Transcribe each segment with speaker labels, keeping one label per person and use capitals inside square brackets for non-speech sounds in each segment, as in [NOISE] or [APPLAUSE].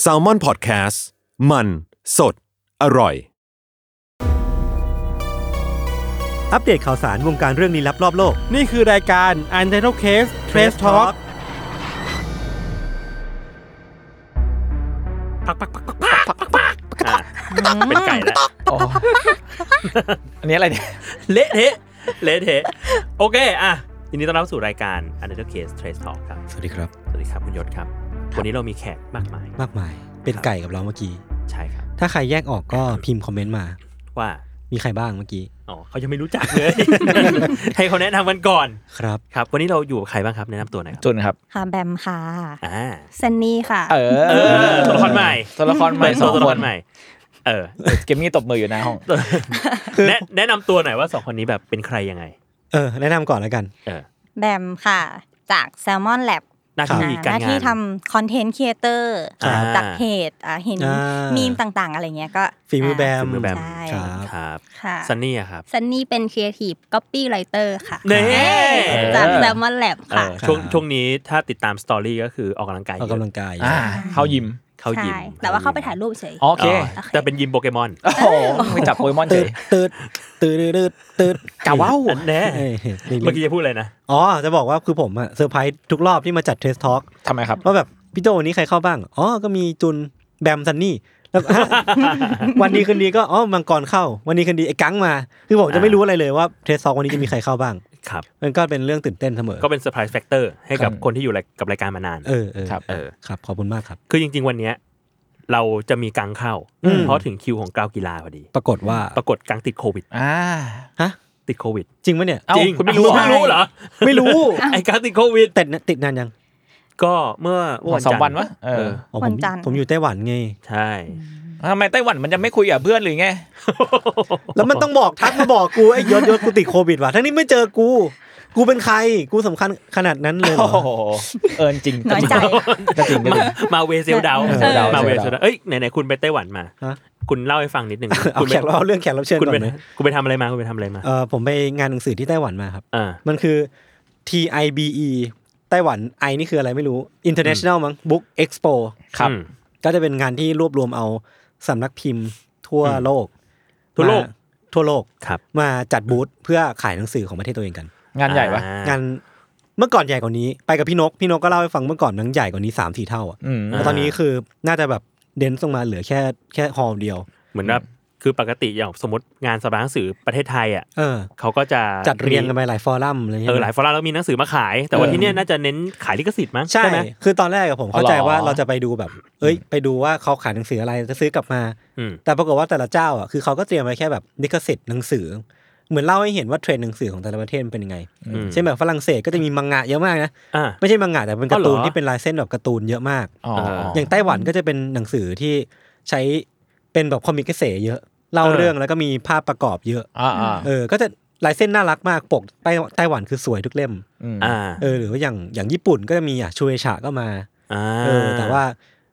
Speaker 1: แซลมอนพอดแคสต์มันสดอร่อย
Speaker 2: อัปเดตข่าวสารวงการเรื่องนี้ลับรอบโลก
Speaker 3: นี่คือรายการ u n t i t l e Case Trace Talk
Speaker 4: เป็นไก่แล้ว
Speaker 3: อันนี้อะไรเนี่ย
Speaker 4: เละเทะเละเทะโอเค อ่ะยินดีต้อนรับสู่รายการ u n d e r t a l e Case Trace Talk ครับ
Speaker 2: สวัสดีครับ
Speaker 4: สวัสดีครับ คุณยศครับ วันนี้เรามีแขกมากมาย
Speaker 2: มากมาย เป็นไก่กับเราเมื่อกี้
Speaker 4: ใช่ครับ
Speaker 2: ถ้าใครแยกออกก็พิมพ์คอมเมนต์มา
Speaker 4: ว่า
Speaker 2: มีใครบ้างเมื่อกี้
Speaker 4: อ๋อเขายังไม่รู้จักเลย ให้เขาแนะนำกันก่อน
Speaker 2: ครับ
Speaker 4: ครับ วันนี้เราอยู่กับใครบ้างครับ แนะนำตัวหน่อยครับ
Speaker 3: จุนครับ
Speaker 5: ค่ะแบมค่ะ
Speaker 4: อ่า
Speaker 5: เซนนี่ค่ะ
Speaker 3: เออ
Speaker 4: เออตัวละครใหม่
Speaker 3: ตัวละครใหม่
Speaker 4: เปิด
Speaker 3: ส
Speaker 4: ตั
Speaker 3: อ
Speaker 4: ว
Speaker 3: ง
Speaker 4: ตัวละ
Speaker 3: ค
Speaker 4: คร
Speaker 3: น
Speaker 4: ใหม่ เออ
Speaker 3: เกมมี่ตบมืออยู่หน้าห้อง
Speaker 4: แนะแนะนำตัวหน่อยว่าสองคนนี้แบบเป็นใครยังไง
Speaker 2: เออ แนะนำก่อนแล้วกัน
Speaker 4: เออ
Speaker 5: แบมค่ะ จาก Salmon Lab
Speaker 4: หน้า
Speaker 5: อ่า
Speaker 4: ที่กา
Speaker 5: หน้าง
Speaker 4: รา
Speaker 5: ที่
Speaker 4: น
Speaker 5: ทำคอนเทนต์ครีเอเตอร์
Speaker 4: อ่า
Speaker 5: จากเพจอ่าเห็น
Speaker 2: อ่ามี
Speaker 5: มีมต่างๆ อะไรเงี้ยก็
Speaker 2: ฝีมือแบ
Speaker 5: าม
Speaker 4: ฝีมือแบม
Speaker 5: ใช่
Speaker 2: ครับ
Speaker 4: ครับ
Speaker 5: ค่ะ
Speaker 4: ซันนี่อะครับ
Speaker 5: ซันนี่เป็นครีเอทีฟก๊อปปี้ไรเตอร์ค่ะ
Speaker 4: เน่
Speaker 5: จาก Salmon Lab
Speaker 4: เอ
Speaker 5: ค่ะ
Speaker 4: อช่วง
Speaker 2: ครับ
Speaker 4: ช่วงนี้ถ้าติดตามสตอรี่ก็คือออกกำลังกาย
Speaker 2: ออกกำลังกาย
Speaker 3: อ่า เข้ายิม
Speaker 4: เขายิม
Speaker 5: ใช่ แต่ว่าเข้าไปถ่ายรูปเฉย
Speaker 3: โอเค
Speaker 4: อ๋อแต่เป็นยิมโปเกมอน
Speaker 3: โอ้โหไปจับโปเกมอนเฉ
Speaker 2: ตืด
Speaker 3: ย
Speaker 2: ตืดตืดตืดตืด
Speaker 3: กะว่าว
Speaker 4: อันแน่
Speaker 2: เอ้ยนี่
Speaker 4: เมื่อกี้จะพูดอะไรนะ
Speaker 2: อ๋อ จะบอกว่าคือผมอะเซอร์ไพรส์ทุกรอบที่มาจัดเทสทอล์ก
Speaker 3: ทำไมครับ
Speaker 2: ว่าแบบ พี่โจวันนี้ใครเข้าบ้าง อ๋อ ก็มีจุน แบมซันนี่ แล้วก็ [LAUGHS] วันดีคืนดีก็ อ๋อ มังกรเข้า วันดีคืนดีไอ้กังมา คือผมจะไม่รู้อะไรเลยว่าเทสทอล์กวันนี้จะมีใครเข้าบ้าง
Speaker 4: ครับ
Speaker 2: มันก็เป็นเรื่องตื่นเต้นเสมอ
Speaker 4: ก็เป็นเซอร์ไพรส์แฟกเตอร์ให้กับ
Speaker 3: ครับ
Speaker 4: คนที่อยู่รายกับรายการมานาน
Speaker 2: เออเออ
Speaker 3: ครับ
Speaker 4: เออ
Speaker 2: ครับขอบคุณมากครับ
Speaker 4: คือจริง ๆ วันเนี้ยเราจะมีกังเข้า
Speaker 2: อืม
Speaker 4: เพราะถึงคิวของกราวกีฬาพอดี
Speaker 2: ปรากฏว่า
Speaker 4: ปรากฏกังติดโควิด
Speaker 3: อ่า
Speaker 4: ติดโควิด
Speaker 2: จริงไหมเนี่ย
Speaker 3: เอ้า
Speaker 4: จริง
Speaker 3: คุณไม่รู้
Speaker 4: คุณไม่รู้เหรอ
Speaker 2: ไม่รู้
Speaker 4: ไอ้กังติดโควิด
Speaker 2: [LAUGHS] แต่ติดนานยัง
Speaker 4: ก็เมื่อ
Speaker 3: วันสองวันวะเอ
Speaker 4: เอ
Speaker 3: อ
Speaker 4: อ
Speaker 2: อ๋อผ
Speaker 5: วั
Speaker 2: ม
Speaker 5: นจันทร์
Speaker 2: ผมอยู่ไต้หวันไง
Speaker 4: ใช่
Speaker 3: ทำไมไต้หวันมันจะไม่คุยกับเพื่อนหรือไง
Speaker 2: แล้วมันต้องบอกทักมาบอกกู ไอ้ยศยศกูติดโควิดว่ะทั้งนี้ไม่เจอกู กูเป็นใคร กูสำคัญขนาดนั้นเลยเหร
Speaker 3: โอ้
Speaker 2: อ
Speaker 3: โห เออจริง
Speaker 5: น้อยใจ
Speaker 3: ก็จริงก็จริง
Speaker 4: มาเวเซลดาว
Speaker 3: เออ
Speaker 4: มาเวเซลดาวเอ้ยไหนๆคุณไปไต้หวันมา
Speaker 2: ฮะ
Speaker 4: คุณเล่าให้ฟังนิดหนึ่ง
Speaker 2: เอา
Speaker 4: คุณ
Speaker 2: แข
Speaker 4: ไป
Speaker 2: กเราเอาเรื่องแขกรับเชิญ
Speaker 4: คุณ
Speaker 2: ก่อ
Speaker 4: ไป
Speaker 2: นนะ
Speaker 4: คุณไปทำอะไรมาคุณไปทำอะไรมา
Speaker 2: เออผมไปงานหนังสือที่ไต้หวันมาครับ
Speaker 4: อ่า
Speaker 2: มันคือ TIBE ไต้หวัน I นี่คืออะไรไม่รู้ International มั้ง Book Expo
Speaker 3: ครับ
Speaker 4: อืม
Speaker 2: ก็จะเป็นงานที่รวบรวมเอาสำนักพิมพ์ทั่วโลก
Speaker 4: ทั่วโลก
Speaker 2: มาทั่วโลก
Speaker 4: ครับ
Speaker 2: มาจัดบูธเพื่อขายหนังสือของประเทศตัวเองกัน
Speaker 3: งานใหญ่ปะ
Speaker 4: อ่
Speaker 2: งานเมื่อก่อนใหญ่กว่านี้ไปกับพี่นก พี่นกก็เล่าให้ฟังเมื่อก่อนหนังใหญ่กว่านี้สามสี่เท่าอ่ะ
Speaker 3: อืม
Speaker 4: อ่า
Speaker 2: แต่ตอนนี้คือน่าจะแบบเดนส์ลงมาเหลือแค่แค่ฮอลล์เดียว
Speaker 4: เหมือนแบบคือปกติอย่างสมมติงานสำนักหนังสือประเทศไทยอ่ะ
Speaker 2: เออ
Speaker 4: เขาก็จะ
Speaker 2: จัดเรียงกันไปหลายฟอรัมอะไรเงี้
Speaker 4: เออย หลายฟอรัมแล้วมีหนังสือมาขาย แต่ว่าที่เนี่ยน่าจะเน้นขายลิขสิทธิ์มั้ง
Speaker 2: ใช่
Speaker 4: ไหม
Speaker 2: คือตอนแรกกับผมเข้าใจ
Speaker 3: อ๋อเหรอ
Speaker 2: ว่าเราจะไปดูแบบ เอ้ย ไปดูว่าเขาขายหนังสืออะไรจะซื้อกลับมา
Speaker 4: อืม
Speaker 2: แต่ปรากฏว่าแต่ละเจ้าอ่ะคือเขาก็เตรียมไว้แค่แบบลิขสิทธิ์หนังสือ เหมือนเล่าให้เห็นว่าเทรนด์หนังสือของแต่ละประเทศมันเป็นยังไง
Speaker 4: อืม
Speaker 2: เช่นแบบฝรั่งเศสก็จะมีมังงะเยอะมากนะ
Speaker 4: อ่า
Speaker 2: ไม่ใช่มังงะแต่เป็นการ์ตูน
Speaker 4: อ๋อเหรอ
Speaker 2: ที่เป็นลายเส้นแบบการ์ตูนเยอะมาก
Speaker 3: อ๋อ
Speaker 2: อ
Speaker 3: อ
Speaker 2: ย่างไต้หวันก็จะเป็นหนังสือที่ใช้เป็นแบบคอมิกเกษเยอะเล่า
Speaker 4: เออ
Speaker 2: เรื่องแล้วก็มีภาพประกอบเยอะ
Speaker 3: อ่าอ่า
Speaker 2: เออ ก็จะลายเส้นน่ารักมากปกไต้ไต้หวันคือสวยทุกเล่ม
Speaker 3: อืม
Speaker 4: อ่า
Speaker 2: เออหรือว่าอย่างอย่างญี่ปุ่นก็จะมีอ่ะชูเอชะก็มา
Speaker 4: อ่า
Speaker 2: เออแต่ว่า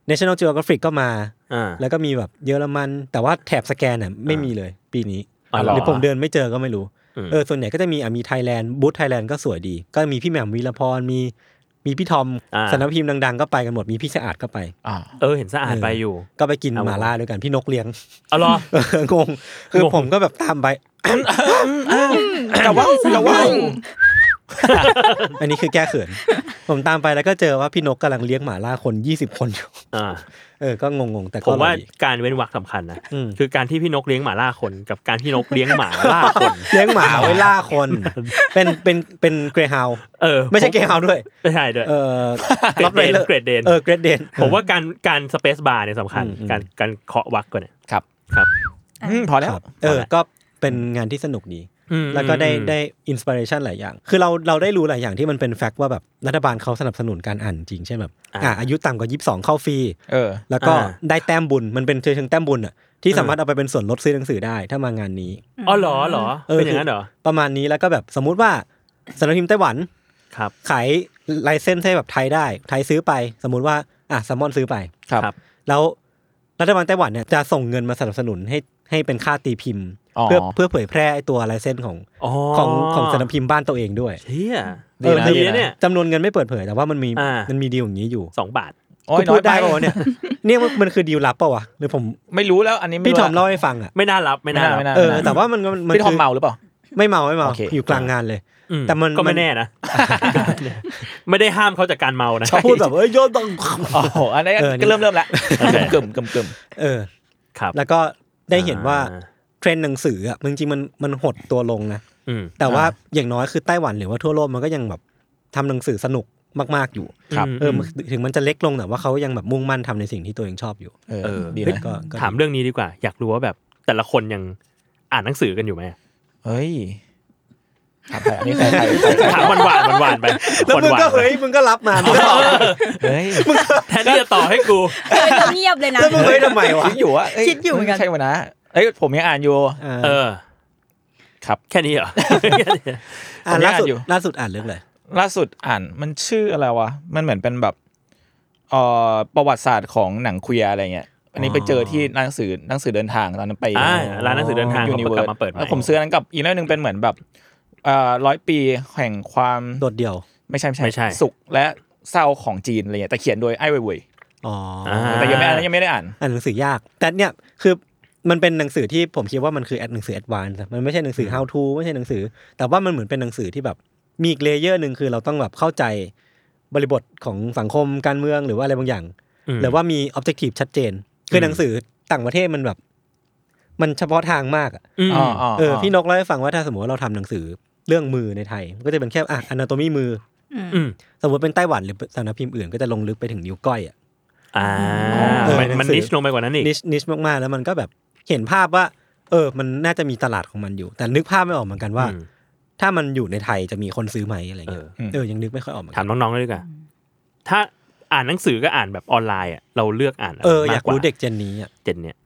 Speaker 2: National Geographic ก็มา
Speaker 4: อ่า
Speaker 2: แล้วก็มีแบบเยอรมัน แต่ว่าแถบสแกนเนี่ยไม่มีเลยปีนี้
Speaker 4: อ๋อเหรอ
Speaker 2: หรือผมเดินไม่เจอก็ไม่รู้
Speaker 4: อืม
Speaker 2: เออส่วนใหญ่ก็จะมีอ่ะมีไทยแลนด์บูธไทยแลนด์ก็สวยดี ก็มีพี่แหม่มวีรพรมีมีพี่ทอมสำนักพิมพ์ดัง ๆ ก็ไปกันหมดมีพี่สะอาดก็ไป
Speaker 3: อ่า
Speaker 4: เออเห็นสะอาดไปอยู่
Speaker 2: ก็ไปกิน
Speaker 4: เอา
Speaker 2: หมาล่าด้วยกันพี่นกเลี้ยง [LAUGHS]
Speaker 4: เอาเหรอ
Speaker 2: เอองงคือผมก็แบบตามไป
Speaker 3: กะว่าวกะว่าว
Speaker 2: อันนี้คือแก้เขิน ผมตามไปแล้วก็เจอว่าพี่นกกำลังเลี้ยงหมาล่าคน 20 คนอยู่
Speaker 4: อ่า
Speaker 2: เออ ก็งงๆ แต่
Speaker 4: ผ
Speaker 2: ก็
Speaker 4: ม
Speaker 2: อร่
Speaker 4: ว่า
Speaker 2: อยดี
Speaker 4: การเว้นวรรคสำคัญนะ
Speaker 2: อืม
Speaker 4: คือการที่พี่นกเลี้ยงหมาล่าคน กับการที่นกเลี้ยงหมาล่าคน
Speaker 2: เลี้ยงหมาไว้ล่า
Speaker 4: [LAUGHS]
Speaker 2: คน เป็นเป็นเป็นเกรฮาว
Speaker 4: เออ
Speaker 2: ไม่ใช่เกรฮาวด้วย
Speaker 4: ไม่ใช่ด้วย
Speaker 2: เออ
Speaker 4: Great Dane
Speaker 2: Rottweiler
Speaker 4: Great Dane
Speaker 2: เออเกรดเดน
Speaker 4: ผมว่าการการสเปซบาร์เนี่ยสำคัญ
Speaker 2: อืมอืม
Speaker 4: การการเคาะวักก่อนเนี่ย
Speaker 3: ครับ
Speaker 4: ครับ
Speaker 3: อืมพอแล้ว
Speaker 2: เออ ก็เป็นงานที่สนุกดี
Speaker 4: อืม
Speaker 2: แล้วก็ได้
Speaker 4: อืม
Speaker 2: ได้อินสปิเรชันหลายอย่าง คือเราเราได้รู้หลายอย่างที่มันเป็นแฟกต์ว่าแบบรัฐบาลเขาสนับสนุนการอ่านจริง เช่นแบบ
Speaker 4: อ่า
Speaker 2: อ่ะอายุต่ำกว่า 22 เข้าฟรี
Speaker 3: เออ
Speaker 2: แล้วก็
Speaker 4: อ่า
Speaker 2: ได้แต้มบุญ มันเป็นเชิงแต้มบุญอ่ะที่
Speaker 4: อ่า
Speaker 2: สามารถเอาไปเป็นส่วนลดซื้อหนังสือได้ถ้ามางานนี้
Speaker 4: อ๋อเหรอเหรอ
Speaker 2: เออ
Speaker 4: เป็นอย่างนั้นเหรอ
Speaker 2: ประมาณนี้แล้วก็แบบสมมุติว่าสำนักพิมพ์ไต้หวัน
Speaker 4: ครับ
Speaker 2: ขายลายเส้นให้แบบไทยได้ ไทยซื้อไป สมมุติว่าอ่ะแซมมอนซื้อไป
Speaker 3: ครับ
Speaker 4: ครับ
Speaker 2: แล้วรัฐบาลไต้หวันเนี่ยจะส่งเงินมาสนับสนุนให้ให้เป็นค่าตีพิมพ์
Speaker 3: อ๋อ
Speaker 2: เพื่อเพื่อเผยแพร่ไอ้ตัวลายเส้นของ
Speaker 4: อ๋อ
Speaker 2: ของของสำนักพิมพ์บ้านตัวเองด้วย
Speaker 4: เชี่ย
Speaker 3: ดีนะ
Speaker 2: เออ
Speaker 3: ดี
Speaker 4: ดีนะเนี่
Speaker 3: นะ
Speaker 4: ย
Speaker 2: จำนวนเงินไม่เปิดเผยแต่ว่ามันมี
Speaker 4: อ่ามั
Speaker 2: มันมีดีลอย่างนี้อยู่
Speaker 4: สองบาท
Speaker 3: โอ้ย
Speaker 2: กู
Speaker 3: น้
Speaker 2: พู
Speaker 3: อ
Speaker 2: ด
Speaker 3: ย
Speaker 2: ได้
Speaker 3: ได้
Speaker 2: ปะวะเนี่ยเนี่ยมันมันคือดีลลับปะวะหรือผม
Speaker 3: ไม่รู้แล้วอันนี้ไม่
Speaker 2: พี่
Speaker 3: รู้
Speaker 2: ทอมเล่าให้ฟังอ่ะ
Speaker 4: ไม่น่ารับไม่
Speaker 3: ไม่
Speaker 4: น่า
Speaker 3: น่า
Speaker 4: รับ
Speaker 3: ไม่น่า
Speaker 2: เออ
Speaker 3: ไม่น่า
Speaker 2: แต่ว่ามันก็มัน
Speaker 3: พี่ทอม
Speaker 2: คือ
Speaker 3: เมาหรือเปล่า
Speaker 2: ไม่เมาไม่เมา
Speaker 3: โอเค
Speaker 2: อยู่กลางงานเลย
Speaker 4: อืม
Speaker 2: แต่มัน
Speaker 4: ก็
Speaker 2: มั
Speaker 4: ไม่
Speaker 2: น
Speaker 4: แน่นะ ไม่ได้ห้ามเขาจากการเมานะ
Speaker 2: เขาพูดแบบเอ้ยโยนบั
Speaker 3: [LAUGHS]
Speaker 2: ง
Speaker 3: โอ้โหอันนี้
Speaker 2: เออนี่
Speaker 3: ก็เริ่มเริ่มละ
Speaker 4: โอเค
Speaker 3: กึ่มกึ่มกึ่ม
Speaker 2: เออ
Speaker 4: ครับ
Speaker 2: แล้วก็ได้เห็นว่า
Speaker 4: อ่
Speaker 2: เทรนด์หนังสืออ่ะจริงๆมันมันหดตัวลงนะ
Speaker 4: อืม
Speaker 2: แต่ว่า
Speaker 3: อ่า
Speaker 2: อย่างน้อยคือไต้หวันหรือว่าทั่วโลกมันก็ยังแบบทำหนังสือสนุกมาก ๆอยู่
Speaker 4: ครับ
Speaker 2: เออมันถึงมันจะเล็กลงแต่ว่าเขายังแบบมุ่งมั่นทำในสิ่งที่ตัวเองชอบอยู่
Speaker 3: เออ
Speaker 4: เออ
Speaker 3: ดี
Speaker 2: เฮ้ย
Speaker 3: นะ
Speaker 2: ก็ก็ดี
Speaker 4: ถามเรื่องนี้ดีกว่า อยากรู้ว่าแบบแต่ละคนยังอ่านหนังสือกันอยู่ไหม
Speaker 3: เฮ้ยถามใครอันนี้ใครใครใคร
Speaker 4: ถามหวานหวานหวานหวานๆไป
Speaker 2: แล้วมึง
Speaker 4: หวาน
Speaker 2: ก็
Speaker 4: ๆไป
Speaker 2: เฮ้ยมึงก็รับมามึงก็ตอบ
Speaker 3: เฮ้ย
Speaker 4: แทนที่จะต่อให้กู
Speaker 6: เงียบเลย
Speaker 2: [LAUGHS]
Speaker 6: นะ
Speaker 2: แล้วมึงเฮ้ยทำไมวะ
Speaker 3: คิดอยู่ว่าเ
Speaker 6: คิดอยู่เหมือนกัน
Speaker 3: ใช่วะนะเอ้ยผมยังอ่านอยู่
Speaker 2: เออ
Speaker 4: เออ
Speaker 3: ครับ
Speaker 4: แค่นี้เหรอ แค่นี้
Speaker 2: อ่านล่าสุด
Speaker 3: ผมยังอ่านอยู่
Speaker 2: ล่าสุดอ่านเรื่องอะไร
Speaker 3: ล่าสุดอ่านมันชื่ออะไรวะ มันเหมือนเป็นแบบเอ่อประวัติศาสตร์ของหนังเคลียร์อะไรเงี้ย อันนี้ไปเจอที่ร้านหนังสือหนังสือเดินทางตอนนั้นไป
Speaker 4: อ่าร้านหนังสือเดินทาง
Speaker 3: ยู
Speaker 4: เขา
Speaker 3: นิ
Speaker 4: เปิดกลั
Speaker 3: เวิร์
Speaker 4: บมาเปิดใหม่
Speaker 3: สผมซื้ออันนั้นกับอีกเล่มหนึ่งเป็นเหมือนแบบเอ่อร้อยปีแห่งความ
Speaker 2: โดดเดี่ยว
Speaker 3: ไม่ใช่
Speaker 4: ไม่
Speaker 3: ไม่
Speaker 4: ใช่
Speaker 3: ใช่ สุขและเศร้าของจีนอะไรเงี้ยแต่เขียนโดยไอ้เว่ยเว่ย
Speaker 2: อ๋ออา
Speaker 3: แต่ยังไม่อันนั้นยังไม่ได้อ่าน
Speaker 2: อ่านหนังสือยาก แต่เนี่ยคือมันเป็นหนังสือที่ผมคิดว่ามันคือแอดหนังสือแอดวานซ์มันไม่ใช่หนังสือ how to ไม่ใช่หนังสือ แต่ว่ามันเหมือนเป็นหนังสือที่แบบมีอีกเลเยอร์หนึ่งคือเราต้องแบบเข้าใจบริบทของสังคมการเมืองหรือว่าอะไรบางอย่าง
Speaker 4: ม
Speaker 2: หรือว่ามีออบเจกตีฟชัดเจน คือ
Speaker 4: ม
Speaker 2: หนังสือต่างประเทศมันแบบ มันเฉพาะทางมากอะ
Speaker 4: อืม
Speaker 3: อ๋ออ๋อ
Speaker 2: เออพี่นกเล่าให้ฟังว่าถ้าสมมติว่าเราทำหนังสือเรื่องมือในไทยมันก็จะเป็นแค่อ่ะ a นา t o มีมือ
Speaker 4: อืม
Speaker 2: สมมติเป็นไต้หวันหรือสำนักพิมพ์อื่นก็จะลงลึกไปถึงนิ้วก้อยอะ
Speaker 4: อ่า
Speaker 2: เออ
Speaker 4: มัน
Speaker 2: หนังสือ
Speaker 4: มันนิชลงไปกว่านั้นอีก
Speaker 2: นิชนิชมากๆ แล้วมันก็แบบเห็นภาพว่า เออ มันน่าจะมีตลาดของมันอยู่ แต่นึกภาพไม่ออกเหมือนกันว่า
Speaker 4: อืม
Speaker 2: ถ้ามันอยู่ในไทยจะมีคนซื้อไหมอะไร
Speaker 4: เอ
Speaker 2: เงี้ย
Speaker 4: อ
Speaker 2: เออยังนึกไม่ค่อยออกเหมือน
Speaker 4: ถา
Speaker 2: กั
Speaker 4: ม
Speaker 2: น
Speaker 4: น้องๆด้วยดีกว่าถ้าอ่านหนังสือก็อ่านแบบออนไลน์อ่ะเราเลือกอ่าน
Speaker 2: เอออยาก
Speaker 4: มว่
Speaker 2: รู้เด็กเจนนี้อ่ะ
Speaker 4: เจนเนี่ย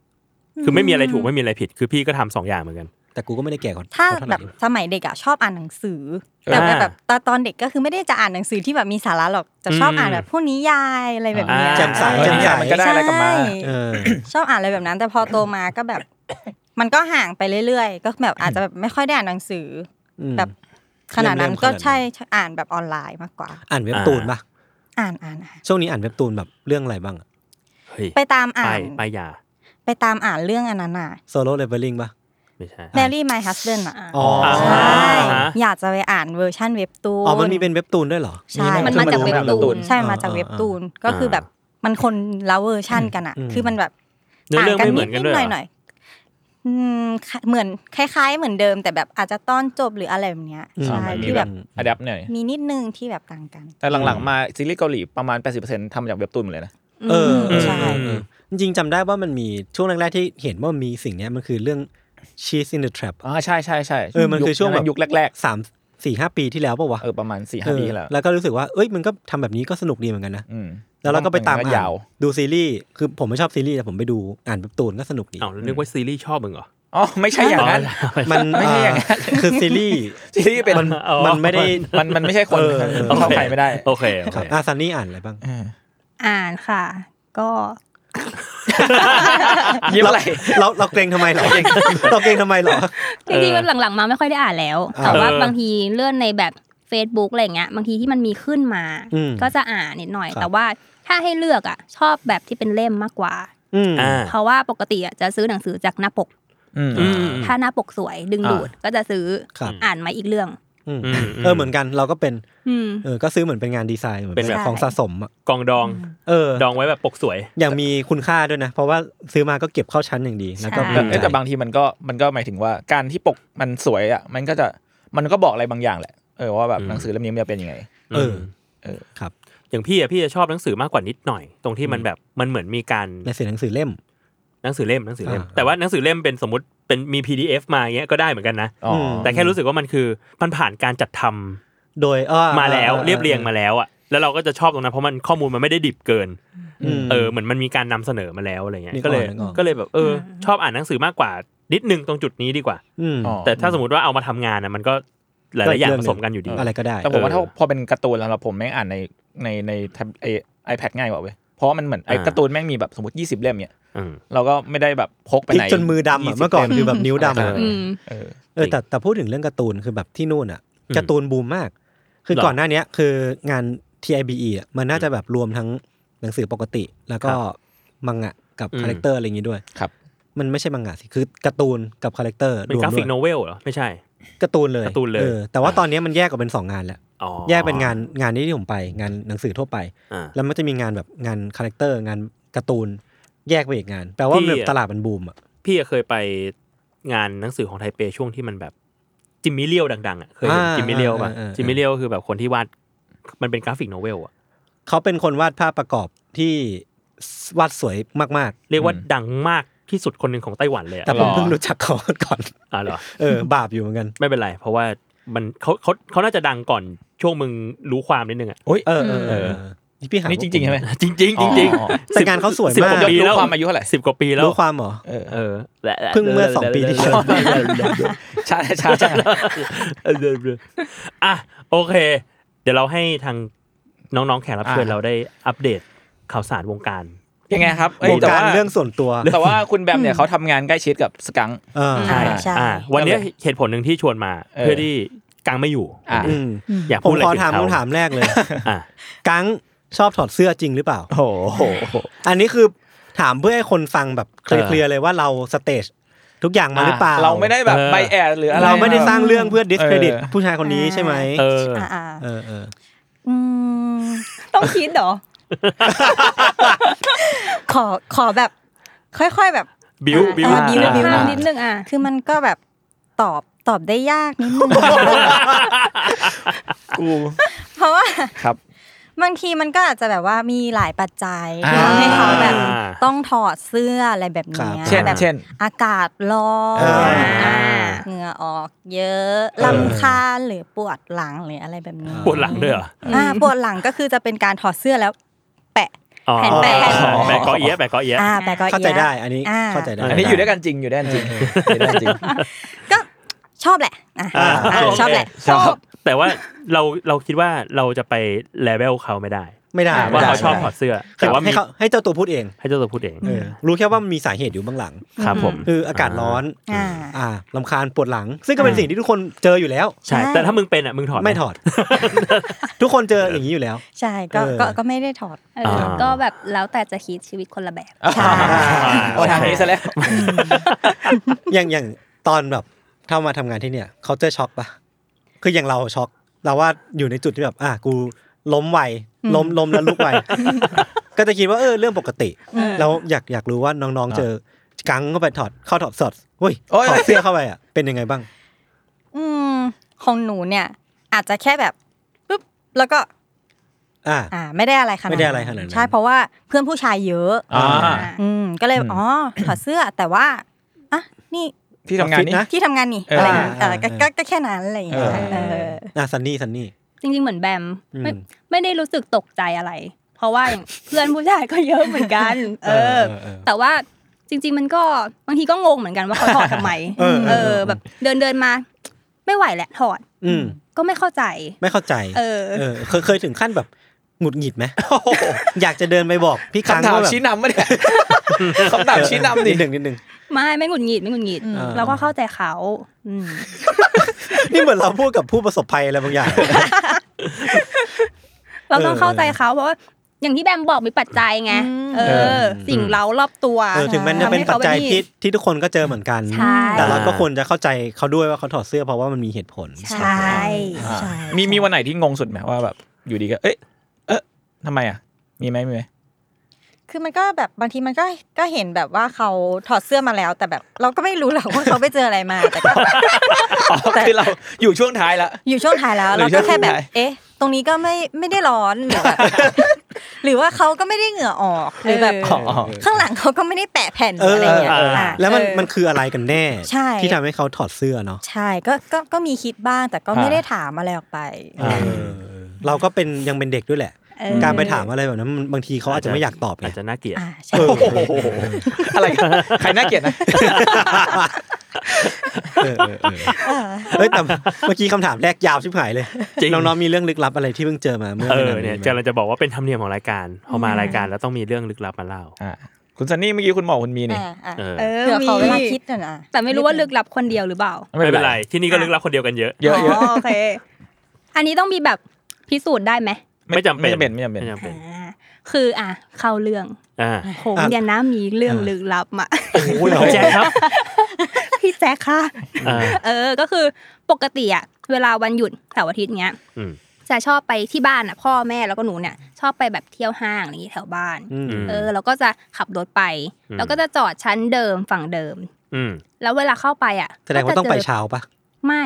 Speaker 4: คือไม่มีอะไรถูกไม่มีอะไรผิด คือพี่ก็ทำสองอย่างเหมือนกัน
Speaker 2: แต่กูก็ไม่ได้แก่กว่า
Speaker 6: ถ้า
Speaker 2: เขเท่ไห
Speaker 6: แบ
Speaker 2: ร่
Speaker 6: บสมัยเด็กอะชอบอ่านหนังสือ แต่ว่า
Speaker 4: อ่า
Speaker 6: แบบตอนตอนเด็กก็คือไม่ได้จะอ่านหนังสือที่แบบมีสาระหรอกจะชอบ
Speaker 4: อืม
Speaker 6: อ่านแบบพวกนิยายอะไรแบบเนี้ย
Speaker 4: อ่า
Speaker 2: แจำใสแจำใส
Speaker 3: มันก็ได้อะไรกลับมา
Speaker 6: ใช่
Speaker 2: เออ
Speaker 6: ชอบอ่านอะไรแบบนั้น แต่พอโตมาก็แบบ [COUGHS] มันก็ห่างไปเรื่อยๆ ก็แบบอาจจะแบบไม่ค่อยได้อ่านหนังสือ แบบ ขนาดนั้น
Speaker 2: เล่มๆ
Speaker 6: ก็
Speaker 2: ขนาดนั้น
Speaker 6: ใช่อ่านแบบออนไลน์มากกว่า
Speaker 2: อ่านเว็บตูนปะ
Speaker 6: อ่านอ่านอ่าน
Speaker 2: ช่วงนี้อ่านเว็บตูนแบบเรื่องอะไรบ้าง
Speaker 4: เฮ้ย
Speaker 6: ไปตามอ่า
Speaker 4: ป้าน ยป้ายยา
Speaker 6: ไปตามอ่านเรื่องอันนั้นอ่ะ
Speaker 2: โซโล่เลเวลลิ่งปะ
Speaker 4: ไม่ใช่
Speaker 6: Mary My Husband อ่ะ
Speaker 2: อ๋ออ่า
Speaker 6: ใช่
Speaker 4: อ่า
Speaker 6: อยากจะไปอ่านเวอร์ชั่นเว็บตูน
Speaker 2: อ๋อ มันมีเป็นเว็บตูนด้วยเหรอ
Speaker 6: ใช่
Speaker 3: มั
Speaker 6: มัน
Speaker 3: น
Speaker 6: มา
Speaker 3: มา
Speaker 6: จา
Speaker 3: จาก ก
Speaker 6: เว็บ
Speaker 3: เว็บตู
Speaker 6: ตูน
Speaker 3: น
Speaker 6: ใช่มันมาจากเว็บตูนก็คือแบบมันคนละเวอร์ชั่นกันอ่ะ
Speaker 2: อืม
Speaker 6: คือมันแบบ
Speaker 4: เนื้อเรื่องไม่เหมือนกันด้วย
Speaker 6: ห
Speaker 4: เหร
Speaker 6: น่อย
Speaker 4: อ
Speaker 6: หน่อยๆอืมค่ะเหมือนคล้ายๆ เหมือนเดิม แต่แบบอาจจะตอนจบหรืออะไรแบบเนี้ย
Speaker 2: อืม
Speaker 6: ใช่
Speaker 3: มันมี
Speaker 6: ที่
Speaker 3: แบ
Speaker 6: แบบ บ
Speaker 3: อัดับหน่อย
Speaker 6: มีนิดนึงที่แบบต่างกัน
Speaker 3: แต่หลังๆมาซีรีส์เกาหลีประมาณ 80%ทำมาจากเว็บตูนหมดเลยนะ
Speaker 2: เออ
Speaker 6: มใช่
Speaker 2: เออจริงๆจำได้ว่ามันมีช่วงแรกๆที่เห็นว่ามีสิ่งเนี้ยมันคือเรื่อง Cheese in the Trap
Speaker 3: อ่าใช่ใช่ใช่
Speaker 2: เออมันคือช่วงแบบ
Speaker 3: ยุคแรก
Speaker 2: สามสี่ห้าปีที่แล้วป่าวะ
Speaker 3: ๆเออประมาณสี่ห้าปีที่แล้ว
Speaker 2: เออแล้วก็รู้สึกว่าเอ้ยมันก็ทำแบบนี้ก็สนุกดีเหมือนกันนะ
Speaker 3: ม
Speaker 2: แล้วเราก็ไปตาม
Speaker 3: น
Speaker 2: อ่าย
Speaker 3: าว
Speaker 2: ดูซีรีส์คือผมไม่ชอบซีรีส์แต่ผมไปดูอ่านเว็บตูนก็สนุกดี
Speaker 4: เอ้าแล้วนึกว่าซีรีส์ชอบมึงเหรอ
Speaker 3: อ๋อไม่ใช่อย่างนั้น
Speaker 2: มัน
Speaker 3: ไม่ใช่อย่างนั้น
Speaker 2: เคือซีรีส์
Speaker 3: ซีรีส์เป็น
Speaker 2: มันมันไม่ได้
Speaker 3: มันมันไม่ใช่คน
Speaker 2: เออ
Speaker 3: เราเข้าใครไม่ได้
Speaker 4: โอเคโอ
Speaker 2: ครับ
Speaker 4: เค
Speaker 2: อาซันนี่อ่านอะไรบ้าง
Speaker 3: เออ
Speaker 6: อ่านค่ะ ก็
Speaker 3: ยิ้มอะไร
Speaker 2: เราเราเกรงทำไมเหรอเราเกรงทำไมเหรอ
Speaker 6: จริงๆมันหลังๆมาไม่ค่อยได้อ่านแล้ว แต่
Speaker 2: เออ
Speaker 6: ว่าบางทีเลื่อนในแบบ Facebook อะไรเงี้ยบางทีที่มันมีขึ้นมา
Speaker 2: อืม
Speaker 6: ก็จะอ่านนิดหน่อย
Speaker 2: ครับ
Speaker 6: แต่ว่าถ้าให้เลือกอ่ะ ชอบแบบที่เป็นเล่มมากกว่า
Speaker 2: อืม
Speaker 4: อ่า
Speaker 6: เพราะว่าปกติอ่ะจะซื้อหนังสือจากหน้าปก
Speaker 3: อืม
Speaker 4: อืม
Speaker 6: ถ้าหน้าปกสวยดึงดูดก็จะซื้อ
Speaker 2: ครับ
Speaker 6: อ่านมาอีกเรื่อง
Speaker 2: อืม
Speaker 4: อืม
Speaker 2: เออเหมือนกันเราก็เป็น
Speaker 6: อืม
Speaker 2: เออก็ซื้อเหมือนเป็นงานดีไซน์เหมือน
Speaker 4: เป็นแบบ
Speaker 2: ของสะสมอะ
Speaker 4: กองดอง
Speaker 2: เออ
Speaker 4: ดองไว้แบบปกสวย
Speaker 2: อย่างมีคุณค่าด้วยนะ เพราะว่าซื้อมาก็เก็บเข้าชั้นอย่างดี แล้วก็
Speaker 6: ใช่
Speaker 2: ภู
Speaker 3: แต่
Speaker 2: มิใจ
Speaker 3: เอ้ยแต่บางทีมันก็มันก็หมายถึงว่าการที่ปกมันสวยอ่ะมันก็จะมันก็บอกอะไรบางอย่างแหละเออว่าแบบ
Speaker 4: อืม
Speaker 3: หนังสือเล่มนี้มันจะเป็นยังไง
Speaker 2: เออ
Speaker 4: อย่างพี่อะพี่จะชอบหนังสือมากกว่านิดหน่อย ตรงที่มันแบบมันเหมือนมีการ
Speaker 2: ในสื่อหนังสือเล่ม
Speaker 4: หนังสือเล่มหนังสือเล่ม
Speaker 2: อ่า
Speaker 4: แต่ว่าหนังสือเล่มเป็นสมมติ เป็นมี PDF มาอย่างเงี้ยก็ได้เหมือนกันนะ
Speaker 3: อ๋ออ
Speaker 2: ม
Speaker 4: แต่แค่รู้สึกว่ามันคือมันผ่านการจัดทำ
Speaker 2: โดยอ้อ
Speaker 4: มาแล้ว
Speaker 2: ออออ
Speaker 4: เรียบเรียงมาแล้วอ่ะแล้วเราก็จะชอบตรงนั้นเพราะมันข้อมูลมันไม่ได้ดิบเกิน
Speaker 2: ม
Speaker 4: เออเหมือนมันมีการนำเสนอมาแล้วอะไรเงี้ย
Speaker 2: นึกออก
Speaker 4: ก็เลย
Speaker 2: นึกออก
Speaker 4: ก็เลยแบบเอออชอบอ่านหนังสือมากกว่านิดนึงตรงจุดนี้ดีกว่า
Speaker 2: ม
Speaker 3: อ๋อ
Speaker 4: แต่ถ้าสมมติว่าเอามาทำงานนะมันก็หลายๆอย่างผสมกันอยู่ดี
Speaker 2: อะไรก็ได้
Speaker 3: แต่ผมว่า
Speaker 4: เออ
Speaker 3: ถ้าพอเป็นการ์ตูนแล้วผมแม่งอ่านในในในแท็บไอไอแพดง่ายกว่าเว้ยเพราะว่ามันเหมือนไอ
Speaker 4: อ่า
Speaker 3: การ์ตูนแม่งมีแบบสมมติ 20 เล่มเนี่ย
Speaker 4: อืม
Speaker 3: เราก็ไม่ได้แบบพก
Speaker 2: พ
Speaker 3: ไป
Speaker 2: ลิก
Speaker 3: ไหน
Speaker 2: จนมือดำอ่ะ
Speaker 3: 20
Speaker 2: เมื่อก่อนคือแบบนิ้ว
Speaker 3: เอ
Speaker 2: ดำ
Speaker 3: อ
Speaker 2: อะ
Speaker 3: อ
Speaker 7: อืม
Speaker 3: เออ
Speaker 2: เออแต่แต่พูดถึงเรื่องการ์ตูนคือแบบที่นู่นอ่ะการ์ตูนบูมมาก คือ
Speaker 4: หรอ
Speaker 2: ก่อนหน้าเนี้ยคืองาน TIBE อ่ะมันน่าจะแบบรวมทั้งหนังสือปกติ แล้วก็มังงะกับ
Speaker 4: อืม
Speaker 2: คาแรคเตอร์อะไรอย่างงี้ด้วย
Speaker 3: ครับ
Speaker 2: มันไม่ใช่มังงะสิคือการ์ตูนกับคาแรคเตอร์
Speaker 4: เป็น
Speaker 2: รวม
Speaker 4: กรา
Speaker 2: ด้
Speaker 4: ฟิ
Speaker 2: ว
Speaker 4: ก
Speaker 2: ย
Speaker 4: โนเวลเหรอไม่ใช่
Speaker 2: การ์ตูนเลย
Speaker 4: การ์ตูนเลย
Speaker 2: ออแต่ว่าตอนเนี้ยมันแยกออกเป็นสองงานแล้ว
Speaker 4: อ๋อ
Speaker 2: แยกเป็นงานงานนี้ที่ผมไป งานหนังสือทั่วไป
Speaker 4: อ่า
Speaker 2: แล้วมันจะมีงานแบบงานคาแรคเตอร์งานการ์ตูนแยกไปอีกงานแปลว่า
Speaker 4: ที่
Speaker 2: แบบตลาดมันบูมอ่ะ
Speaker 4: พี่อะเคยไปงานหนังสือของไทเปช่วงที่มันแบบจิมมี่เลียวดังๆอ่ะเคยเห็น
Speaker 2: อ่า
Speaker 4: จิมมี่เลียวป่ะ
Speaker 2: อ่าอ่าอ่า
Speaker 4: จิมมี่เลียวคือแบบคนที่วาดมันเป็นกราฟิกโนเวลอ่ะ
Speaker 2: เขาเป็นคนวาดภาพประกอบที่วาดสวยมากๆ
Speaker 4: เรียกว่าดังมากที่สุดคนหนึ่งของไต้หวันเลยอ่ะ
Speaker 2: แต่ผม
Speaker 3: หรอ
Speaker 2: เพิ่งรู้จักเขาก่อน [LAUGHS]
Speaker 4: อ่าเหรอ
Speaker 2: เออ บาปอยู่เหมือนกัน
Speaker 4: ไม่เป็นไรเพราะว่ามันเขาเขาเขาน่าจะดังก่อนช่วงมึงรู้ความนิดนึงอ่ะ [LAUGHS]
Speaker 3: โอ้ย
Speaker 2: เออเออเออ
Speaker 4: เออ
Speaker 2: นี่พี่หา
Speaker 3: นี่จริงๆใช่ไหม
Speaker 4: จริงจริงๆจริง
Speaker 3: อ๋อ
Speaker 4: ๆ
Speaker 2: แต่งานเขาสวย
Speaker 4: สิบ
Speaker 2: มาก
Speaker 4: กว่าปีแล้ว
Speaker 3: รู้ความอายุเท่าไหร่
Speaker 4: สิบกว่าปีแล้ว
Speaker 2: รู้ความเหรอ
Speaker 3: เออ
Speaker 4: เออและ
Speaker 2: เพิ่งเมื่อสองปีที่แล้ว
Speaker 3: ช้าช้าช้า
Speaker 4: [LAUGHS] อ่ะโอเค เดี๋ยวเราให้ทางน้องๆแขกรับเชิญเราได้อัปเดตข่าวสารวงการ
Speaker 3: ยังไงครับเอ้
Speaker 2: วย ง
Speaker 3: แต่
Speaker 2: การ
Speaker 3: ว่า
Speaker 2: เรื่องส่วนตัว
Speaker 3: แต่ว่าคุณแบม
Speaker 2: [LAUGHS]
Speaker 3: เนี่ยเขาทำงานใกล้ชิดกับสกัง
Speaker 2: เออ
Speaker 6: ใช่
Speaker 4: อ่าอ่าวันเนี้ยเหตุผลหนึ่งที่ชวนมา
Speaker 3: เออ
Speaker 4: เพื่อที่กังไม่อยู่
Speaker 3: อ่า
Speaker 4: วัน
Speaker 2: อื
Speaker 4: นี้
Speaker 2: ม
Speaker 4: อยาก
Speaker 2: ผม
Speaker 4: พูดอะไร
Speaker 2: ขอ
Speaker 4: เกี่ยว
Speaker 2: ถาม
Speaker 4: กับ
Speaker 2: คำถามแรกเลย
Speaker 4: อ่ะ
Speaker 2: กังชอบถอดเสื้อจริงหรือเปล่า
Speaker 3: โอ้โห
Speaker 2: อันนี้คือถามเพื่อให้คนฟังแบบเค
Speaker 3: เอ
Speaker 2: ลีย
Speaker 3: อ
Speaker 2: ร์ๆเลยว่าเราสเตจทุกอย่างมาหรือเปล่า
Speaker 3: เราไม่ได้แบบใบแอดหรืออะไร
Speaker 2: เราไม่ได้สร้างเรื่องเพื่อ discredit
Speaker 3: เออ
Speaker 2: ผู้ชายคนนี้ใช่ไหม
Speaker 4: เออ
Speaker 6: อ่า
Speaker 2: เออเออ
Speaker 6: ๆอืมต้องคิดเหรอ [LAUGHS] ขอขอแบบ ค่อยๆแบบ
Speaker 4: บิวบิว
Speaker 7: อ่า
Speaker 6: บิ
Speaker 7: บิ
Speaker 6: ว
Speaker 7: วภาพนิดนึงอ่ะ
Speaker 6: คือมันก็แบบตอบตอบได้ยากนิดนึง
Speaker 3: กู
Speaker 6: เพราะว่า
Speaker 3: ครับ
Speaker 6: บางทีมันก็อาจจะแบบว่ามีหลายปัจจัยที่
Speaker 3: อ่า
Speaker 6: ทำให้เขาแบบ
Speaker 4: อ่า
Speaker 6: ต้องถอดเสื้ออะไรแบบเนี้ย
Speaker 3: เช่น
Speaker 6: แบบ
Speaker 3: เช่น
Speaker 6: อากาศร้อน
Speaker 3: เออ
Speaker 6: อ่าเหงื่อออกเยอะลำคาญหรือปวดหลังหรืออะไรแบบนี้
Speaker 4: ปวดหลังด้วยเหรอ
Speaker 6: อ่าปวดหลังก็คือจะเป็นการถอดเสื้อแล้ว แปะ
Speaker 4: อ๋อ
Speaker 6: แผ่นแปะ
Speaker 4: แปะกอเอี๊ยะแปะกอเอี๊ยะ
Speaker 6: อ่าแปะก็อี๊ยะ
Speaker 2: เข้าใจได้อันนี้
Speaker 6: อ่า
Speaker 2: เข้าใจได้
Speaker 3: อันนี้อยู่ด้วยกันจริงอยู่ด้วยกันจริงอยู่ด้วยกันจริง
Speaker 6: ก็ชอบแหละอ่ะ
Speaker 4: อ่า
Speaker 6: อ่า
Speaker 4: โอเค
Speaker 6: ชอบแหละ
Speaker 3: ชอบ
Speaker 4: แต่ว่าเราเราคิดว่าเราจะไปเลเวลเขาไม่ได้
Speaker 2: ไม่ได้
Speaker 4: ว่า
Speaker 2: ไม่
Speaker 4: เขา
Speaker 2: ได้
Speaker 4: ชอบถอดเสื้อ แต่
Speaker 2: แต่
Speaker 4: ว่า
Speaker 2: ว่าให้
Speaker 4: มี
Speaker 2: เขาให้เจ้าตัวพูดเอง
Speaker 4: ให้เจ้าตัวพูดเอง
Speaker 2: เออรู้แค่ว่ามันมีสาเหตุอยู่เบื้องหลัง
Speaker 4: ครับผม
Speaker 2: คืออากาศร้อน
Speaker 6: อ่า
Speaker 2: อ่าลำคาญปวดหลัง ซึ่งก็เป็นสิ่งที่ทุกคนเจออยู่แล้ว
Speaker 4: ใช่ แต่ถ้ามึงเป็นอ่ะมึงถอดห
Speaker 2: ไม่ถอด ทุกคนเจออย่างนี้อยู่แล้ว
Speaker 6: ใช่ก็
Speaker 2: เออ
Speaker 6: ก็ก็ไม่ได้ถอด
Speaker 7: เออ
Speaker 4: อ่า
Speaker 7: ก็แบบแล้วแต่จะคิดชีวิตคนละแบบ
Speaker 6: ใช่
Speaker 3: โอ้ทางนี้ซะแล้ว
Speaker 2: อย่างอย่างตอนแบบเข้ามาทำงานที่เนี่ยเขาเจอช็อกปะคืออย่างเราช็อกเราว่าอยู่ในจุดที่แบบ อ่ะกูล้มไวล้มล้มแล้วลุกไวก็จะคิดว่าเออเรื่องปกติ
Speaker 7: เออ
Speaker 2: เราอยากอยากรู้ว่าน้องๆเจอกังเข้าไปถอดเข้าถอดสอดเฮ้ย
Speaker 3: โอ้ย
Speaker 2: ถอดเสื้อเข้าไปอ่ะเป็นยังไงบ้าง
Speaker 6: อืมของหนูเนี่ย อาจจะแค่แบบปุ๊บแล้วก็
Speaker 2: อ่า
Speaker 6: อ่า ไม่ได้อะไรขนาด
Speaker 2: ไม่ได้อะไรขนาดนั้น
Speaker 6: ใช่เพราะว่าเพื่อนผู้ชายเยอะ
Speaker 3: อ่า
Speaker 6: อืมก็เลยอ๋อถอดเสื้อแต่ว่าอ่ะนี่
Speaker 3: ที่ทำงานนี้
Speaker 2: ออฟฟิศนะ
Speaker 6: ที่ทำงานนี่
Speaker 3: เอออ
Speaker 6: อะไรอย่างเงี้ย
Speaker 2: อ่า
Speaker 6: เออก็ก็ก็แค่นั้นอะไรอย่างเงี้ย
Speaker 3: เออ
Speaker 6: เออ
Speaker 2: อ่ะซันนี่ซันนี่
Speaker 7: จริง ๆ เหมือนแบมไม่
Speaker 2: อืม
Speaker 7: ไม่ได้รู้สึกตกใจอะไร เพราะว่าอย่าง เพื่อนผู้ชายก็เยอะเหมือนกัน เออ
Speaker 2: เออ
Speaker 7: แต่ว่าจริง ๆ มันก็บางทีก็งงเหมือนกันว่าเขาถอดทำไม
Speaker 2: เออเออ
Speaker 7: แบบเดินเดินๆมา ไม่ไหวแหละถอด
Speaker 2: อืม
Speaker 7: ก็ไม่เข้าใจ
Speaker 2: ไม่เข้าใจ
Speaker 7: เออ
Speaker 2: เออเคยเคยถึงขั้นแบบหงุดหงิดไหม อยากจะเดินไปบอกพี่ค้าง
Speaker 3: คำถาม
Speaker 2: ว่าแบบ
Speaker 3: ชี้นำมา [LAUGHS] เนี่ยคำถามชี้นำ
Speaker 2: นิ
Speaker 3: นี่
Speaker 2: ดหนึ่งนิดหนึ่ง
Speaker 7: ไม่ไม่หงุดหงิดไม่หงุดหงิด
Speaker 2: อ่า
Speaker 7: เราก็เข้าใจเขาอืม
Speaker 2: นี่เหมือนเราพูดกับผู้ประสบภัยอะไรบางอย่าง
Speaker 7: เราต้อง
Speaker 2: เออ
Speaker 7: เข้าใจเขาเพราะว่าอย่างที่แบมบอกมีปัจจัยไง
Speaker 6: อืม
Speaker 7: เอ
Speaker 3: เอ
Speaker 7: อ
Speaker 3: อ
Speaker 7: สิ่งเรารอบตัว
Speaker 2: เออถึงมันจะเป็นปัจจัยที่ที่ทุกคนก็เจอเหมือนกัน
Speaker 7: ใช่
Speaker 2: แต่เราก็ควรจะเข้าใจเขาด้วยว่าเขาถอดเสื้อเพราะว่ามันมีเหตุผล
Speaker 6: ใช่ใช่
Speaker 3: มีมีวันไหนที่งงสุดไหมว่าแบบอยู่ดีก็ เอ๊ะเอ๊ะทำไมอ่ะ มีไหมมีไหม
Speaker 6: คือมันก็แบบบางทีมันก็ก็เห็นแบบว่าเขาถอดเสื้อมาแล้ว แต่แบบเราก็ไม่รู้หรอก [LAUGHS] ว่าเขาไปเจออะไรมาแต่ก็
Speaker 3: อ๋ [LAUGHS] อคือเราอยู่ช่วงท้ายแล้ว
Speaker 6: อยู่ช่วงท้ายแล้ว
Speaker 3: หรือ
Speaker 6: เราก็แค่
Speaker 3: ช่วง
Speaker 6: แบบ
Speaker 3: ท้าย
Speaker 6: เอ๊ะ ตรงนี้ก็ไม่ไม่ได้ร้อนหรือแบบ [LAUGHS] หรือว่าเขาก็ไม่ได้เหงื่อออกหรือแบบ
Speaker 7: เอ
Speaker 3: อ๋ออ๋อ
Speaker 6: ข้างหลังเขาก็ไม่ได้แปะแผ่นหรืออะไรเงี้ย
Speaker 2: เออเออ
Speaker 6: อ่ะ
Speaker 2: แล้วมัน
Speaker 6: เออ
Speaker 2: มันคืออะไรกันแน่
Speaker 6: ใช่
Speaker 2: ที่ทำให้เขาถอดเสื้อเนาะ
Speaker 6: ใช่ก็ก็ก็มีคิดบ้างแต่ก็ไม่
Speaker 3: อ่า
Speaker 6: ได้ถามอะไรออกไป
Speaker 2: เออเราก็เป็นยังเป็นเด็กด้วยแหละ
Speaker 7: เออ
Speaker 2: การไปถามอะไรแบบนั้นมันบางทีเขาอาจจะไม่อยากตอบไง
Speaker 4: อาจจะน่าเกลียด
Speaker 6: อ่าใช่
Speaker 3: โอ้โหอะไรกันใครน่าเกลียด [LAUGHS] นะ
Speaker 2: เออเออเออเฮ้ยแต่เมื่อกี้คำถามแรกยาวชิบหายเลย
Speaker 4: จริง
Speaker 2: น้องๆมีเรื่องลึกลับอะไรที่เพิ่งเจอมาเมื่อ
Speaker 4: เออน
Speaker 2: ไม่าน
Speaker 4: เนี่ย
Speaker 2: นี้ไหม
Speaker 4: กำลังจะบอกว่าเป็นธรรมเนียมของรายการ พอมารายการแล้วต้องมีเรื่องลึกลับมาเล่า
Speaker 3: อ่ะคุณซันนี่เมื่อกี้คุณบอกคุณมีนี่
Speaker 6: อ่าอ่า
Speaker 4: เออ
Speaker 7: เออ
Speaker 6: เผื่อขอเวลา
Speaker 7: มี
Speaker 6: คิดหน่อยนะ
Speaker 7: แต่ไม่รู้ว่าลึกลับคนเดียวหรือเปล่า
Speaker 4: ไม่เป็นไร ที่นี่ก็ลึกลับคนเดียวกันเยอะ
Speaker 3: เยอะเยอะ
Speaker 7: โอเค อันนี้ต้องมีแบบพิสูจน์ได้ไหม
Speaker 4: ไม่จำเป็น
Speaker 3: ไม่จำเป็นไม่จำเป็น
Speaker 4: ไม่จำเป็น
Speaker 7: อ่าคืออ่ะเข้าเรื่อง
Speaker 4: อ่า
Speaker 7: ผมเนี่ยนะมีเรื่องลึกลับมา
Speaker 4: โอ้ยแจ๊คครับ
Speaker 7: พี่แจ๊คค่ะ
Speaker 4: อ่า
Speaker 7: [LAUGHS] เออ ก็คือปกติอะเวลาวันหยุดเสาร์อาทิตย์เนี้ย
Speaker 4: อืม
Speaker 7: จะชอบไปที่บ้านอะพ่อแม่แล้วก็หนูเนี่ย ชอบไปแบบเที่ยวห้างอะไรอย่างงี้แถวบ้าน
Speaker 2: อืม
Speaker 7: เออเราก็จะขับรถไป
Speaker 4: อืม
Speaker 7: แล้วก็จะจอดชั้นเดิมฝั่งเดิม
Speaker 4: อืม
Speaker 7: แล้วเวลาเข้าไปอ่ะ
Speaker 2: แสดงว่าต้องไป
Speaker 7: ก็จะจ
Speaker 2: เช้าปะ
Speaker 7: ไม่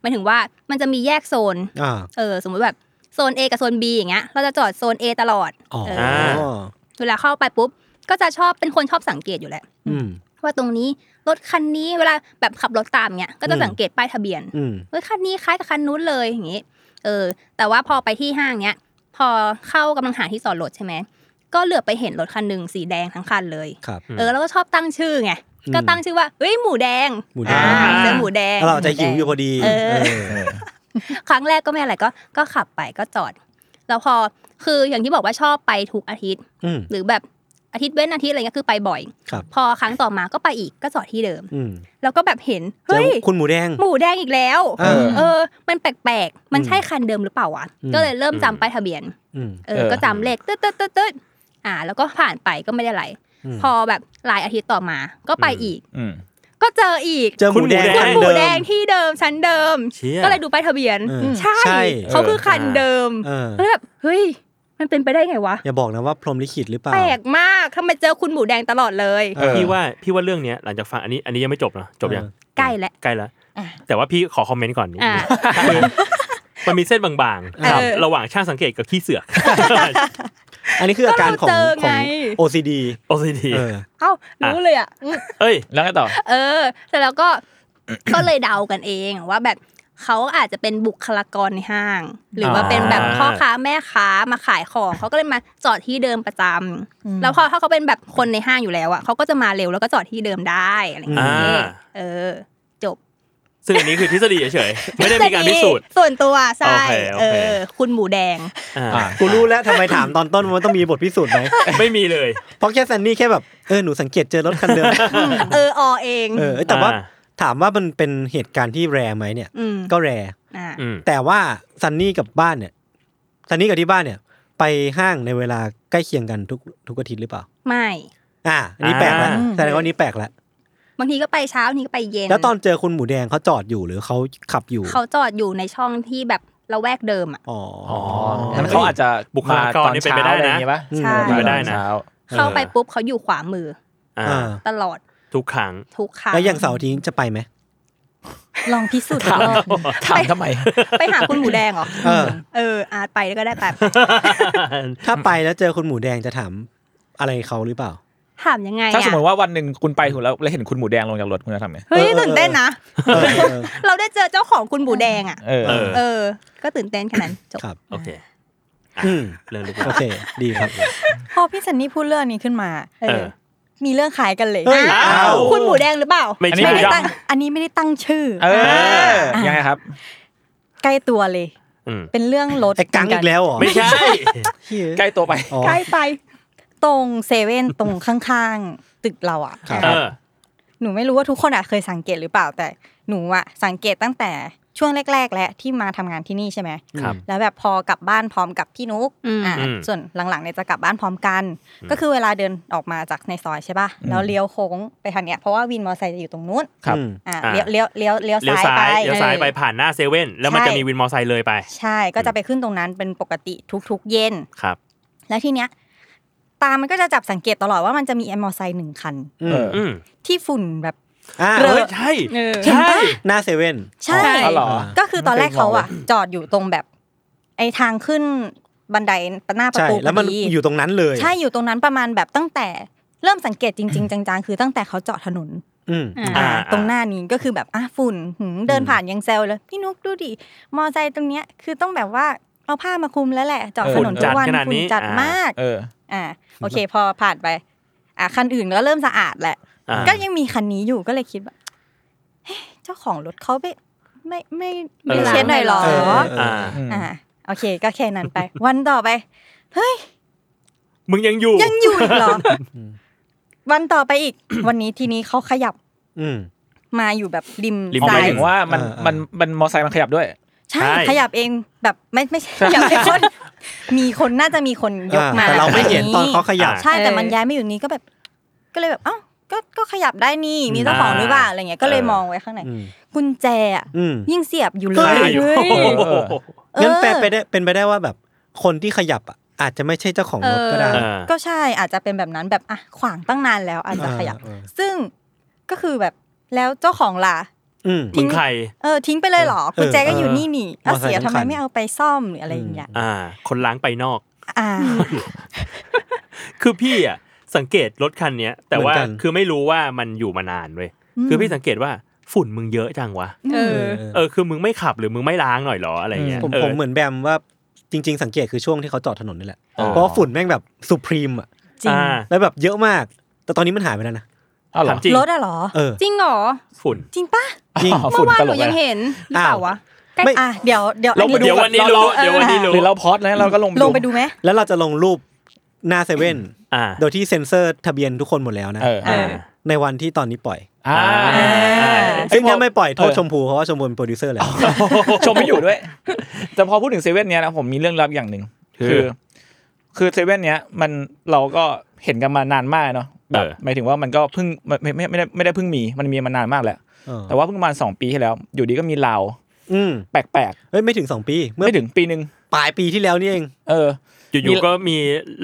Speaker 7: หมายถึงว่ามันจะมีแยกโซน
Speaker 2: อ่า
Speaker 7: เออ สมมุติแบบโซน A กับโซน B อย่างเงี้ย เราจะจอดโซน A ตลอด
Speaker 2: อ๋อ
Speaker 7: เอ
Speaker 4: อ่า
Speaker 7: อเวลาเข้าไปปุ๊บ ก็จะชอบเป็นคนชอบสังเกตอยู่แหละ
Speaker 2: อืม
Speaker 7: ว่าตรงนี้รถคันนี้เวลาแบบขับรถตามเงี้ย ก็จะ
Speaker 2: อืม
Speaker 7: สังเกตป้ายทะเบียน
Speaker 2: อืม
Speaker 7: เฮ้ยคันนี้คล้ายกับคันนู้นเลยอย่างงี้ เออ แต่ว่าพอไปที่ห้างเนี้ย พอเข้ากำลังหาที่จอดรถใช่ไหม ก็เหลือบไปเห็นรถคันหนึ่งสีแดงทั้งคันเลย
Speaker 2: ครับ
Speaker 4: อืม
Speaker 7: เออ แล้วก็ชอบตั้งชื่อไง
Speaker 2: อืม
Speaker 7: ก็ตั้งชื่อว่า เฮ้ย หมูแดง
Speaker 2: หมูแดง
Speaker 7: อ่าเจอหมูแดง
Speaker 2: เราจะหิวอยู่พอดี
Speaker 7: เออ
Speaker 2: เออ
Speaker 7: ครั้งแรกก็ไม่อะไรก็ ก็ขับไปก็จอด แล้วพอ คืออย่างที่บอกว่าชอบไปทุกอาทิตย์
Speaker 2: อืม
Speaker 7: หรือแบบอาทิตย์เว้นอาทิตย์อะไรเงี้ย คือไปบ่อย
Speaker 2: ครับ
Speaker 7: พอครั้งต่อมาก็ไปอีก ก็จอดที่เดิม
Speaker 2: อืม
Speaker 7: แล้วก็แบบเห็น
Speaker 2: เจอ
Speaker 7: เฮ้ย
Speaker 2: คุณหมูแดง
Speaker 7: หมูแดงอีกแล้ว
Speaker 2: เออ
Speaker 7: เออ มันแปลกๆ มันใช่คันเดิมหรือเปล่าวะ
Speaker 2: อืม
Speaker 7: ก็เลยเริ่มจำ
Speaker 4: อืม
Speaker 7: ป้ายทะเบียน
Speaker 2: อืม
Speaker 7: เอ
Speaker 3: เอ
Speaker 7: อ
Speaker 3: อ
Speaker 7: ก็จำเลขตึ๊ดตึ๊ดตึ๊ดตึ๊ดอ่า แล้วก็ผ่านไปก็ไม่ได้อะไร
Speaker 2: ม
Speaker 7: พอแบบหลายอาทิตย์ต่อมา ก็ไปอีก
Speaker 3: อืม
Speaker 7: ก็เจออีก
Speaker 2: เจอหมูแดง
Speaker 4: คุณ
Speaker 7: คนห
Speaker 2: เ
Speaker 7: มูแดงที่เดิมชั้นเดิม
Speaker 4: เชี่ย
Speaker 7: ก็เลยดูป้ายทะเบียน
Speaker 2: เออ
Speaker 7: ใช่
Speaker 2: ใช่
Speaker 7: เขาคือคันเดิม
Speaker 2: เออ
Speaker 7: แล้วแบบเฮ้ย มันเป็นไปได้ไงวะ
Speaker 2: อย่าบอกนะว่าพรหมลิขิตหรือเปล่า
Speaker 7: แปลกมากทำไมเจอคุณหมูแดงตลอดเลย
Speaker 2: เออ
Speaker 4: พี่ว่าพี่ว่าเรื่องเนี้ยหลังจากฟังอันนี้อันนี้ยังไม่จบเนอะจบยัง
Speaker 7: ใกล้แล้ว
Speaker 4: ใกล้แล้ว
Speaker 6: อ่ะ
Speaker 4: แต่ว่าพี่ขอคอมเมนต์ก่อนนิดนึง
Speaker 7: อ่า
Speaker 4: คือมันมีเส้นบางๆครับ
Speaker 7: เออ
Speaker 4: ระหว่างช่างสังเกตกับขี้เสือก
Speaker 2: อันนี้คืออาการของ
Speaker 7: ก็เราเจอ
Speaker 2: ข
Speaker 7: ไง
Speaker 2: อง OCD
Speaker 4: OCD
Speaker 2: เออ
Speaker 7: เอ้ารู้เลยอ่ะ
Speaker 4: เอ้ย
Speaker 3: แล้วไงต่อ
Speaker 7: เออเสร็จแล้วก็ [COUGHS] ก็เลยเดากันเองว่าแบบเขาอาจจะเป็นบุคลากรในห้าง หรือว่า
Speaker 4: อ่า
Speaker 7: เป็นแบบพ่อค้าแม่ค้ามาขายของเขาก็เลยมาจอดที่เดิมประจำ
Speaker 6: อืม
Speaker 7: แล้วพอถ้าเขาเป็นแบบคนในห้างอยู่แล้วอ่ะเขาก็จะมาเร็วแล้วก็จอดที่เดิมได้อะไรอย่าง
Speaker 4: อ่า
Speaker 7: เงี้ยเออ จบ
Speaker 4: ซึ่งอันนี้คือทฤษฎีเฉยๆไม่ได้มีการพิสูจน์
Speaker 7: ส่วนตัวใช่
Speaker 4: โอเคโอ
Speaker 7: เอ
Speaker 4: เค
Speaker 7: อ คุณหมูแดง
Speaker 4: อ่า
Speaker 3: อ่า
Speaker 2: กูรู้แล้วทำไมถามตอนต้นว่ามันต้องมีบทพิสูจน์ไหม
Speaker 4: ไม่มีเลย
Speaker 2: เพราะแค่ซันนี่แค่แบบเออหนูสังเกตเจอรถคันเดิม
Speaker 7: เออออเอง
Speaker 2: เออแต่ว่า
Speaker 4: อ่
Speaker 2: ถามว่ามันเป็นเหตุการณ์ที่แรร์ไหมเนี่ย
Speaker 7: ม
Speaker 2: ก็แรร์
Speaker 7: อ่า
Speaker 4: อืม
Speaker 2: แต่ว่าซันนี่กับบ้านเนี่ยซันนี่กับที่บ้านเนี่ย ไปห้างในเวลาใกล้เคียงกันทุกทุกอาทิตย์หรือเปล่า
Speaker 7: ไม่
Speaker 2: อ่ะอันนี้แปลกละ
Speaker 6: อ่า
Speaker 2: แสดงว่าอันนี้แปลกละ
Speaker 7: บางทีก็ไปเช้าบางทีก็ไปเย็น
Speaker 2: แล้วตอนเจอคุณหมูแดงเขาจอดอยู่หรือเขาขับอยู่
Speaker 7: เขาจอดอยู่ในช่องที่แบบละแวกเดิมอ่ะ
Speaker 2: อ๋อ
Speaker 3: อ๋อนั้นเขาอาจจะ
Speaker 4: บุคลากรนี่เป็นไปได้นะ
Speaker 3: ปะ
Speaker 7: ใช่
Speaker 4: เป็นไปได้นะ
Speaker 3: เช้า
Speaker 7: เข้าไปปุ๊บเขาอยู่ขวามือ
Speaker 4: อ่า
Speaker 2: อ่า
Speaker 7: ตลอด
Speaker 4: ทุกครั้ง
Speaker 7: ทุกครั้ง
Speaker 2: แล้วอย่างเสาร์อาทิตย์จะไปไหม
Speaker 6: ลองพิสูจน์อีกรอบหนึ่ง
Speaker 3: ถามทำไม
Speaker 7: ไปหาคุณหมูแดงเหรอ
Speaker 2: เออ
Speaker 7: เอออาจไปแล้วก็ได้แบบ
Speaker 2: ถ้าไปแล้วเจอคุณหมูแดงจะถามอะไรเขาหรือเปล่า
Speaker 7: ถามยังไง
Speaker 3: ถ้าสมม
Speaker 7: อ่ะ
Speaker 3: ติว่าวันหนึ่งคุณไปถูกแล้วแล้วเห็นคุณหมูแดงลงจากรถคุณจะทำไง
Speaker 7: เฮ้ย
Speaker 2: เออ
Speaker 7: ตื่นเต้นนะ
Speaker 2: เออเออ
Speaker 7: เราได้เจอเจ้าของคุณหมูแดงอ่ะ
Speaker 3: เออ
Speaker 4: เออ
Speaker 7: เออ ก็ตื่นเต้นแค่นั้นจบ
Speaker 2: ครับ
Speaker 4: โอเค
Speaker 2: อืม
Speaker 4: เรื่องลึก
Speaker 2: โอ
Speaker 4: ลับ
Speaker 2: เค ดีครับ
Speaker 6: พอพี่ซันนี่พูดเรื่องนี้ขึ้นมา
Speaker 4: เออ
Speaker 6: มีเรื่องขายกันเลย
Speaker 2: เฮ้ย
Speaker 4: อ้าว
Speaker 7: คุณหมูแดงหรือเปล่า
Speaker 4: ไม่
Speaker 3: อันนี้
Speaker 4: ใช่
Speaker 6: ไม่
Speaker 4: ค
Speaker 6: ได้
Speaker 4: รับ
Speaker 6: ตั้งอันนี้ไม่ได้ตั้งชื่อ
Speaker 3: เออ ยังไงครับ
Speaker 6: ใกล้ตัวเลย
Speaker 4: อืม
Speaker 6: เป็นเรื่องรถ
Speaker 2: ไอ้กัง
Speaker 6: เหมื
Speaker 2: อี
Speaker 6: น
Speaker 2: กแล้วเหรอ
Speaker 4: ไม่ใช่
Speaker 2: เหี้ย
Speaker 3: ใกล้ตัวไป
Speaker 2: อ๋อ
Speaker 7: ใกล้ไป
Speaker 6: ตรงเซเว่นตรงข้างๆ ตึกเราอ่ะ
Speaker 2: ครับ
Speaker 4: เออ
Speaker 6: หนูไม่รู้ว่าทุกคนอะเคยสังเกตหรือเปล่าแต่หนูอะสังเกตตั้งแต่ช่วงแรก ๆ และที่มาทำงานที่นี่ใช่ไหม
Speaker 4: ครับ
Speaker 6: แล้วแบบพอกลับบ้านพร้อมกับพี่นุ๊ก
Speaker 7: อืม
Speaker 6: อ่า
Speaker 4: อืม
Speaker 6: ส่วนหลังๆเนี่ยจะกลับบ้านพร้อมกัน
Speaker 4: อืม
Speaker 6: ก็คือเวลาเดินออกมาจากในซอยใช่ป่ะแล้วเลี้ยวโค้งไปทางเนี้ยเพราะว่าวินมอเตอร์ไซค์จะอยู่ตรงนู้น
Speaker 3: ครับ
Speaker 2: อืม
Speaker 6: อ่าเลี้ยวเลี้ยวเลี้ยวเลี้ยว
Speaker 4: เลี้ยว
Speaker 6: ซ้าย
Speaker 4: ซ้า
Speaker 6: ไป
Speaker 4: ยเลี้ยวซ้ายไปผ่านหน้าเซเว่นแล้วมัน
Speaker 6: ใช่
Speaker 4: จะมีวินมอไซค์เลยไป
Speaker 6: ใช่ก็จะไปขึ้นตรงนั้นเป็นปกติทุกๆ เย็น
Speaker 4: ครับ
Speaker 6: แล้วทีเนี้ยตามันก็จะจับสังเกตตลอดว่ามันจะมีมอเตอร์ไซค์หนึ่งคัน
Speaker 2: อืม
Speaker 3: เออ
Speaker 4: อืม
Speaker 6: ที่ฝุ่นแบบ
Speaker 2: อ่า
Speaker 4: เออใช่
Speaker 7: เออ
Speaker 4: ใช่
Speaker 2: หน้าเซเว่น
Speaker 6: ใช่
Speaker 3: อ๋อเหรอ
Speaker 6: ก็คือตอนแรกเขาอะจอดอยู่ตรงแบบ ไอทางขึ้น บันไดหน้าประ
Speaker 2: ใช่
Speaker 6: ตู
Speaker 2: แล้วมัน
Speaker 6: พอดี
Speaker 2: อยู่ตรงนั้นเลย
Speaker 6: ใช่อยู่ตรงนั้นประมาณแบบตั้งแต่เริ่มสังเกตจริง ๆ จังๆ คือตั้งแต่เขาเจาะถนน
Speaker 2: อืม
Speaker 7: อ่า
Speaker 6: อ่า
Speaker 4: อ่า
Speaker 6: ตรงหน้านี้ก็คือแบบอ่ะฝุ่นหืมเดิน
Speaker 2: อืม
Speaker 6: ผ่านยังแซวเลย พี่นุกดูดิ มอไซค์ตรงเนี้ยคือต้องแบบว่าเอาผ้ามาคลุมแล้วแหละเจอด
Speaker 3: เออ
Speaker 6: ถนนทุกวัน
Speaker 4: ฝุ่นจัดขนาด
Speaker 6: ฝุ่
Speaker 4: นี้
Speaker 6: นจัด
Speaker 4: อ่าม
Speaker 6: มาก
Speaker 3: เออ
Speaker 6: อ่าโอเค พอผ่านไป อ่ะคันอื่นก็เริ่มสะอาดแหละ
Speaker 4: อ่า
Speaker 6: ก็ยังมีคันนี้อยู่ก็เลยคิดว่าเฮ้ยเจ้าของรถเขาไม่ไม่ไม่ไม่
Speaker 4: เออ
Speaker 6: เช็ดหน่อยเหรอ
Speaker 2: เออเออเออ
Speaker 4: อ่า
Speaker 3: อืม
Speaker 6: อ่าโอเค ก็แค่นั้นไป วันต่อไป เฮ้ย
Speaker 4: มึงยังอยู่
Speaker 6: ยังอยู่อีกเหรอ วันต่อไปอีก วันนี้ทีนี้เขาขยับ
Speaker 2: อืม
Speaker 6: มาอยู่แบบริม
Speaker 4: ริม
Speaker 6: ซ้า
Speaker 3: หา
Speaker 6: ม
Speaker 3: ย
Speaker 6: ย
Speaker 3: ถึงว่ามัน
Speaker 2: เออเออ
Speaker 3: มันมันมอไซค์มันขยับด้วย
Speaker 6: ใช่
Speaker 4: ใช่
Speaker 6: ขยับเองแบบไม่ไม่ใช่ขยับเอง
Speaker 2: [LAUGHS]
Speaker 6: คนมีคนน่าจะมีคนยกมา
Speaker 2: อ่าแต่เราไม่เห็นตอนเขาขยับ
Speaker 6: ใช่แต่
Speaker 7: เออ
Speaker 6: มันย้ายไม่อยู่นี้ก็แบบ ก็เลยแบบเอ้าก็ก็ขยับได้นี่มีเจ้าของหรือเปล่าอะไรเงี้ยก็เลยมองไว้ข้างใน
Speaker 2: อืม
Speaker 6: กุญแจอะ
Speaker 2: อืม
Speaker 6: ยิ่งเสียบอยู่เล
Speaker 4: ก็
Speaker 6: ย
Speaker 4: อยู่
Speaker 6: เฮ้ย
Speaker 3: เออ
Speaker 6: เออ
Speaker 2: งั้นแปลไปได้เป็นไปได้ว่าแบบคนที่ขยับอ่ะอาจจะไม่ใช่เจ้าของรถก็ได้
Speaker 4: เออ
Speaker 6: ก็ใช่อาจจะเป็นแบบนั้นแบบอ่ะขวางตั้งนานแล้วอาจจะขยับ
Speaker 2: เออเออ
Speaker 6: ซึ่งก็คือแบบแล้วเจ้าของล่ะ
Speaker 2: อืม
Speaker 4: มึงใคร
Speaker 6: เออทิ้งไปเลยเหรอกุญแจก็อยู่
Speaker 2: เออ
Speaker 6: นี่นี่เอาเสีย
Speaker 2: มอเตอร์ไซค์สำ
Speaker 6: ทำไม
Speaker 2: คัญ
Speaker 6: ไม่เอาไปซ่อมหรืออะไรอย่างเงี้ย
Speaker 4: อ่า คนล้างไปนอก
Speaker 6: อ่า
Speaker 4: คือพี่อ่ะสังเกตรถคันเนี้ยแต่ว่า
Speaker 2: เหมือนกัน
Speaker 4: คือไม่รู้ว่ามันอยู่มานานเว้ยคือพี่สังเกตว่าฝุ่นมึงเยอะจังวะ
Speaker 6: เอ
Speaker 2: เอ
Speaker 6: อ
Speaker 2: อเออ
Speaker 4: เออคือมึงไม่ขับหรือมึงไม่ล้างหน่อยเหรออะไรเงี้ย
Speaker 2: ผม
Speaker 4: เออ
Speaker 2: ผมเหมือนแบมว่าจริง ๆ สังเกตคือช่วงที่เขาจอดถนนนี่แหละ
Speaker 4: อ๋อ
Speaker 2: เพราะว่าฝุ่นแม่งแบบสุพรีมอ่ะ
Speaker 6: จริง
Speaker 4: อ่า
Speaker 2: แล้วแบบเยอะมาก แต่ตอนนี้มันหายไปแล้วนะ
Speaker 3: อ้าวเหร
Speaker 4: ถา
Speaker 3: อ
Speaker 4: มจริง
Speaker 6: รถอะเหรอ
Speaker 2: เออ
Speaker 7: จริงเหรอ
Speaker 4: ฝุ่น
Speaker 6: จริงปะ
Speaker 2: จริง
Speaker 3: อ้าว
Speaker 7: เมื่
Speaker 3: ฝุ่น
Speaker 7: อวาน
Speaker 3: ต
Speaker 7: ห
Speaker 3: ล
Speaker 7: นู
Speaker 3: ก
Speaker 7: ยั
Speaker 3: เล
Speaker 7: ง
Speaker 3: ย
Speaker 7: เห็นหรือเปล่าวะ
Speaker 2: ไม่
Speaker 6: อ่ะเดี๋ยวเดี๋ยว
Speaker 4: เรา
Speaker 6: อันนี้
Speaker 4: เดี๋ยว
Speaker 6: ก่อ
Speaker 4: วันนี้รู้
Speaker 6: ออ
Speaker 4: เดี๋ยววันนี้รู้
Speaker 3: หรือเราพอดแล้วเราก็ลงไป
Speaker 6: ลงไปดูไหม
Speaker 2: แล้วเราจะลงรูปหน้าเซเว่น
Speaker 4: อ่า
Speaker 2: โดยที่เซ็นเซอร์ทะเบียนทุกคนหมดแล้วนะ
Speaker 3: เออ
Speaker 6: เออ
Speaker 2: ในวันที่ตอนนี้ปล่อย
Speaker 3: อ่า
Speaker 2: ซึ่งถ้าไม่ปล่อยโทษ
Speaker 3: เออ
Speaker 2: ชมพูเพราะว่าชมพูเป็นโปรดิวเซอร์แหละ
Speaker 3: [LAUGHS] ชมไม่อยู่ด้วย แต่พอพูดถึงเซเว่นเนี้ยนะผมมีเรื่องลับอย่างหนึ่งคือ คือเซเว่นเนี้ยมันเราก็เห็นกันมานานมากเนาะแบบหมายถึงว่ามันก็เพิ่งไม่ไม่ไม่ไม่ได้ไม่ได้เพิ่งมีมันมีมานานมากแล้ว
Speaker 2: เออ
Speaker 3: แต่ว่าเพิ่งประมาณสองปีที่แล้ว อยู่ดีก็มีลาว
Speaker 2: อืม
Speaker 3: แปลก
Speaker 2: เอ้ยไม่ถึงสองปี
Speaker 3: ๆ
Speaker 2: เมื่อ
Speaker 3: ไม่ถึงปีหนึ่ง
Speaker 2: ปลายปีที่แล้วนี่เอง
Speaker 3: เออ
Speaker 4: อยู่ๆก็มี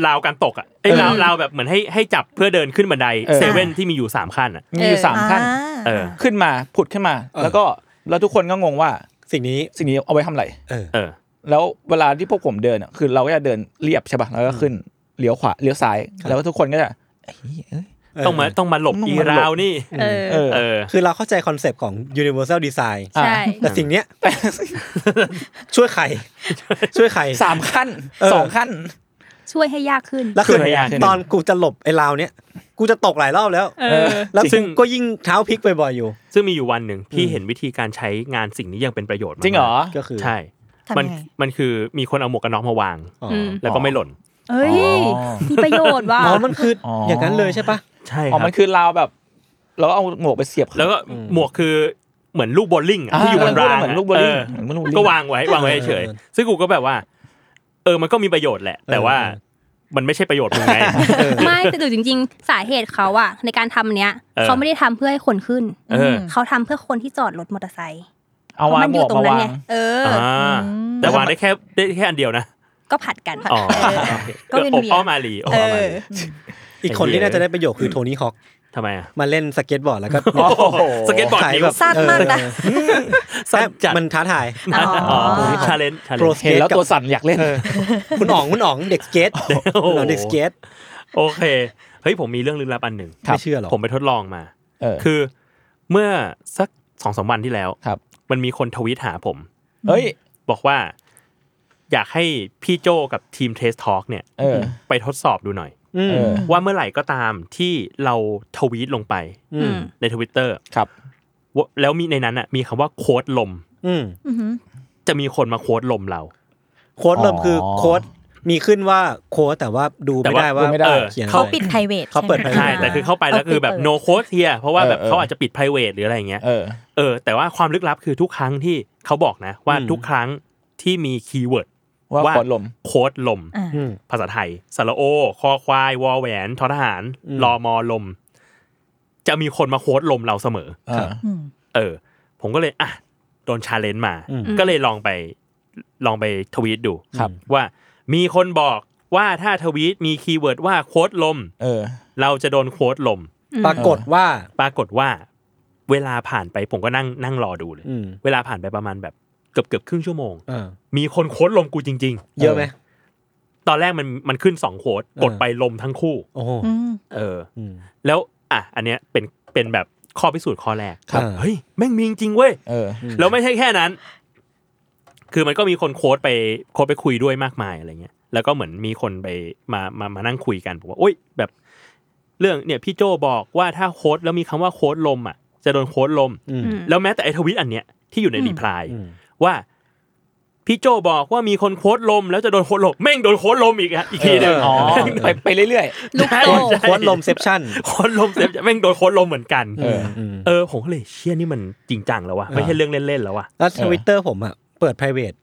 Speaker 4: ราวการตกอ่ะไอ้ยราวราวแบบเหมือนให้ให้จับเพื่อเดินขึ้นบันได
Speaker 3: เออ
Speaker 4: เซเว่นที่มีอยู่สามขั้นอ่ะ
Speaker 3: มีอยู่สามขั้น
Speaker 6: อ่
Speaker 4: เออ
Speaker 3: ขึ้นมาผุดขึ้นมา แล้วก็แล้วทุกคนก็งงว่า
Speaker 2: สิ่งนี้
Speaker 3: สิ่งนี้เอาไว้ทำอะไร
Speaker 2: เออ
Speaker 4: เออ
Speaker 3: แล้วเวลาที่พวกผมเดินอ่ะคือเราก็จะเดินเรียบใช่ป่ะแล้วก็ขึ้นเลี้ยวขวาเลี้ยวซ้าย แล้วทุกคนก็จะเอ้ยเอ้ย
Speaker 4: ต้องมาต้องมาหลบ
Speaker 3: ต้องมา
Speaker 4: อี
Speaker 3: หลบ
Speaker 4: ราวนี่
Speaker 7: เออ
Speaker 3: เออ
Speaker 4: เออ
Speaker 2: คือเราเข้าใจคอนเซปต์ของ universal design
Speaker 7: ใช่
Speaker 2: แต่สิ่งเนี้ย ช่วยใคร ช่วยใคร
Speaker 3: สามขั้น
Speaker 2: เออ
Speaker 3: สองขั้น
Speaker 7: ช่วยให้ยากขึ้น
Speaker 2: แล้วคือ
Speaker 4: ช่วยยากขึ้น
Speaker 2: ตอนกูจะหลบไอ้ราวเนี้ยกูจะตกหลายรอบแล้ว
Speaker 7: เออ
Speaker 2: แล้ว
Speaker 4: ซึ่
Speaker 2: ซึ่
Speaker 4: ง
Speaker 2: งก็ยิ่งเท้าพลิกบ่อยๆอยู่
Speaker 4: ซึ่งมีอยู่วันหนึ่งพี่
Speaker 2: อืม
Speaker 4: เห็นวิธีการใช้งานสิ่งนี้อยังเป็นประโยชน์มาก
Speaker 3: จริงเหรอ
Speaker 2: ก็คือ
Speaker 4: ใช่
Speaker 6: ทำ
Speaker 4: มัน
Speaker 6: ยังไง
Speaker 4: มันคือมีคนเอาหมวกกันน็อกมาวาง
Speaker 2: อ๋อ
Speaker 7: ม
Speaker 4: แล้วก็ไม่หล่น
Speaker 7: เอ้ย
Speaker 3: อ๋อ
Speaker 7: มีประโยชน์ว่ะ
Speaker 2: อ๋อมันคืออ
Speaker 3: ออ
Speaker 2: อย่างนั้นเลยใช่ปะ
Speaker 4: ใช่ค
Speaker 3: อ๋อ
Speaker 4: รั
Speaker 3: มั
Speaker 4: บ
Speaker 3: นคือราวแบบเราก็เอาหมวกไปเสียบ
Speaker 4: แล้วก็หมวกคือเหมือนลูกโบอลลิงอะ
Speaker 3: อ่า
Speaker 4: ที่อยู่บนรางะ
Speaker 3: เหมือนลูกโบว์ลิ่ง
Speaker 4: เออ
Speaker 3: เหมือนลูกโบว์ลิ่ง
Speaker 4: ก็วางไว้วางไว้เฉย
Speaker 2: เออ
Speaker 4: ซึ่งกูก็แบบว่า เออมันก็มีประโยชน์แหละ แต่ว่า
Speaker 2: เออ
Speaker 4: มันไม่ใช่ประโยชน์มึงไง
Speaker 7: ไม่แต่ดูจริง ๆ สาเหตุเขาอะในการทำเนี้ย
Speaker 4: เออ
Speaker 7: เขาไม่ได้ทำเพื่อให้คนขึ้น
Speaker 4: เออ
Speaker 7: เขาทำเพื่อคนที่จอดรถมอเตอร์ไซค์
Speaker 3: เอาวาง
Speaker 7: มัน
Speaker 3: ห
Speaker 7: อ
Speaker 3: ม
Speaker 7: ยู่
Speaker 3: วก
Speaker 7: ตร
Speaker 3: มางวาง
Speaker 7: นั้นไงเอออ
Speaker 4: อ่าแต่วางได้แค่ได้แค่อันเดียวนะ
Speaker 7: ก็ผัดกัน
Speaker 4: อ๋อ
Speaker 7: เออ ก็เวียนๆ
Speaker 4: อบอ้อมอารีอบ
Speaker 6: เอ
Speaker 4: อ้อมอา
Speaker 6: อ
Speaker 4: รี
Speaker 2: อีกคนที่น่าจะได้ประโยชน์คือโทนี่ฮอค
Speaker 4: ทำไมอ่ะ
Speaker 2: มาเล่นสเก็ตบอร์ดแล้วก็
Speaker 4: โอ้โหสเก็ตบอร์ด
Speaker 2: ขาย
Speaker 4: นิ้ว
Speaker 2: แบบ
Speaker 6: สั้นมากนะ
Speaker 2: เออ
Speaker 4: สั้นจัด
Speaker 2: มันท้าทาย
Speaker 4: อ๋
Speaker 6: อ๋
Speaker 4: อ
Speaker 6: อ
Speaker 4: ชาเลนจ์ชาเล
Speaker 2: โปร
Speaker 4: นจ์
Speaker 2: ส
Speaker 3: เห็น
Speaker 2: เก็ต
Speaker 3: แล้ว
Speaker 2: กับ
Speaker 3: ตัวสั่นอยากเล่น
Speaker 2: คุณอ๋องคุณอ๋องเด็กสเก็ตคุณอ๋องเด็กสเก็ต
Speaker 4: โอเค เฮ้ย ผมมีเรื่องลึกลับอันหนึ่ง
Speaker 3: ครับ
Speaker 2: ไม่เชื่อหรอก
Speaker 4: ผมไปทดลองมา
Speaker 3: เออ
Speaker 4: คือเมื่อสักสองสามวันที่แล้ว
Speaker 3: ครับ
Speaker 4: มันมีคนทวิตหาผม
Speaker 3: เฮ้ย
Speaker 4: บอกว่า อยากให้พี่โจกับทีมเทสทอ a l k เนี่ย
Speaker 3: เออ
Speaker 4: ไปทดสอบดูหน่อย
Speaker 2: อืม
Speaker 3: เออ
Speaker 4: ว่าเมื่อไหร่ก็ตามที่เราทวีตลงไป
Speaker 2: อืม
Speaker 4: ในทวิตเตอร์
Speaker 3: ครับ
Speaker 4: แล้วมีในนั้นอ่ะมีคำว่าโค้ดลม
Speaker 2: อืม
Speaker 6: อือหือ
Speaker 4: จะมีคนมาโค้ดลมเรา
Speaker 2: โค้ดลมคือโค้ดมีขึ้นว่าโค้ดแต่ว่าดู
Speaker 4: แต่
Speaker 2: ไม่
Speaker 4: ว่า
Speaker 2: ได้ว่า
Speaker 3: ดูไม่ได้
Speaker 4: เออ
Speaker 2: เขียนอะไร
Speaker 6: เขาปิดไพรเวท
Speaker 2: เขาเปิด
Speaker 4: ใช่ แต่คือเข้าไปแล้วคือแบบ no code here เพราะว่าแบบ
Speaker 3: เออเออ
Speaker 4: เขาอาจจะปิด private หรืออะไรอย่างเงี้ย
Speaker 3: เออ
Speaker 4: เออแต่ว่าความลึกลับคือทุกครั้งที่เขาบอกนะ ว่า
Speaker 2: อืม
Speaker 4: ทุกครั้งที่มีคีย์เวิร์ด
Speaker 3: ว่าโค้ดลม
Speaker 4: โค้ดลม
Speaker 6: อ่า
Speaker 2: อืม
Speaker 4: ภาษาไทยสระโอ คอควาย วอแหวนทอทหาร
Speaker 2: อืม
Speaker 4: ลอมอลม จะมีคนมาโค้ดลมเราเสมอ
Speaker 3: เออ
Speaker 6: อืม
Speaker 4: เออ ผมก็เลยอ่ะโดนชาเลนจ์มา
Speaker 2: อืม
Speaker 4: ก็เลยลองไปลองไปทวีตดู
Speaker 3: ครับ
Speaker 4: ว่ามีคนบอกว่าถ้าทวีตมีคีย์เวิร์ดว่าโค้ดลม
Speaker 3: เออ
Speaker 4: เราจะโดนโค้ดลม
Speaker 2: ปรากฏว่า
Speaker 4: ปรากฏว่าเวลาผ่านไปผมก็นั่งนั่งรอดูเลย
Speaker 2: อืม
Speaker 4: เวลาผ่านไปประมาณแบบเกือบเกือบๆครึ่งชั่วโมง
Speaker 2: อ่า
Speaker 4: มีคนโค้ดลมกูจริง
Speaker 2: เยอะไหม
Speaker 4: ตอนแรกมันมันขึ้นสองโค้ดกดไปลมทั้งคู่
Speaker 2: โอ้โห
Speaker 5: อืม
Speaker 4: เออ
Speaker 2: อืม
Speaker 4: แล้วอ่ะอันเนี้ยเป็นเป็นแบบข้อพิสูจน์ข้อแรก
Speaker 2: ครับ
Speaker 4: เฮ้ยแม่งมีจริงๆเว้ย
Speaker 3: เออ
Speaker 4: แล้วไม่ใช่แค่นั้น คือมันก็มีคนโค้ดไปโค้ดไปคุยด้วยมากมายอะไรเงี้ย แล้วก็เหมือนมีคนไปมามามานั่งคุยกันผมว่าโอ๊ยแบบเรื่องเนี่ยพี่โจบอกว่าถ้าโค้ดแล้วมีคำว่าโค้ดลมอ่ะ จะโดนโค้ดลม
Speaker 2: อืม
Speaker 4: แล้วแม้แต่ไอทวิตอันเนี้ยที่อยู่ใน
Speaker 7: อืม
Speaker 4: รีプライ
Speaker 2: อืม
Speaker 4: ว่าพี่โจบอกว่ามีคนโค้ดลม แล้วจะโดนโค้ดลมแม่งโดนโค้ดลมอีกอะอีกทีหนึง
Speaker 3: เอออ๋อไปไปเรื่อย
Speaker 7: ลูกโต
Speaker 4: ใช่
Speaker 2: โค้ดลมเซปชั่น
Speaker 4: โค้ดลมเสร็จแม่งโดนโค้ดลมเหมือนกัน
Speaker 3: เออ
Speaker 2: ม
Speaker 4: เออผมก็เลยเชี่ยนี่มันจริงจังแล้ววะไม่ใช่เรื่องเล่นๆแล้ววะ
Speaker 2: แล้วท
Speaker 3: เออ
Speaker 2: วิตเตอร์ผมอะเปิด p r i v a t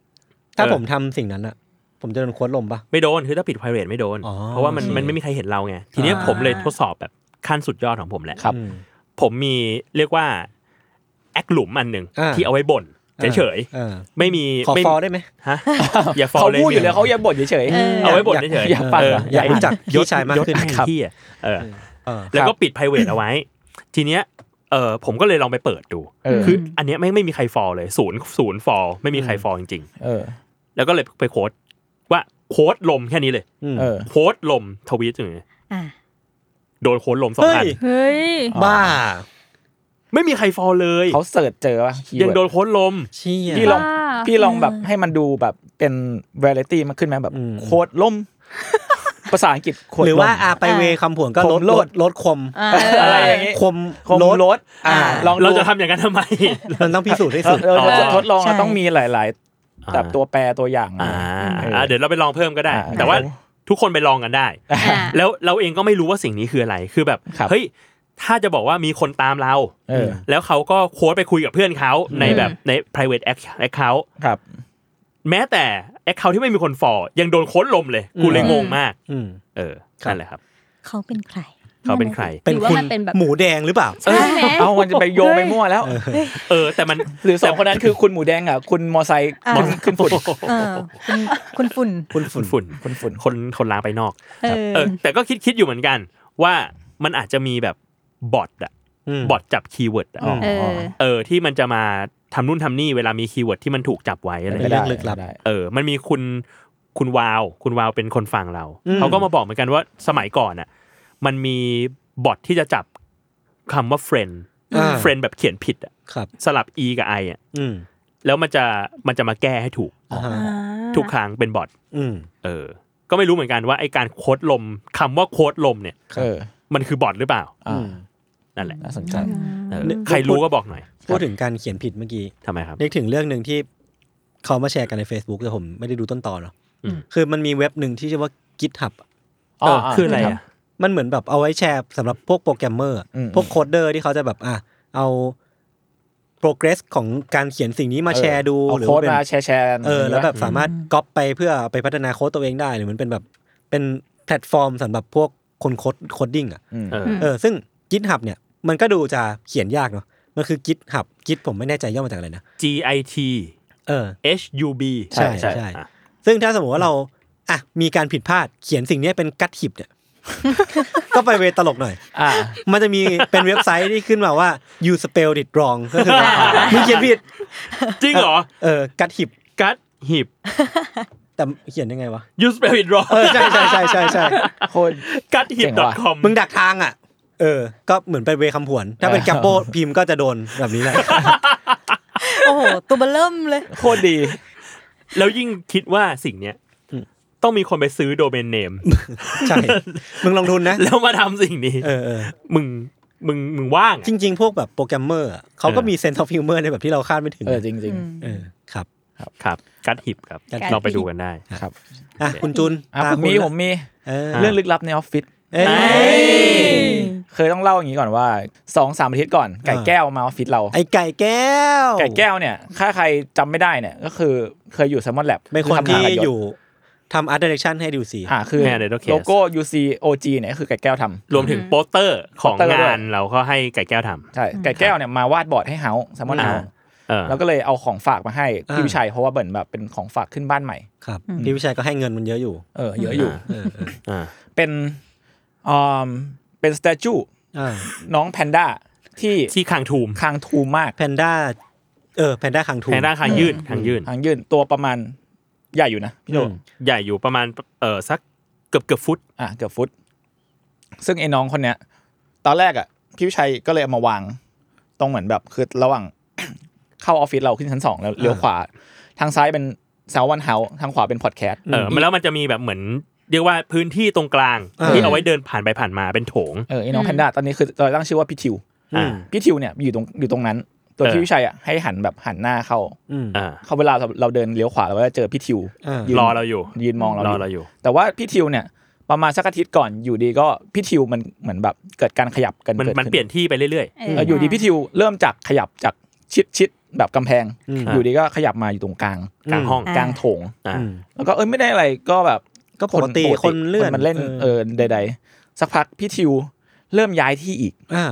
Speaker 2: ถ้าผมทำสิ่งนั้นอะผมจะโดนโค้ดลมปะ
Speaker 4: ไม่โดนคือถ้าปิด private ไม่โดน
Speaker 2: อ๋อ
Speaker 4: เพราะว่ามัน
Speaker 2: โอเค
Speaker 4: มันไม่มีใครเห็นเราไงทีเนี้ย
Speaker 7: อ่า
Speaker 4: ผมเลยทดสอบแบบขั้นสุดยอดของผมแหละ
Speaker 3: ครับ
Speaker 2: อืม
Speaker 4: ผมมีเรียกว่าแอคหลุมอันหนึ่ง
Speaker 2: อ่า
Speaker 4: ที่เอาไว้บ่นเฉย
Speaker 2: เออ
Speaker 4: ๆไม่มี
Speaker 2: ขอ
Speaker 4: ไม่
Speaker 2: ฟอได้ไหม
Speaker 4: ฮะ
Speaker 3: ๆ
Speaker 4: อย่าฟอ
Speaker 3: เขา
Speaker 4: เลย
Speaker 3: พูดอยู่แล้วเขายังบ่นเฉย
Speaker 7: เออ
Speaker 4: เอาไว้บ่นเฉยๆ
Speaker 3: อยากฟัง
Speaker 4: เออ
Speaker 3: เหรอ
Speaker 2: อ
Speaker 4: อา
Speaker 2: ยา
Speaker 4: ย
Speaker 2: ก ก
Speaker 4: รู้
Speaker 2: รู้
Speaker 4: จัก
Speaker 2: จักพี่ชายมากขึ้น
Speaker 4: แห่ง
Speaker 3: ครับ
Speaker 4: ที่อะเออ
Speaker 2: เออ
Speaker 4: แล้วก็ปิด private เอาไว้ ทีเนี้ยเออผมก็เลยลองไปเปิดดู
Speaker 3: เออ
Speaker 4: คืออันเนี้ยไม่งไม่มีใครฟอเลยศูนย์ศูนย์ฟอไม่มีใครฟอจริงๆ
Speaker 3: ๆเออ
Speaker 4: แล้วก็เลยไปโค้ดว่าโค้ดลมแค่นี้เลย
Speaker 3: เออ
Speaker 4: โค้ดลมทวีตอย่างเงี้ย
Speaker 7: อ่ะ
Speaker 4: โดนโค้ดลมสองอั
Speaker 2: เฮ้
Speaker 4: น
Speaker 2: ย
Speaker 7: เฮ้ย
Speaker 2: บ้า
Speaker 4: ไม่มีใครฟอลเลย
Speaker 3: เขาเสิร์ชเจอว่า keyword
Speaker 4: ยังโดนโค้ดลม
Speaker 2: เชี่ย
Speaker 3: พี่ลอง
Speaker 7: บ้า
Speaker 3: พี่ลองแบบให้มันดูแบบเป็น v a r i e t y มากขึ้นไหมแบบ
Speaker 2: อืม
Speaker 3: โคตรล่ม ภาษาอังกฤษโคตร
Speaker 2: หรือว่า
Speaker 3: ล่ม
Speaker 2: อาไปเวคำผวงก็
Speaker 3: ค
Speaker 2: ล
Speaker 3: ม
Speaker 2: ด
Speaker 3: โล
Speaker 2: ล
Speaker 3: ด
Speaker 2: ดลดคม
Speaker 7: อ่า
Speaker 3: อะไรอย่างงี้
Speaker 2: คม
Speaker 3: คม
Speaker 2: ล
Speaker 3: ล
Speaker 2: ด
Speaker 3: ดอ่า
Speaker 7: อ่า
Speaker 3: ลองดู
Speaker 4: เราจะทำอย่างนั้นทำไม
Speaker 2: มันต้องพิสูจน์ให้
Speaker 3: เอ
Speaker 2: สุ
Speaker 3: อ
Speaker 2: ด
Speaker 3: เออ
Speaker 7: ใช่
Speaker 3: ทดลองเรา
Speaker 7: ใช่
Speaker 3: ต้องมีหลาย ๆ แบบ
Speaker 4: อ่า
Speaker 3: ตัวแปรตัวอย่าง
Speaker 4: อ่า
Speaker 3: เอออ่
Speaker 4: ะเดี๋ยวเราไปลองเพิ่มก็ได้
Speaker 3: อ่า
Speaker 4: แต่ว่า
Speaker 3: ครับ
Speaker 4: ทุกคนไปลองกันได้
Speaker 7: อ่ะ
Speaker 4: แล้วเราเองก็ไม่รู้ว่าสิ่งนี้คืออะไรคือแบบ
Speaker 3: ครับ
Speaker 4: เฮ้ยถ้าจะบอกว่ามีคนตามเรา
Speaker 3: เออ
Speaker 4: แล้วเขาก็โค้ดไปคุยกับเพื่อนเขาในแบบใน private account
Speaker 3: ครับ
Speaker 4: แม้แต่ account ที่ไม่มีคนฟอลยังโดนโค้ดลมเลย กูเลยงงมาก
Speaker 2: อืม
Speaker 4: เออ
Speaker 2: ครับ
Speaker 4: นั่นแหละครับ
Speaker 7: เขาเป็นใคร
Speaker 4: เขาเป็นใคร
Speaker 7: หรือว่ามันเป็นแบบ
Speaker 2: หมูแดงหรือเปล่า
Speaker 7: ใช่ไหม
Speaker 3: เอามันจะไปโยงไปมั่วแล้ว
Speaker 4: เออ แต่มัน
Speaker 3: หรือสองคนนั้นคือคุณหมูแดงกับคุณมอไซค์คุณคุณฝุ่น
Speaker 7: เออคุณคุณฝุ่น
Speaker 4: คุณฝุ่นฝุ่น
Speaker 3: คุณฝุ่น
Speaker 4: คนคนล้างไปนอก
Speaker 7: เออ
Speaker 4: เออ แต่ก็คิดคิดอยู่เหมือนกัน ว่ามันอาจจะมีแบบบอทอะ
Speaker 2: ม
Speaker 4: บอทจับคีย์เวิร์ดอะ
Speaker 3: อ๋อ
Speaker 7: เออ
Speaker 4: เออที่มันจะมาทำนู่นทำนี่เวลามีคีย์เวิร์ดที่มันถูกจับไว้อะไร
Speaker 2: เป็น
Speaker 4: เงี้ย
Speaker 2: เรื่องลึกลับ
Speaker 3: ได้
Speaker 4: เออ มันมีคุณคุณวาว คุณวาวเป็นคนฟังเรา
Speaker 2: อืม
Speaker 4: เขาก็มาบอกเหมือนกันว่าสมัยก่อนอะมันมีบอทที่จะจับคำว่า friend
Speaker 2: อ่า
Speaker 4: friend แบบเขียนผิดอะ
Speaker 2: ครับ
Speaker 4: สลับ e กับ i อะ
Speaker 2: อืม
Speaker 4: แล้วมันจะมันจะมาแก้ให้ถูก
Speaker 2: อ่าฮะ
Speaker 7: อ่า
Speaker 4: ทุกครั้งเป็นบอท
Speaker 2: อืม
Speaker 4: เออ ก็ไม่รู้เหมือนกันว่าไอการโคดลมคำว่าโคดลมเนี่ย
Speaker 3: เออ
Speaker 4: มันคือบอทหรือเปล่า
Speaker 3: อ่า
Speaker 4: นั่นแหละ
Speaker 3: น่าสนใจ
Speaker 4: เออ
Speaker 2: นึก
Speaker 4: ใครรู้ก็บอกหน่อย
Speaker 2: พูดถึงการเขียนผิดเมื่อกี้
Speaker 4: ทำไมครับ
Speaker 2: นึกถึงเรื่องหนึ่งที่เขามาแชร์กันใน Facebook แต่ผมไม่ได้ดูต้นตอนหรอก
Speaker 4: อืม
Speaker 2: คือมันมีเว็บหนึ่งที่ชื่อว่า GitHub
Speaker 4: เออคืออะไรอ่ะ
Speaker 2: มันเหมือนแบบเอาไว้แชร์สำหรับพวกโปรแกรมเมอร์อะ
Speaker 3: อืม
Speaker 2: พวกโคดเดอร์ที่เขาจะแบบอ่ะเอา progress ของการเขียนสิ่งนี้มา
Speaker 3: เออ
Speaker 2: แชร์ดู
Speaker 3: เอา
Speaker 2: หรื
Speaker 3: โค้ด
Speaker 2: เป็น
Speaker 3: มาแชร์แชร์กัน
Speaker 2: เออแล้วแบบ
Speaker 3: ม
Speaker 2: สามารถก๊อปไปเพื่อไปพัฒนาโค้ดตัวเองได้ หรือมันเป็นแบบเป็นแพลตฟอร์มสำหรับพวกคนโคดโคดดิ้งอ่ะ
Speaker 3: อืม
Speaker 4: เออ
Speaker 2: เออซึ่ง GitHub เนี่ยมันก็ดูจะเขียนยากเนาะมันคือ GitHub Git ผมไม่แน่ใจย่อมาจากอะไรนะ
Speaker 4: G I T
Speaker 2: เออ
Speaker 4: H U B
Speaker 2: ใช่ใช่ใช่ ซึ่งถ้าสมมติว่าเราอ่ะมีการผิดพลาดเขียนสิ่งเนี้ยเป็นกัดหิบเนี่ย [LAUGHS] ก็ไปเวตลกหน่อย
Speaker 3: อ่า
Speaker 2: มันจะมีเป็นเว็บไซต์ที่ขึ้นมาว่า you spell it wrong ก็
Speaker 3: [LAUGHS]
Speaker 2: คือมึงเขียนผิด
Speaker 4: จริงเหร
Speaker 2: [LAUGHS]
Speaker 4: อ
Speaker 2: เออกัดหิบ
Speaker 4: กัดหิบ
Speaker 2: แต่เขียนยังไงวะ
Speaker 4: you spell it wrong
Speaker 2: เออใช่ใช่ใช่ใช่ใช่
Speaker 3: โคตร
Speaker 4: กัดหิบ
Speaker 3: เจ๋งว่ะ
Speaker 4: .com
Speaker 2: มึงดักทางอ่ะ เออ ก็เหมือนเป็นเวคำผวน [LAUGHS] ถ้าเป็นแกปโปพิมพ์ก็จะโดนแบบนี้แหละ
Speaker 7: โอ้โห ตัวเบลเริ่มเลย
Speaker 3: โคตรดี
Speaker 4: แล้วยิ่งคิดว่าสิ่งเนี้ยต้องมีคนไปซื้อโดเมนเนม
Speaker 2: ใช่ มึงลงทุนนะ
Speaker 4: แล้วมาทำสิ่งนี้
Speaker 2: เออเออ
Speaker 4: มึงมึงมึงว่าง
Speaker 2: จ
Speaker 4: อะ
Speaker 2: ริง ๆ พวกแบบโปรแกรมเมอร์อะเขาก็
Speaker 4: เออ
Speaker 2: มีเซนส์ of humor ในแบบที่เราคาดไม่ถึง
Speaker 3: เออจริง
Speaker 2: เออครับ
Speaker 4: ครับกัดหิบครับ
Speaker 2: กัดหิบ
Speaker 4: ลองไปดูกันได้
Speaker 3: ๆ ครับ
Speaker 2: อ่ะคุณจุน
Speaker 3: อ่ะ
Speaker 2: ตา
Speaker 3: ผม
Speaker 2: คุณ
Speaker 3: มี
Speaker 2: นะ
Speaker 3: ผมมี
Speaker 2: เออ
Speaker 4: อ่ะ
Speaker 3: เรื่องลึกลับในออฟฟิศ
Speaker 2: เอ้ย
Speaker 3: เคยต้องเล่าอย่างนี้ก่อนว่าสองสามอาทิตย์ก่อนไก่แก้วมาออฟฟิศเรา
Speaker 2: ไอไก่แก้ว
Speaker 3: ไก่แก้วเนี่ย ถ้าใครจำไม่ได้เนี่ย ก็คือเคยอยู่แซมมอนแลบ
Speaker 2: เป็นคน
Speaker 3: ทำงา
Speaker 2: ที่
Speaker 3: กับศ
Speaker 2: อยู่ทำอาร์ตเดเรคชั่นให้ดิวซี
Speaker 3: อ่าคือ
Speaker 4: แม่ Idol Case
Speaker 3: โลโก้ UCOG เนี่ยก็คือไก่แก้วทำ
Speaker 4: รวมถึงโปสเตอร์ของ
Speaker 3: โปสเตอร์
Speaker 4: งา
Speaker 3: ด้วย
Speaker 4: นเราก็ให้ไก่แก้วทำ
Speaker 3: ใช่ไก่แก้วเนี่ยมาวาดบอร์ดให้เฮาแซมมอนเฮา
Speaker 4: อ่า เออ
Speaker 3: แล้วก็เลยเอาของฝากมาให้พี่
Speaker 2: อ่า
Speaker 3: วิชัยเพราะว่าเบิร์นแบบเป็นของฝากขึ้นบ้านใหม่
Speaker 2: ครับพี่วิชัยก็ให้เงินมันเยอะอยู่
Speaker 3: เออเยอะอยู่
Speaker 2: เออเออ
Speaker 4: อ่า
Speaker 3: เป็นอ่อเป็นสแตจู
Speaker 2: อ่า
Speaker 3: น้องแพนด้าที่
Speaker 4: ที่คางทูม
Speaker 3: คางทูมาก
Speaker 2: แพนด้าเออแพนด้าคังทู
Speaker 4: แพนด้าคางยืดคางยืด
Speaker 3: คางยืนตัวประมาณ ใหญ่อยู่นะพี่โจ
Speaker 2: อืม
Speaker 4: ใหญ่อยู่ประมาณเออสักเกือบเกือบฟุต
Speaker 3: อ่ะเกือบฟุต ซึ่งไอ้น้องคนเนี้ย ตอนแรกอ่ะพี่วิชัยก็เลยเอามาวาง ตรงเหมือนแบบคือระหว่าง [COUGHS] เข้าออฟฟิศเราขึ้นชั้นสองแล้วเลี้ยวขวา ทางซ้ายเป็นเซาวันเฮาทางขวาเป็นพอดแคสต์
Speaker 4: เออมันแล้วมันจะมีแบบเหมือน เรียกว่าพื้นที่ตรงกลาง
Speaker 2: เออ
Speaker 4: ที่เอาไว้เดินผ่านไปผ่านมาเป็นโถง
Speaker 3: เออไอ้น้อง
Speaker 7: อืม
Speaker 3: แพนด้าตอนนี้คือเราตั้งชื่อว่าพี่ทิว
Speaker 4: อ่า
Speaker 3: พี่ทิวเนี่ยอยู่ตรงอยู่ตรงนั้น ตัว
Speaker 4: เออ
Speaker 3: พี่วิชัยอ่ะให้หันแบบหันหน้าเข้า
Speaker 2: อืม
Speaker 4: อ่า
Speaker 3: เขาเวลาเราเราเดินเลี้ยวขวาเราก็จะเจอพี่ทิว
Speaker 2: อ่ายื
Speaker 3: ยืน
Speaker 4: รอเราอยู่
Speaker 3: ยืนมองเรา
Speaker 4: รอ
Speaker 3: อ
Speaker 4: ยู่ เราอยู่
Speaker 3: แต่ว่าพี่ทิวเนี่ยประมาณสักอาทิตย์ก่อนอยู่ดีก็พี่ทิวมันเหมือนแบบเกิดการขยับกัน
Speaker 4: มัน
Speaker 3: กิด
Speaker 4: มัน
Speaker 3: ขึ้
Speaker 4: เปลี่ยนที่ไปเรื่อย
Speaker 7: เ
Speaker 3: เอออยู่ดีพี่ทิวเริ่มจากขยับจากชิดชิดแบบกำแพง
Speaker 2: อืม
Speaker 3: อยู่ดีก็ขยับมาอยู่ตรงกลาง
Speaker 4: กลางห้อง
Speaker 3: กลางโถง
Speaker 4: ๆอ่า
Speaker 2: อืม
Speaker 3: แล้วก็เอ้ยไม่ได้อะไรก็แบบ
Speaker 2: ก็ปกติคนเลื่อน
Speaker 3: มันเล่น
Speaker 2: เออ
Speaker 3: เออใด ๆ สักพักพี่ทิวเริ่มย้ายที่อีก
Speaker 2: อ่า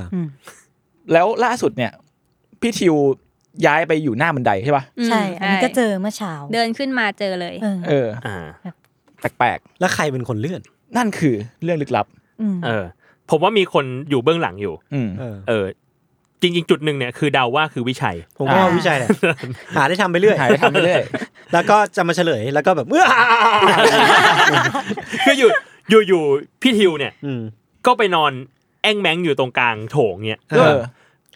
Speaker 3: แล้วล่าสุดเนี่ยพี่ทิวย้ายไปอยู่หน้าบันไดใช่ป่ะ
Speaker 5: ใช่ อันนี้ก็เจอเมื่อเช้า
Speaker 7: เดินขึ้นมาเจอเลย
Speaker 5: เออ
Speaker 3: เออ
Speaker 4: อ่า
Speaker 3: แปลก
Speaker 2: แล้วใครเป็นคนเลื่อน
Speaker 3: ๆนั่นคือเรื่องลึกลับ
Speaker 5: อืม
Speaker 4: เออ ผมว่ามีคนอยู่เบื้องหลังอยู่
Speaker 3: อืม
Speaker 2: เออ
Speaker 4: เออ จริง ๆ จุดหนึ่งเนี่ยคือเดาว่าคือวิชัย
Speaker 2: ผมก็ว่าวิจัยแหละหาได้ทำไปเรื่อย
Speaker 3: หายไปทำไปเรื่อย
Speaker 2: แล้วก็จะมาเฉลยแล้วก็แบบเออ
Speaker 4: คืออยู่อยู่อยู่พี่ทิวเนี่ย
Speaker 2: อืม
Speaker 4: ก็ไปนอนแอ้งแมงอยู่ตรงกลางโถงเนี่ย
Speaker 2: เออ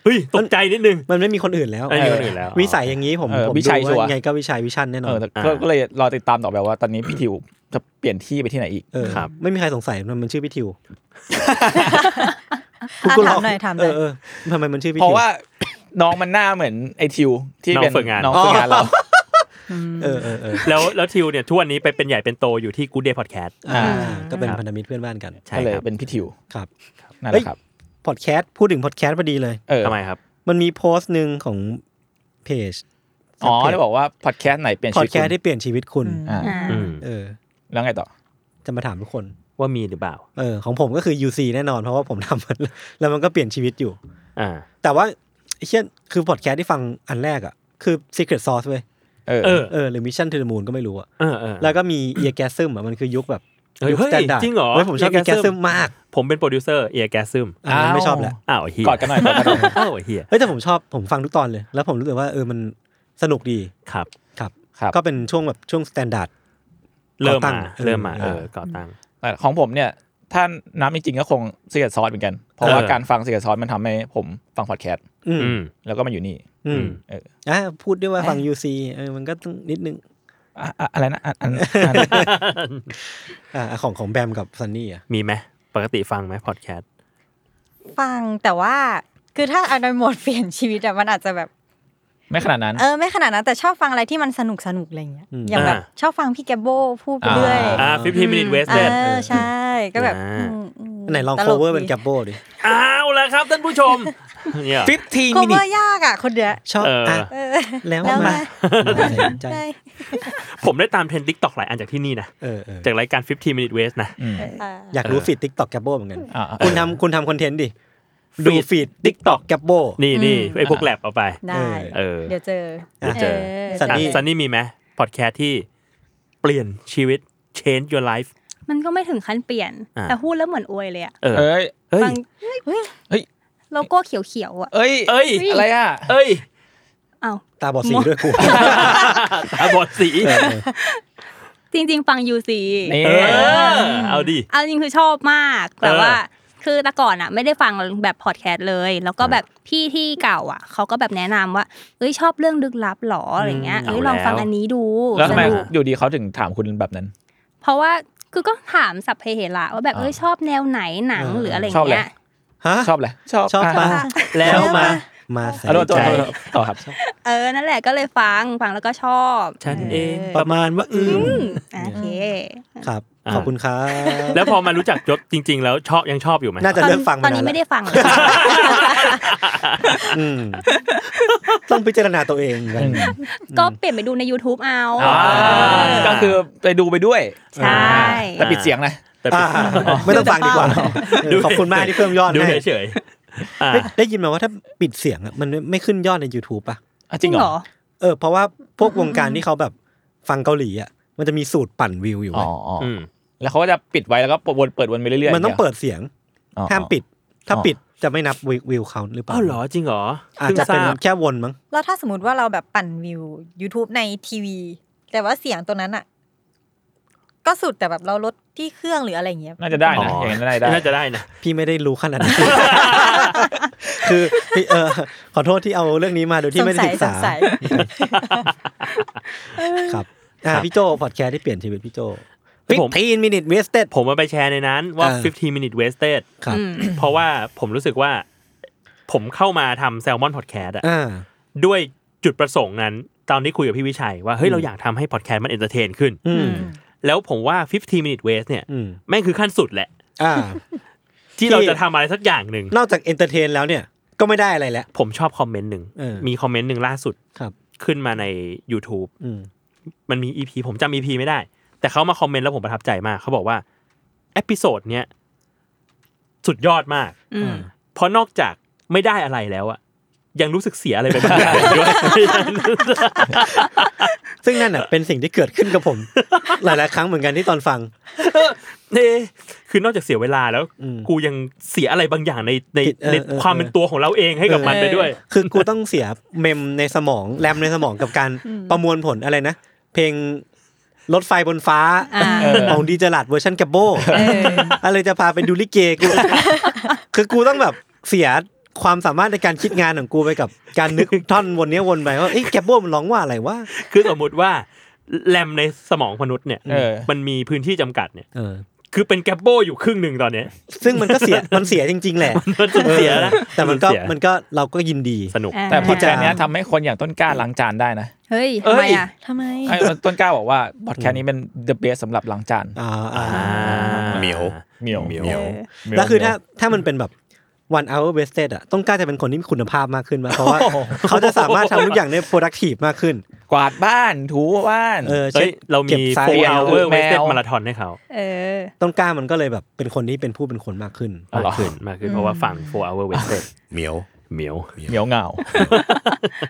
Speaker 4: เฮ้ยตกใจนิดนึง
Speaker 2: มันไม่มีคนอื่นแล้ว
Speaker 4: ไอ้นี่คนอื่นแล้ว
Speaker 2: วิสัยอย่างนี้ผม
Speaker 3: เออ
Speaker 2: ผม
Speaker 3: วิชัยชั
Speaker 2: ดู
Speaker 3: วร์
Speaker 2: ว่ายังไงก็วิชัยวิชันแน่นอ
Speaker 3: เออน แต่ก็ก็เลยรอติดตามต่อไปว่า ตอนนี้พี่ทิวจะเปลี่ยนที่ไปที่ไหนอีก
Speaker 2: เออ
Speaker 4: ครับ
Speaker 2: ไม่มีใครสงสัยมันมันชื่อพี่ทิว
Speaker 5: อ่ะ
Speaker 2: กูก็
Speaker 5: ถา
Speaker 2: ล
Speaker 5: ม
Speaker 2: ง
Speaker 5: หน่อยถามห
Speaker 2: เอ
Speaker 5: น่อ
Speaker 2: อย เออทำไมมันชื่อพี่
Speaker 3: เพ
Speaker 2: ทิว
Speaker 3: ราะว่า น้องมันหน้าเหมือนไอทิวที่
Speaker 4: น้อง
Speaker 3: เป็น
Speaker 4: ฝึกงาน
Speaker 3: น้องฝึกงานเรา
Speaker 2: เออเออเออ
Speaker 4: แล้วแล้วทิวเนี่ยทุกวันนี้ไปเป็นใหญ่เป็นโตอยู่ที่กูเดย์พอดแคสต์
Speaker 2: อ่า
Speaker 3: อ่า
Speaker 2: ก็เป็น
Speaker 4: ครับ
Speaker 2: พันธมิตรเพื่อนบ้านกัน
Speaker 4: ใช่
Speaker 3: ก็เลย
Speaker 4: ครับ
Speaker 3: เป็นพี่ทิว
Speaker 2: ครับ
Speaker 3: นั่นแหละครับ
Speaker 2: พอดแคสต์พูดถึงพอดแคสต์พอดีเลย
Speaker 3: เออ
Speaker 4: ทำไมครับ
Speaker 2: มันมีโพสต์หนึ่งของเพจ
Speaker 3: อ๋อได้บอกว่าพอดแคสต์ไหนเปลี่ยน
Speaker 2: พอด
Speaker 3: ชีวิต
Speaker 2: แคสต์ที่เปลี่ยนชีวิตคุณ
Speaker 3: อ่า
Speaker 7: อ่า
Speaker 4: อืม
Speaker 2: เออ
Speaker 3: แล้วไงต่อ
Speaker 2: จะมาถามทุกคน
Speaker 4: ว่ามีหรือเปล่า
Speaker 2: เออของผมก็คือ UC แน่นอนเพราะว่าผมทำมัน [LAUGHS] แล้วมันก็เปลี่ยนชีวิตอยู่
Speaker 4: อ่า
Speaker 2: แต่ว่าไอ้เช่นคือพอดแคสต์ที่ฟังอันแรกอ่ะ คือ Secret Sauce เว้ย
Speaker 3: เออ
Speaker 4: เออ
Speaker 2: เออหรือ Mission to the Moon ก็ไม่รู้อ่ะ
Speaker 4: เออเออ
Speaker 2: แล้วก็มี Ear Gasm อ่ะมันคือยุคแบบ
Speaker 4: เฮ้ย
Speaker 2: ยุค standard
Speaker 4: จริงเหรอ
Speaker 2: แล้วผมชอบ Ear Gasm มาก
Speaker 4: ผมเป็นโปรดิวเซอร์เอียแกซึม
Speaker 2: อันนั้นไม่ชอบแหละ
Speaker 4: อ้าวเฮีย
Speaker 3: กอดกันหน่อยกอดกันหน่อย
Speaker 4: อ้าวเฮีย
Speaker 2: เฮ้ยแต่ผมชอบผมฟังทุกตอนเลย แล้วผมรู้สึกว่าเออมันสนุกดี
Speaker 4: ครับ
Speaker 2: ครับ
Speaker 3: ครับ
Speaker 2: ก็เป็นช่วงแบบช่วง standard
Speaker 4: เริ่ม
Speaker 2: ก่อตั้ง
Speaker 4: มา
Speaker 2: เออ
Speaker 4: เริ่มมาเออก่อตั้ง
Speaker 3: แต่ของผมเนี่ย ถ้านับจริงๆก็คงเสียดซอสเหมือนกัน เพราะว่า
Speaker 4: เออ
Speaker 3: การฟังเสียดซอสมันทำให้ผมฟังพอดแคสต์
Speaker 2: อืม
Speaker 4: อืม
Speaker 3: แล้วก็มาอยู่นี่
Speaker 2: อืม
Speaker 3: เออ
Speaker 2: อ่ะพูดด้วยว่าฟัง UC เออมันก็ต้องนิดนึง
Speaker 3: อ่ะอ่ะอะไรนะอันอันอัน
Speaker 2: อ่ะของของแบมกับซันนี่อ่ะ
Speaker 4: มีไหมปกติฟังไหมพอดแคสต์
Speaker 5: ฟังแต่ว่าคือถ้าอันนั้นหมดเปลี่ยนชีวิตอะมันอาจจะแบบ
Speaker 3: [LAUGHS] ไม่ขนาดนั้น
Speaker 5: เออไม่ขนาดนั้นแต่ชอบฟังอะไรที่มันสนุกสนุกอะไรอย่างเงี้ยอย่างแบบ
Speaker 4: อ่า
Speaker 5: ชอบฟังพี่แกโบพูดไปเรื่อย
Speaker 4: อ่าฟิฟทีมินิทเวส
Speaker 5: เอ
Speaker 4: เด
Speaker 5: อใช่ก็แบบ
Speaker 4: อ่า
Speaker 5: อืมอืม
Speaker 2: ไหนลอง
Speaker 5: ตก
Speaker 2: cover เป็น
Speaker 5: ดี
Speaker 2: แกปโบดิ
Speaker 4: อ้าวแล้วครับท่านผู้ชมเนี่ย
Speaker 3: 15
Speaker 5: โค
Speaker 3: minutes
Speaker 5: เวอร์ยากอะคนเดียว
Speaker 2: ชอบ
Speaker 4: เอออ่
Speaker 2: อ่ะ
Speaker 5: เออ
Speaker 2: แล้ว
Speaker 5: แล้ว
Speaker 2: มา
Speaker 5: มา
Speaker 2: ใจ
Speaker 5: ได้
Speaker 4: ผมได้ตามเทรนด์ทิกตอกหลายอันจากที่นี่นะ
Speaker 2: เออเออ
Speaker 4: จากรายการ15 minute waste นะ
Speaker 3: อืม
Speaker 5: อ่า
Speaker 2: อยากรู้ฟีดติ๊กต็อกแกปโบเหมือนกัน
Speaker 3: อ่า
Speaker 2: คุณทำคุณทำคอนเทนต์ดิ ดู
Speaker 4: ฟีด
Speaker 2: ฟีดติ๊กต็อกแกปโบ
Speaker 4: นี่นี่ไอพวกแลบเอาไป
Speaker 5: ได้
Speaker 4: เออ
Speaker 5: เดี๋ยวเจอ
Speaker 2: เดี๋ยวเจอ ซันนี่
Speaker 4: ซันนี่มีไหมพอดแคสต์ที่เปลี่ยนชีวิต change your life
Speaker 7: มันก็ไม่ถึงขั้นเปลี่ยน
Speaker 4: อ่า
Speaker 7: แต่พูดแล้วเหมือนอวยเลยอะ
Speaker 4: เออ
Speaker 3: เอ้ย
Speaker 4: เฮ้ย
Speaker 7: ฟังเฮ้ย
Speaker 3: เฮ้ย
Speaker 7: โลโก้เขียวๆอะ
Speaker 3: เอ้ย
Speaker 4: เอ้ย
Speaker 3: อะไรอ่ะ
Speaker 4: เอ้ย
Speaker 7: เอ้า
Speaker 2: ตาบอดสีด้วยกู
Speaker 4: ตาบอดสี
Speaker 2: เออเออ
Speaker 7: จริง ๆ ฟัง UC
Speaker 3: นี่
Speaker 4: เออเอาดิ
Speaker 7: เอาจริงคือชอบมากแต่ว่า คือแต่ก่อนอ่ะ ไม่ได้ฟังแบบพอดแคสต์เลย แล้วก็แบบพี่ที่เก่าอ่ะเขาก็แบบแนะนำว่าเอ้ยชอบเรื่องลึกลับหรออะไรเงี้ย
Speaker 4: อืม
Speaker 7: เอ้ย
Speaker 4: เอา
Speaker 7: ลองฟัง
Speaker 4: แล้ว
Speaker 7: อันนี้ดู
Speaker 3: แล้ว
Speaker 7: ส
Speaker 3: ทำไม
Speaker 7: นุก
Speaker 3: อยู่ดีเขาถึงถามคุณแบบนั้น
Speaker 7: เพราะว่าคือก็ถามสัพเพเหระว่าแบบเอ้ยชอบแนวไหนหนัง
Speaker 2: เออ
Speaker 7: หรืออะไร
Speaker 3: ชอบแห
Speaker 7: เงี้
Speaker 3: ละ
Speaker 7: ย
Speaker 2: ฮะ
Speaker 3: ชอบเลยชอบ
Speaker 2: ชอบปะ
Speaker 3: อ่ะ
Speaker 2: แล้วมา มาใส่
Speaker 3: อ่ะโทษโทษ
Speaker 2: ใจ
Speaker 3: โทษต่อครับ
Speaker 7: เออนั่นแหละก็เลยฟังฟังแล้วก็ชอบ
Speaker 4: ฉันเอง
Speaker 2: ประมาณว่าอืม
Speaker 7: อ่ะโอเค
Speaker 2: ครับ
Speaker 4: อ่า
Speaker 2: ขอบคุณครับ
Speaker 4: แล้วพอมารู้จักจบจริง ๆ แล้วชอบยังชอบอยู่ไหม
Speaker 2: น่าจะ
Speaker 7: ตอน
Speaker 2: เริ่มฟังมา
Speaker 7: ตอนนี้
Speaker 2: นานละ
Speaker 7: ไม่ได้ฟังเลย
Speaker 2: อืม [LAUGHS] ต้องพิจารณาตัวเองกัน
Speaker 7: ก็เปลี่ยนไปดูใน YouTube เอา
Speaker 3: อ่าก็คือไปดูไปด้วย
Speaker 7: ใช่
Speaker 3: แต่ปิดเสียงนะ
Speaker 4: แต่
Speaker 2: อ่าไม่ต้องฟังดีกว่าเออขอบคุณมากที่เพิ่มยอด
Speaker 4: ดู
Speaker 2: ให้
Speaker 4: เฉยๆอ่า
Speaker 2: ได้ได้ยินมาว่าถ้าปิดเสียงอะมันไม่ไม่ขึ้นยอดใน YouTube ป่ะ
Speaker 3: อ่ะจริงเหรอ
Speaker 2: เออเพราะว่าพวกวงการที่เขาแบบฟังเกาหลีอ่ะมันจะมีสูตรปั่นวิวอยู่
Speaker 3: อ๋
Speaker 2: เว้
Speaker 3: อย อ๋อ
Speaker 4: อืม
Speaker 3: แล้วเขาก็จะปิดไว้แล้วก็วนเปิดวนไปเรื่อยๆ
Speaker 2: มันต้องเปิดเสียง
Speaker 3: อ๋อ
Speaker 2: ห้ามปิด ถ้า
Speaker 3: อ๋อ
Speaker 2: ปิดจะไม่นับวิววิวเขาหรือเปล่า
Speaker 4: อ้าวเหรอจริงเหรอ
Speaker 2: อาจจะเป็น
Speaker 4: พิ่งทราบ
Speaker 2: แค่วนมั้ง
Speaker 6: แล้วถ้าสมมติว่าเราแบบปั่นวิว YouTube ในทีวี แต่ว่าเสียงตัวนั้นอะ
Speaker 5: ก็สุดแต่แบบเราลดที่เครื่องหรืออะไรอย่างเงี้ย
Speaker 3: น่าจะได้นะอย่างนั้นน่าจะได้
Speaker 4: น่าจะได้นะ
Speaker 2: พี่ไม่ได้รู้ขนาดนั้น [LAUGHS] คือพี่เออขอโทษที่เอาเรื่องนี้มาโดยที่ไม่ได้ศึก
Speaker 5: ส
Speaker 2: ษา
Speaker 5: งสัย
Speaker 2: ครับอ่ะ
Speaker 4: ครับ
Speaker 2: พี่โจพอดแคสต์ที่เปลี่ยนชีวิตพี่โจ
Speaker 4: ผม
Speaker 2: 15 minute wasted
Speaker 4: ผมมาไปแชร์ในนั้นว่า
Speaker 2: อ่า
Speaker 4: 15 minute wasted
Speaker 2: ครับ
Speaker 4: เพราะว่าผมรู้สึกว่า ผมเข้ามาทำแซลมอนพอดแคสต์อะ
Speaker 2: อ่า
Speaker 4: ด้วยจุดประสงค์นั้น ตอนที่คุยกับพี่วิชัย ว่าเฮ้ยเราอยากทำให้พอดแคสต์มันเอนเตอร์เทนขึ้น
Speaker 2: อืม
Speaker 4: แล้วผมว่า 15 minute waste เนี่ย
Speaker 2: อืม
Speaker 4: แม่งคือขั้นสุดแหละ
Speaker 2: อ่า
Speaker 4: ที่
Speaker 2: ที่
Speaker 4: เราจะทำอะไรสักอย่างหนึ่ง
Speaker 2: นอกจากเอนเตอร์เทนแล้วเนี่ย ก็ไม่ได้อะไรแล้ว
Speaker 4: ผมชอบคอมเมนต์หนึ่ง
Speaker 2: เออ
Speaker 4: มีคอมเมนต์หนึ่งล่าสุด
Speaker 2: ครับ
Speaker 4: ขึ้นมาใน YouTube
Speaker 2: อืม
Speaker 4: มันมีอีพีผมจำอีพีไม่ได้ แต่เขามาคอมเมนต์แล้วผมประทับใจมากเขาบอกว่าเอพิโซดเนี้ยสุดยอดมาก
Speaker 7: อืม
Speaker 4: เพราะนอกจากไม่ได้อะไรแล้วอะยังรู้สึกเสียอะไรไปบ้างด้วย [LAUGHS]
Speaker 2: ซึ่งนั่นอ่ะ เป็นสิ่งที่เกิดขึ้นกับผม [LAUGHS] หลายๆครั้งเหมือนกันที่ตอนฟัง
Speaker 4: นี่คือนอกจากเสียเวลาแล้ว
Speaker 2: อืม
Speaker 4: กูยังเสียอะไรบางอย่างในใน
Speaker 2: ผิดเออ
Speaker 4: ใน
Speaker 2: เออ
Speaker 4: ความเป็นตัวของเราเองให้กับ
Speaker 2: เออ
Speaker 4: มันไปด้วย
Speaker 2: คือกูต้องเสียเมมในสมองแรมในสมองกับการประมวลผลอะไรนะ เพลงรถไฟบนฟ้า
Speaker 7: อ่า
Speaker 2: ของดีเจลัดเวอร์ชันแกบโบ
Speaker 5: เออ
Speaker 2: อะไรจะพาไปดูลิเกกู [LAUGHS] คือกูต้องแบบเสียความสามารถในการคิดงานของกูไปกับการนึกท่อนวนเนี้ยวนไปว่าเอ้ยแกบโบมันร้องว่าอะไรวะ
Speaker 4: คือสมมุติว่าแรมในสมองมนุษย์เนี่ย
Speaker 3: เออ
Speaker 4: มันมีพื้นที่จำกัดเนี่ย
Speaker 2: เออ
Speaker 4: คือเป็นแกปโบอยู่ครึ่งหนึ่งตอนเนี้ย
Speaker 2: ซึ่งมันก็เสี
Speaker 4: [LAUGHS]
Speaker 2: ยมันเสียจริง ๆ แหละ
Speaker 4: มันสูญเสียนะ
Speaker 2: แต่มันก็
Speaker 4: สูญเสีย
Speaker 2: มันก็เราก็ยินดี
Speaker 4: สนุก
Speaker 3: แต่พอด
Speaker 2: ที่
Speaker 3: แคส
Speaker 2: จะ
Speaker 3: ต์เนี้ยทำให้คนอย่างต้นกล้าล้างจานได้นะ
Speaker 7: เฮ้ยทำไมอ่ะ
Speaker 5: ทำไม
Speaker 3: ไอ้ต้นกล้าบอกว่าพอดแคสต์นี้เป็น the best สำหรับล้างจาน
Speaker 2: อ่าอ่า
Speaker 6: เหมียว
Speaker 3: เหมียว
Speaker 6: เหมียว
Speaker 3: เหมียว
Speaker 2: แล้วคือถ้าถ้ามันเป็นแบบ one hour wasted อะต้องกล้าจะเป็นคนที่มีคุณภาพมาก
Speaker 4: [LAUGHS]
Speaker 2: ขึ้นมาเพราะว่าเขาจะสามารถทำทุกอย่างได้ productive มากขึ้น
Speaker 3: กวาดบ้านถูบ้าน
Speaker 2: เออ
Speaker 4: เฮ้
Speaker 2: เช่น
Speaker 4: ยเรา
Speaker 2: ก็
Speaker 4: มี
Speaker 2: บสย
Speaker 4: four
Speaker 3: เอา
Speaker 4: hour
Speaker 3: แมว
Speaker 4: wasted marathon ให้เขา
Speaker 7: เออ
Speaker 2: ต้องกล้ามันก็เลยแบบเป็นคนที่เป็นผู้เป็นคนมากขึ้น
Speaker 3: เอาเหรอ
Speaker 4: มากขึ้นมากขึ้นเพราะว่าฟัง four hour wasted
Speaker 6: เหมียว
Speaker 4: เหมียว
Speaker 3: เหมียวเหงา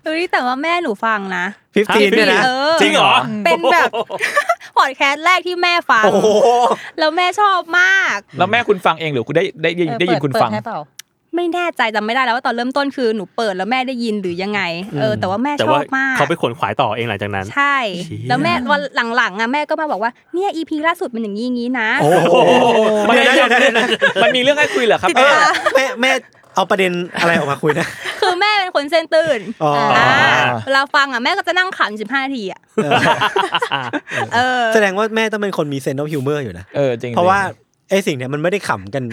Speaker 7: เฮ้ยแต่ว่าแม่หนูฟังนะ
Speaker 2: 15เนี่ยนะ
Speaker 7: เออ
Speaker 4: จริงเหรอ
Speaker 7: เป็นแบบ พอดแคสต์แรกที่แม่ฟัง
Speaker 2: โอ้โห
Speaker 7: แล้วแม่ชอบมาก
Speaker 3: แล้วแม่คุณฟังเองหรือคุณได้ได้ได้ยินได้ยินคุณฟัง
Speaker 7: ไม่แน่ใจจำไม่ได้แล้วว่าตอนเริ่มต้นคือหนูเปิดแล้วแม่ได้ยินหรือยังไง เออ แต่ว่าแม่
Speaker 4: แต่
Speaker 7: ชอ
Speaker 4: ว่า
Speaker 7: บมาก
Speaker 4: เขาไปขนขวายต่อเองหลังจากนั้น
Speaker 7: ใช่ แล้วแม่วันหลังๆอ่ะแม่ก็มาบอกว่าเนี่ยอีพีล่าสุดมันอย่างนี้อย่างนี้นะ
Speaker 2: โอ้โห
Speaker 3: มัน
Speaker 2: เดี๋ยวนะเดี๋ยวนะเดี๋ยวนะ
Speaker 3: มันมีเรื่องให้คุยเหรอครับ
Speaker 2: เออแม่แม่เอาประเด็นอะไรออกมาคุยนะ [LAUGHS]
Speaker 7: คือแม่เป็นคนเส้นตื่น
Speaker 2: อ๋ออ่
Speaker 7: เวลาฟังอ่ะแม่ก็จะนั่งขำสิบห้าทีอ่ะ
Speaker 2: เออ
Speaker 7: เออ
Speaker 2: แสดงว่าแม่ต้องเป็นคนมีเซนต์ of ฮิวเมอร์อยู่นะ
Speaker 3: เออจริง
Speaker 2: เพราะว่าไอ้สิ่งเนี้ยมันไม่ได้ขำกัน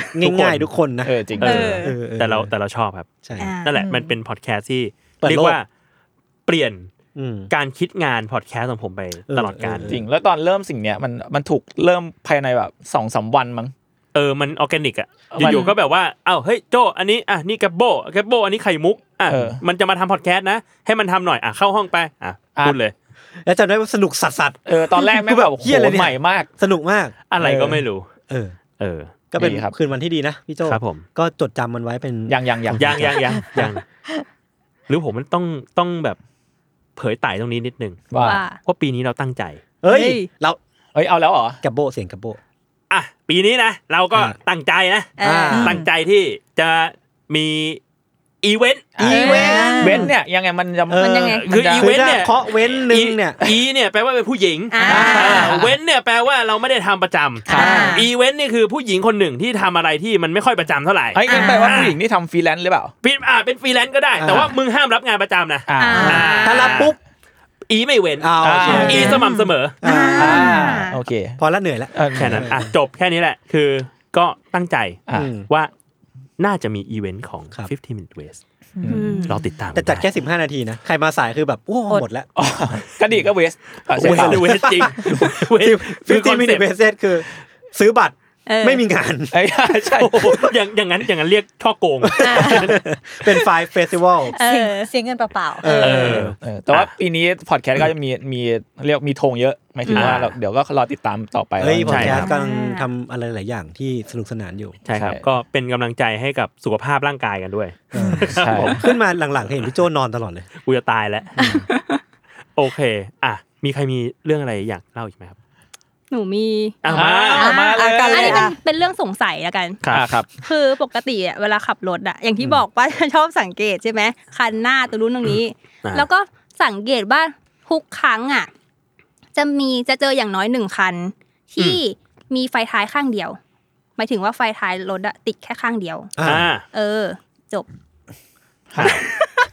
Speaker 2: ง่ายๆทุกคนนะ
Speaker 3: เออจริง
Speaker 4: เออ
Speaker 2: เออเออ
Speaker 4: แต่เราแต่เราชอบครับ
Speaker 2: ใช่
Speaker 7: อ่า
Speaker 4: นั่นแหละมันเป็นพอดแคสต์ที่
Speaker 2: เปิดโลก
Speaker 4: เรียกว่าเปลี่ยน
Speaker 2: อืม
Speaker 4: การคิดงานพอดแคสต์ของผมไป
Speaker 2: เออ
Speaker 4: ตลอดการ
Speaker 2: เออ
Speaker 3: จริง แล้วตอนเริ่มสิ่งเนี้ยมันมันถูกเริ่มภายในแบบสองสามวันมั้ง
Speaker 4: เออมันออร์แกนิกอะ
Speaker 3: มัน
Speaker 4: อยู่ๆก็แบบว่าเอ้าเฮ้ยโจอันนี้อ่ะนี่แกบโบแกบโบอันนี้ไข่มุกอ่ะมันจะมาทำพอดแคสต์นะ ให้มันทำหน่อยอ่ะเข้าห้องไปอ่ะพูดเลย
Speaker 2: แล้วจำได้ว่าสนุกสัสสัส
Speaker 3: เออตอนแรกแม่งแบบโอ้
Speaker 2: เหี้ย
Speaker 3: โห
Speaker 2: อะไรเนี่ย
Speaker 3: ใหม่มาก
Speaker 2: ๆสนุกมาก
Speaker 4: อะไรก็ไม่รู้
Speaker 2: เออ
Speaker 4: เออ
Speaker 2: ก็เป็น
Speaker 3: ดีครับ
Speaker 2: คืนวันที่ดีนะพี่โจ
Speaker 4: ครับผม
Speaker 2: ก็จดจำมันไว้เป็น
Speaker 3: ยังยังยัง
Speaker 4: [LAUGHS] ยังยังยังยังหรือผมมันต้องต้องแบบเผยไต่ตรงนี้นิดนึง
Speaker 3: ว่า
Speaker 7: ว่า
Speaker 4: ว่าปีนี้เราตั้งใจ
Speaker 2: เอ้ย
Speaker 7: เฮ้ย
Speaker 2: เรา
Speaker 3: เอ้ยเอาแล้วเหรอ
Speaker 2: กับโบเสียงกับโบ
Speaker 4: อ่ะปีนี้นะเราก็
Speaker 2: อ่า
Speaker 4: ตั้งใจนะ
Speaker 7: เออ
Speaker 4: ตั้งใจที่จะมีอีเวนต์
Speaker 3: อีเวนต์เวนต์เนี่ยยังไงมันจะ
Speaker 2: เออ
Speaker 7: มันยังไง
Speaker 4: คืออีเวนต์เนี่ย
Speaker 2: ถ้าเคาะเว้นหนึ่งเนี่ย
Speaker 4: อีอีเนี่ยแปลว่าเป็นผู้หญิง
Speaker 7: อ่า
Speaker 4: อ่าเว้นเนี่ยแปลว่าเราไม่ได้ทำประจำ
Speaker 7: ครับ
Speaker 4: อีเวนต์นี่คือผู้หญิงคนหนึ่งที่ทำอะไรที่มันไม่ค่อยประจำเท่าไหร่
Speaker 3: ไอ้ยงั้นแปลว่าผู้หญิงนี่ทำฟรีแลนซ์หรือเปล่า
Speaker 4: เป็นอ่าเป็นฟรีแลนซ์ก็ได้ แต่ว่ามึงห้ามรับงานประจำนะ
Speaker 3: อ่า
Speaker 7: อ่า
Speaker 4: อ่า
Speaker 2: ถ้ารับปุ๊บ
Speaker 4: อีไม่เว้น
Speaker 2: อ้าวโอเค
Speaker 4: อีสม่ำเสมอ
Speaker 2: อ่า
Speaker 3: อ่าโอเค
Speaker 2: พอละเหนื่อยละ
Speaker 3: เออ
Speaker 4: แค่นั้นอ่ะจบแค่นี้แหละ คือก็ตั้งใจ
Speaker 3: อ่า
Speaker 2: อืม
Speaker 4: ว่าน่าจะมีอีเวนต์ของ
Speaker 2: ครับ
Speaker 4: 15 minute waste
Speaker 7: อืม
Speaker 4: รอติดตาม
Speaker 2: แต่จัดแค่ 15 นาทีนะ ใครมาสายคือแบบ โอ้
Speaker 5: อด
Speaker 2: หมดแล้ว
Speaker 3: อ๋อก็ดีก็เวสอ่ะ
Speaker 4: เวส
Speaker 3: ใช่เปล่า
Speaker 4: เวสจริงเว
Speaker 2: [LAUGHS]
Speaker 4: ส
Speaker 2: ฟิฟตี้มินิเบสเซตคือ ซื้อบัตร
Speaker 7: เออ
Speaker 2: ไม่มีงาน [LAUGHS]
Speaker 3: เอ้ยใช่
Speaker 4: โอ้โหอย่างอย่างนั้นอย่างนั้นเรียกช่อโกง
Speaker 2: เป็นไฟล์เฟสติวัล
Speaker 7: เอ
Speaker 5: เสียง
Speaker 7: อ
Speaker 5: เสียงเงินเปล่าๆ
Speaker 2: เออ
Speaker 4: เออ
Speaker 3: เออแต่ว่าปีนี้พอดแคสต์ก็จะมีมีเรียกมีธงเยอะหมายถึงว่า
Speaker 4: อ่า
Speaker 3: เราเดี๋ยวก็รอติดตามต่อไป
Speaker 2: เฮ้ยพอ
Speaker 3: ใช่
Speaker 2: ดแค
Speaker 3: ค
Speaker 2: ส
Speaker 3: รับ
Speaker 2: ต์กำลังทำอะไรหลายอย่างที่สนุกสนานอยู่
Speaker 4: ใช่ครับ
Speaker 3: ใช่
Speaker 4: ก็เป็นกำลังใจให้กับสุขภาพร่างกายกันด้วย
Speaker 3: ใช่
Speaker 2: ขึ้นมาหลังๆเห็นพี่โจนอนตลอดเลย
Speaker 4: กูจะตายแล้ว โอเค อ่ะ มีใครมีเรื่องอะไรอยากเล่าอีกไหมครับ
Speaker 7: หนูมี
Speaker 4: อ่ะมา
Speaker 3: อ่ะมาเลย
Speaker 7: อันนี้เป็นเป็นเรื่องสงสัยละกัน
Speaker 3: อ่ะครับ
Speaker 7: คือปกติอะเวลาขับรถอะอย่างที่บอกว่า [LAUGHS] ชอบสังเกตใช่ไหมคันหน้าตัวนู้นตรงนี้ แล้วก็สังเกตว่าทุกครั้งอะจะมีจะเจออย่างน้อยหนึ่งคัน ที่มีไฟท้ายข้างเดียว หมายถึงว่าไฟท้ายรถอะติดแค่ข้างเดียว
Speaker 2: อ่า
Speaker 4: อ่า
Speaker 7: เออ จบ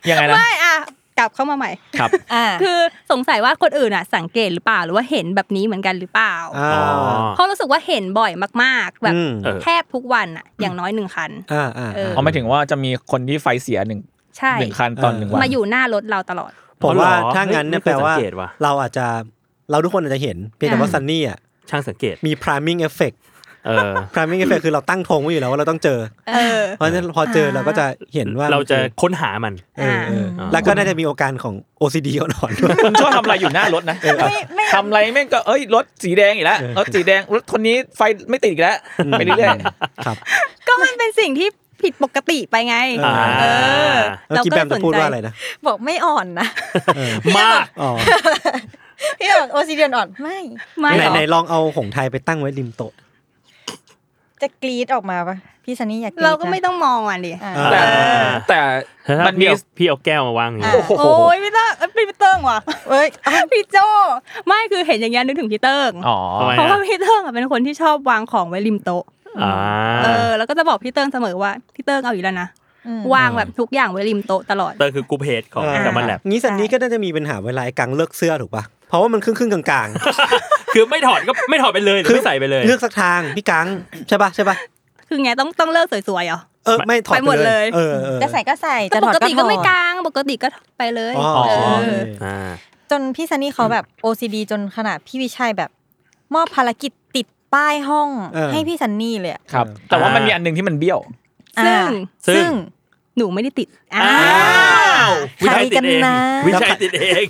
Speaker 3: ยังไงนะ
Speaker 7: ไม่อะกลับเข้ามาใหม่
Speaker 4: ครับ
Speaker 5: อ่า
Speaker 7: คือสงสัยว่าคนอื่นอะสังเกตหรือเปล่าหรือว่าเห็นแบบนี้เหมือนกันหรือเปล่า
Speaker 2: อ่า
Speaker 7: เพราะรู้สึกว่าเห็นบ่อยมากๆ แบบ
Speaker 2: อืม
Speaker 4: เออ
Speaker 7: แทบทุกวันอะอย่างน้อยหนึ่งคัน
Speaker 2: อ่าอ่า
Speaker 7: เออ
Speaker 3: เขาไม่ถึงว่าจะมีคนที่ไฟเสียหนึ่ง
Speaker 7: ใช่
Speaker 3: หนึ่งคันตอนหนึ่งวัน
Speaker 7: มาอยู่หน้ารถเราตลอด
Speaker 2: ผมว่า
Speaker 4: อ๋อเหรอ
Speaker 2: ถ้างั้นเนี่ย
Speaker 4: ไม่
Speaker 2: แป
Speaker 4: ไม่
Speaker 2: ล
Speaker 4: เคย
Speaker 2: ว่า
Speaker 4: สังเกตว่ะ
Speaker 2: เราอาจจะเราทุกคนอาจจะเห็นเพียงแต่ว่าซันนี่อ่ะ
Speaker 4: ช่างสังเกต
Speaker 2: มี priming effect
Speaker 4: เออ
Speaker 2: priming effect คือเราตั้งธงไว้อยู่แล้วว่าเราต้องเจอ
Speaker 7: เออ
Speaker 2: เพราะฉะนั้นพอเจอเราก็จะเห็นว่า
Speaker 4: เราจะค้นหามัน
Speaker 2: เออเอออา แล้วก็น่าจะมีโอกาสของ OCD อ่อนๆด้วย
Speaker 3: คุณชอบทำอะไรอยู่หน้ารถนะทำอะไรแม่งก็เอ้ยรถสีแดงอีกแล้วรถสีแดงรถคนนี้ไฟไม่ติดอีกแล้วไปเรื่อย
Speaker 2: ครับ
Speaker 7: ก็มันเป็นสิ่งที่ผิดปกติไปไง
Speaker 2: อ่า
Speaker 7: เออ
Speaker 2: แล้วกิบแบมจะพูดว่าอะไรนะ
Speaker 5: บอกไม่อ่อนนะ [LAUGHS]
Speaker 2: เออ
Speaker 4: มาก
Speaker 2: อ๋อ
Speaker 5: พี่บอกโอซิเดียนอ่อนไม่
Speaker 7: ไม่
Speaker 2: ไหน
Speaker 7: หรอ
Speaker 2: ไหนลองเอาหงไทยไปตั้งไว้ริมโต๊ะ
Speaker 5: จะกรีดออกมาปะพี่ซันนี่อยากรี๊ด
Speaker 7: เราก็ไม่
Speaker 5: นะ
Speaker 7: ต้องมองอ่ะดิ
Speaker 5: อ่า
Speaker 2: เออ
Speaker 3: ๆแต่แต่
Speaker 4: มั
Speaker 3: มัน น
Speaker 4: มี
Speaker 3: มี
Speaker 4: พี่เอาแก้วมาวางอย่างเงี้ย
Speaker 5: อ่ะ
Speaker 3: โอ้โห
Speaker 7: โอ้ยพี่เติ้งเอ้ยพี่เติ้งว่ะ
Speaker 5: เอ้ย [LAUGHS]
Speaker 7: เอ้ยพี่โจไม่คือเห็นอย่างเงี้ยนึกถึงพี่เติ้ง
Speaker 3: อ๋อ
Speaker 4: ทำไม
Speaker 7: เพราะว่า
Speaker 4: อ่ะ
Speaker 7: พี่เติ้งอ่ะเป็นคนที่ชอบวางของไว้ริมโต๊ะ
Speaker 4: อ่า
Speaker 7: เออแล้วก็จะบอกพี่เติ้งเสมอว่าพี่เติ้งเอาอยู่แล้วนะ
Speaker 5: อืม
Speaker 7: วางแบบทุกอย่างไว้ริมโต๊ะตลอด
Speaker 4: เตอร์คือกรุ๊ปเพจของ
Speaker 2: อ่า
Speaker 4: แซมมันแลบ
Speaker 2: งี้ซันนี่ก็น่าจะมีปัญหาเวลาไอ้กังเลือกเสื้อถูกปะเพราะว่ามันครึ่งครึ่งๆกลาง
Speaker 4: คือไม่ถอดก็ไม่ถอดไปเลยหรือไม่ใส่ไปเลย
Speaker 2: ๆ เลือกสักทางพี่กังใช่ปะใช่ปะ
Speaker 7: คือไงต้องต้องเลิกสวยๆเหรอ
Speaker 2: เออไม่ถอด
Speaker 7: ไปหมดเลย
Speaker 2: เออเออ
Speaker 5: จะใส่ก็ใส่จะ
Speaker 7: ป
Speaker 5: ถอด
Speaker 7: ก
Speaker 5: ก็
Speaker 7: ติ
Speaker 5: ถ
Speaker 7: ก็
Speaker 5: อ
Speaker 7: ไม่
Speaker 5: ด
Speaker 7: กลางปกติก็ไปเลย
Speaker 2: อ๋อ
Speaker 7: เออ
Speaker 2: โอเค
Speaker 4: อ่า
Speaker 5: จนพี่ซันนี่เขาแบบ OCD จนขนาดพี่วิชัยแบบ มอบภารกิจติดป้ายห้อง
Speaker 2: เออ
Speaker 5: ให้พี่ซันนี่เลยอะ
Speaker 3: ครับ แต่ว่ามันมีอันหนึ่งที่มันเบี้ยว
Speaker 7: ซึ่ง
Speaker 5: อ่า
Speaker 4: ซึ่ง
Speaker 5: ซึ่ง
Speaker 7: หนูไม่ได้ติดอ่า
Speaker 4: วิชัย
Speaker 5: ใคร
Speaker 4: ติดเอง
Speaker 5: กันนะ
Speaker 4: วิชัยติดเอง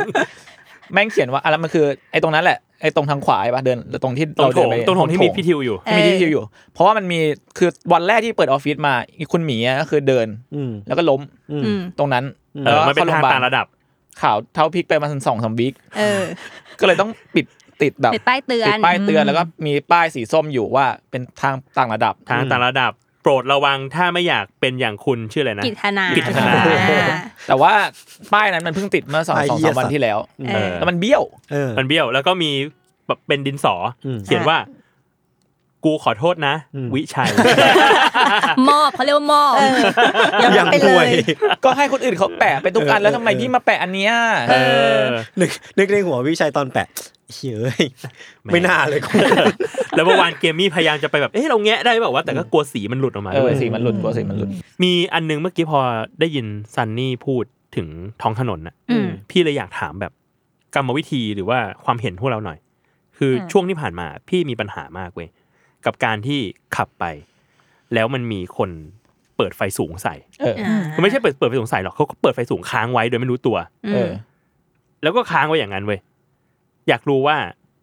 Speaker 3: แม่งเขียนว่าอะไรมันคือไอ้ตรงนั้นแหละไอ้ตรงทางขวาใช่ปะเดินตรงที่
Speaker 4: ตรง
Speaker 3: เรา
Speaker 4: โถ
Speaker 3: เดิน
Speaker 4: ง
Speaker 3: ไป
Speaker 4: ตรงโถงที่มีพี่ทิวอยู่
Speaker 7: เออ
Speaker 3: มีที่ทิวอยู่ เพราะว่ามันมีคือวันแรกที่เปิดออฟฟิศมาอีกคุณหมีอะก็คือเดิน
Speaker 2: อืม
Speaker 3: แล้วก็ล้ม
Speaker 2: อืม
Speaker 7: อืม
Speaker 3: ตรงนั้น
Speaker 4: เออ
Speaker 3: แล้ว
Speaker 4: มันเป็นทาง
Speaker 3: ข้โพยบ
Speaker 4: ต่างระดับ
Speaker 3: ข่าวเท้าพลิกไปประมาณสองสามวิค
Speaker 7: เออ
Speaker 3: ก็เลยต้องปิดติดแบบ
Speaker 7: ติดป้ายเตือน
Speaker 3: ติดป้ายเตือนแล้วก็มีป้ายสีส้มอยู่ว่าเป็นทางต่างระดับ
Speaker 4: ทางต่างระดับ โปรดระวังถ้าไม่อยากเป็นอย่างคุณชื่ออะไรนะ
Speaker 7: กิจธนา
Speaker 4: กิจธนา
Speaker 7: อ่า
Speaker 3: แต่ว่าป้ายนั้นมันเพิ่งติดเมื่อสองสองสามวันที่แล้ว
Speaker 7: เออ
Speaker 3: แล้วมันเบี้ยว
Speaker 2: เออ
Speaker 4: มันเบี้ยวแล้วก็มีแบบเป็นดินสออ
Speaker 2: ม
Speaker 4: เขียนว่า กูขอโทษนะ
Speaker 2: อืม
Speaker 4: วิชัย
Speaker 7: มอบเขาเรียกว่ามอบ
Speaker 5: เออ
Speaker 2: อ
Speaker 5: ยั
Speaker 2: [LAUGHS] ย่าง ง
Speaker 5: ไปเล
Speaker 2: ป่วย
Speaker 5: ย
Speaker 3: ก็ให้คนอื่นเขาแปะไปทุกอันแล้วทำไมพี่มาแปะอันเนี้ย
Speaker 4: เออ
Speaker 2: นึกนึกในหัววิชัยตอนแปะเฮ้ยไม่น่าเลยกู
Speaker 4: แล้วเมื่อวานเกมมี่พยายามจะไปแบบ เอ๊ะเราแงะได้แบบว่าวะแต่ก็กลัวสีมันหลุดออกมา
Speaker 3: เอ
Speaker 4: ด้
Speaker 3: อ
Speaker 4: วย
Speaker 3: สีมันหลุดกลัวสีมันหลุด
Speaker 4: มีอันนึงเมื่อกี้พอได้ยินซันนี่พูดถึงท้องถนนน่ะ
Speaker 7: อืม
Speaker 4: พี่เลยอยากถามแบบกรรมวิธีหรือว่าความเห็นพวกเราหน่อย คืออ
Speaker 5: ม
Speaker 4: ช่วงที่ผ่านมาพี่มีปัญหามากเว้ยกับการที่ขับไป แล้วมันมีคนเปิดไฟสูงใส่
Speaker 3: เออ
Speaker 7: อ่า
Speaker 4: คือไม่ใช่เปิดเปิดไฟสูงใส่หรอกเขาก็เปิดไฟสูงค้างไว้โดยไม่รู้ตัว
Speaker 3: เออ
Speaker 4: แล้วก็ค้างไว้อย่างนั้นเว้ยอยากรู้ว่า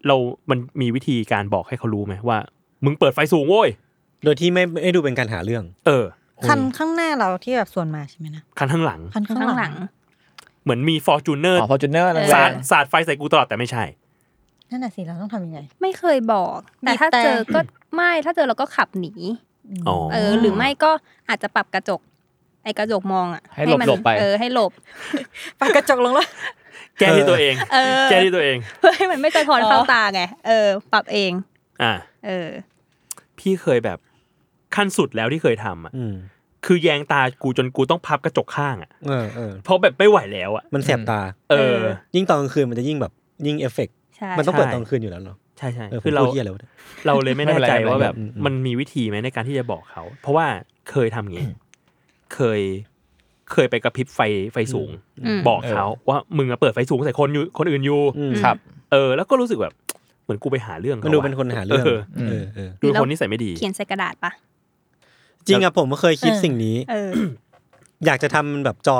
Speaker 4: เรา มันมีวิธีการบอกให้เขารู้ไหมว่า มึงเปิดไฟสูงโว้ย
Speaker 2: โดยที่ไม่ไม่ดูเป็นการหาเรื่อง
Speaker 4: เออ
Speaker 5: คันข้างหน้าเราที่แบบส่วนมาใช่ไหมนะ
Speaker 4: คันข้างหลัง
Speaker 5: คันข้าง
Speaker 7: ข้าง
Speaker 5: ห
Speaker 7: ห
Speaker 5: ลั
Speaker 7: ลั
Speaker 5: ง
Speaker 7: ง
Speaker 4: เหมือนมีฟอร์จูเนอร์
Speaker 3: อ๋อพอจูเนอร์
Speaker 7: เออ
Speaker 4: สาดสาดไฟใส่กูตลอดแต่ไม่ใช่
Speaker 5: นั่นน่ะสิเราต้องทำยังไง
Speaker 7: ไม่เคยบอก แต่ถ้า
Speaker 5: บีบแต่
Speaker 7: เจอก็ไม่ถ้าเจอเราก็ขับหนี
Speaker 4: อ๋อ
Speaker 7: เออหรือไม่ก็อาจจะปรับกระจก ไอ้กระจกมองอ่ะ
Speaker 3: ให้หลบ
Speaker 7: มัน
Speaker 3: หลบไป
Speaker 7: เออให้หลบ
Speaker 5: ปากกระจกลงแล้ว
Speaker 4: แก้ที่ตัวเอง
Speaker 7: เออ
Speaker 4: แก้ที่ตัวเอง
Speaker 7: เพื่อให้มันไม่สะท้อนเข้าตาไงเออ ปรับเอง
Speaker 4: อ่า
Speaker 7: เออ
Speaker 4: พี่เคยแบบขั้นสุดแล้วที่เคยทำอ่ะ
Speaker 2: อืม
Speaker 4: คือแยงตากูจนกูต้องพับกระจกข้างอ่ะ
Speaker 2: เออเออ
Speaker 4: เพราะแบบไม่ไหวแล้วอ่ะ
Speaker 2: มันแสบตา
Speaker 4: เออ
Speaker 7: เออ
Speaker 2: ยิ่งตอนกลางคืนมันจะยิ่งแบบยิ่งเอฟเฟกต์
Speaker 7: ใช่
Speaker 2: มันต้องเปิดตอน
Speaker 4: ใช่
Speaker 2: กลางคืนอยู่แล้วเนาะ
Speaker 4: ใช่ใช่
Speaker 2: เออคื
Speaker 4: คืออ
Speaker 2: เรา
Speaker 4: เรา
Speaker 2: เยี่ยอะไรวะเนี่ย
Speaker 4: เราเลยไม่แน่ใจ
Speaker 3: ไม่เป็นไร
Speaker 4: ว่าแบบ
Speaker 2: อืมอืม
Speaker 4: มันมีวิธีไหมในการที่จะบอกเขา เพราะว่าเคยทำอย่างงี้เคยเคยไปกระพริบไฟไฟสูง
Speaker 7: ม
Speaker 4: บอกเขาว่ามึงอะเปิดไฟสูงใส่คนอยู่คนอื่นอยู่
Speaker 2: อืม
Speaker 3: ครับ
Speaker 4: เออ แล้วก็รู้สึกแบบ เหมือนกูไปหาเรื่อง
Speaker 2: มั
Speaker 4: เขา
Speaker 2: น
Speaker 4: อะ
Speaker 2: ดูเป็นคนหาเรื่อง
Speaker 4: เออ
Speaker 2: เออเออ
Speaker 4: ดูเป็นคนนิสัยไม่ดี
Speaker 7: เขียนใส่กระดาษปะ
Speaker 2: จริงอะผมก็เคยคิดสิ่งนี้
Speaker 7: เออ
Speaker 2: อยากจะทำมันแบบจอ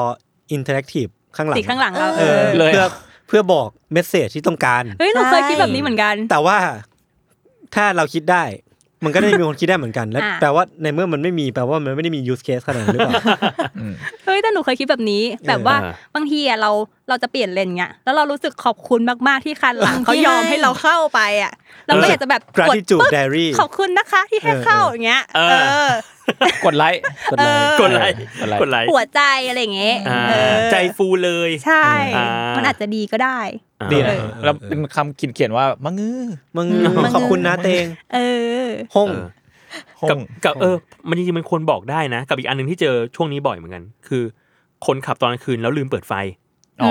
Speaker 2: อินเทอร์แอคทีฟข้างหลัง
Speaker 7: ติดข้างหลังเรา
Speaker 2: เออ
Speaker 3: เลย
Speaker 2: เพื่อเพื่อบอกเมสเซจที่ต้องการ
Speaker 7: เฮ้ยเราเคยคิดแบบนี้เหมือนกัน
Speaker 2: แต่ว่าถ้าเราคิดได้ มันก็ได้มีคนคิดได้เหมือนกันแล้ว
Speaker 7: อ่ะ [LAUGHS]
Speaker 2: แปลว่าในเมื่อมันไม่มีแปลว่ามันไม่ได้มียูสเคสขนาดนั้นหรือเปล่า
Speaker 7: เฮ้ย ยแต่หนูเคยคิดแบบนี้ แบบว่าบางทีอะเราเราจะเปลี่ยนเลนเงี้ยแล้วเรารู้สึกขอบคุณมากๆที่คันหลังเขายอมให้เราเข้าไปอ่ะเราก็อยากจะแบบกด
Speaker 2: gratitude
Speaker 7: ปึ๊บ
Speaker 2: diary
Speaker 7: ขอบคุณนะคะที่ให้เข้าอย่างเงี้ย
Speaker 4: เอ
Speaker 7: เอ
Speaker 4: อ
Speaker 7: อก
Speaker 3: ดไลค์
Speaker 2: กดไลค์
Speaker 4: กดไลค์
Speaker 3: กดไลค์
Speaker 4: กดไลค์
Speaker 7: หัวใจอะไรอย่างเงี้ย
Speaker 4: อ่า
Speaker 7: เออ
Speaker 4: ใจฟูเลย
Speaker 7: ใช่
Speaker 4: อ่ามั
Speaker 7: มันอาจจะดีก็ได้
Speaker 2: ดี
Speaker 4: เล
Speaker 2: นะ
Speaker 4: ย
Speaker 3: แล้วเป็นคำเขียนว่ามังงือ
Speaker 2: มึง
Speaker 7: อืม
Speaker 2: ขอบคุณนะเตง
Speaker 7: เออ
Speaker 2: ห้อง
Speaker 4: เออ
Speaker 3: ห้ง
Speaker 4: กับกับเออ มันจริงๆมันควรบอกได้นะ กับอีกอันหนึ่งที่เจอช่วงนี้บ่อยเหมือนกัน คือ คนขับตอนกลางคืนแล้วลืมเปิดไฟ
Speaker 3: อ๋อ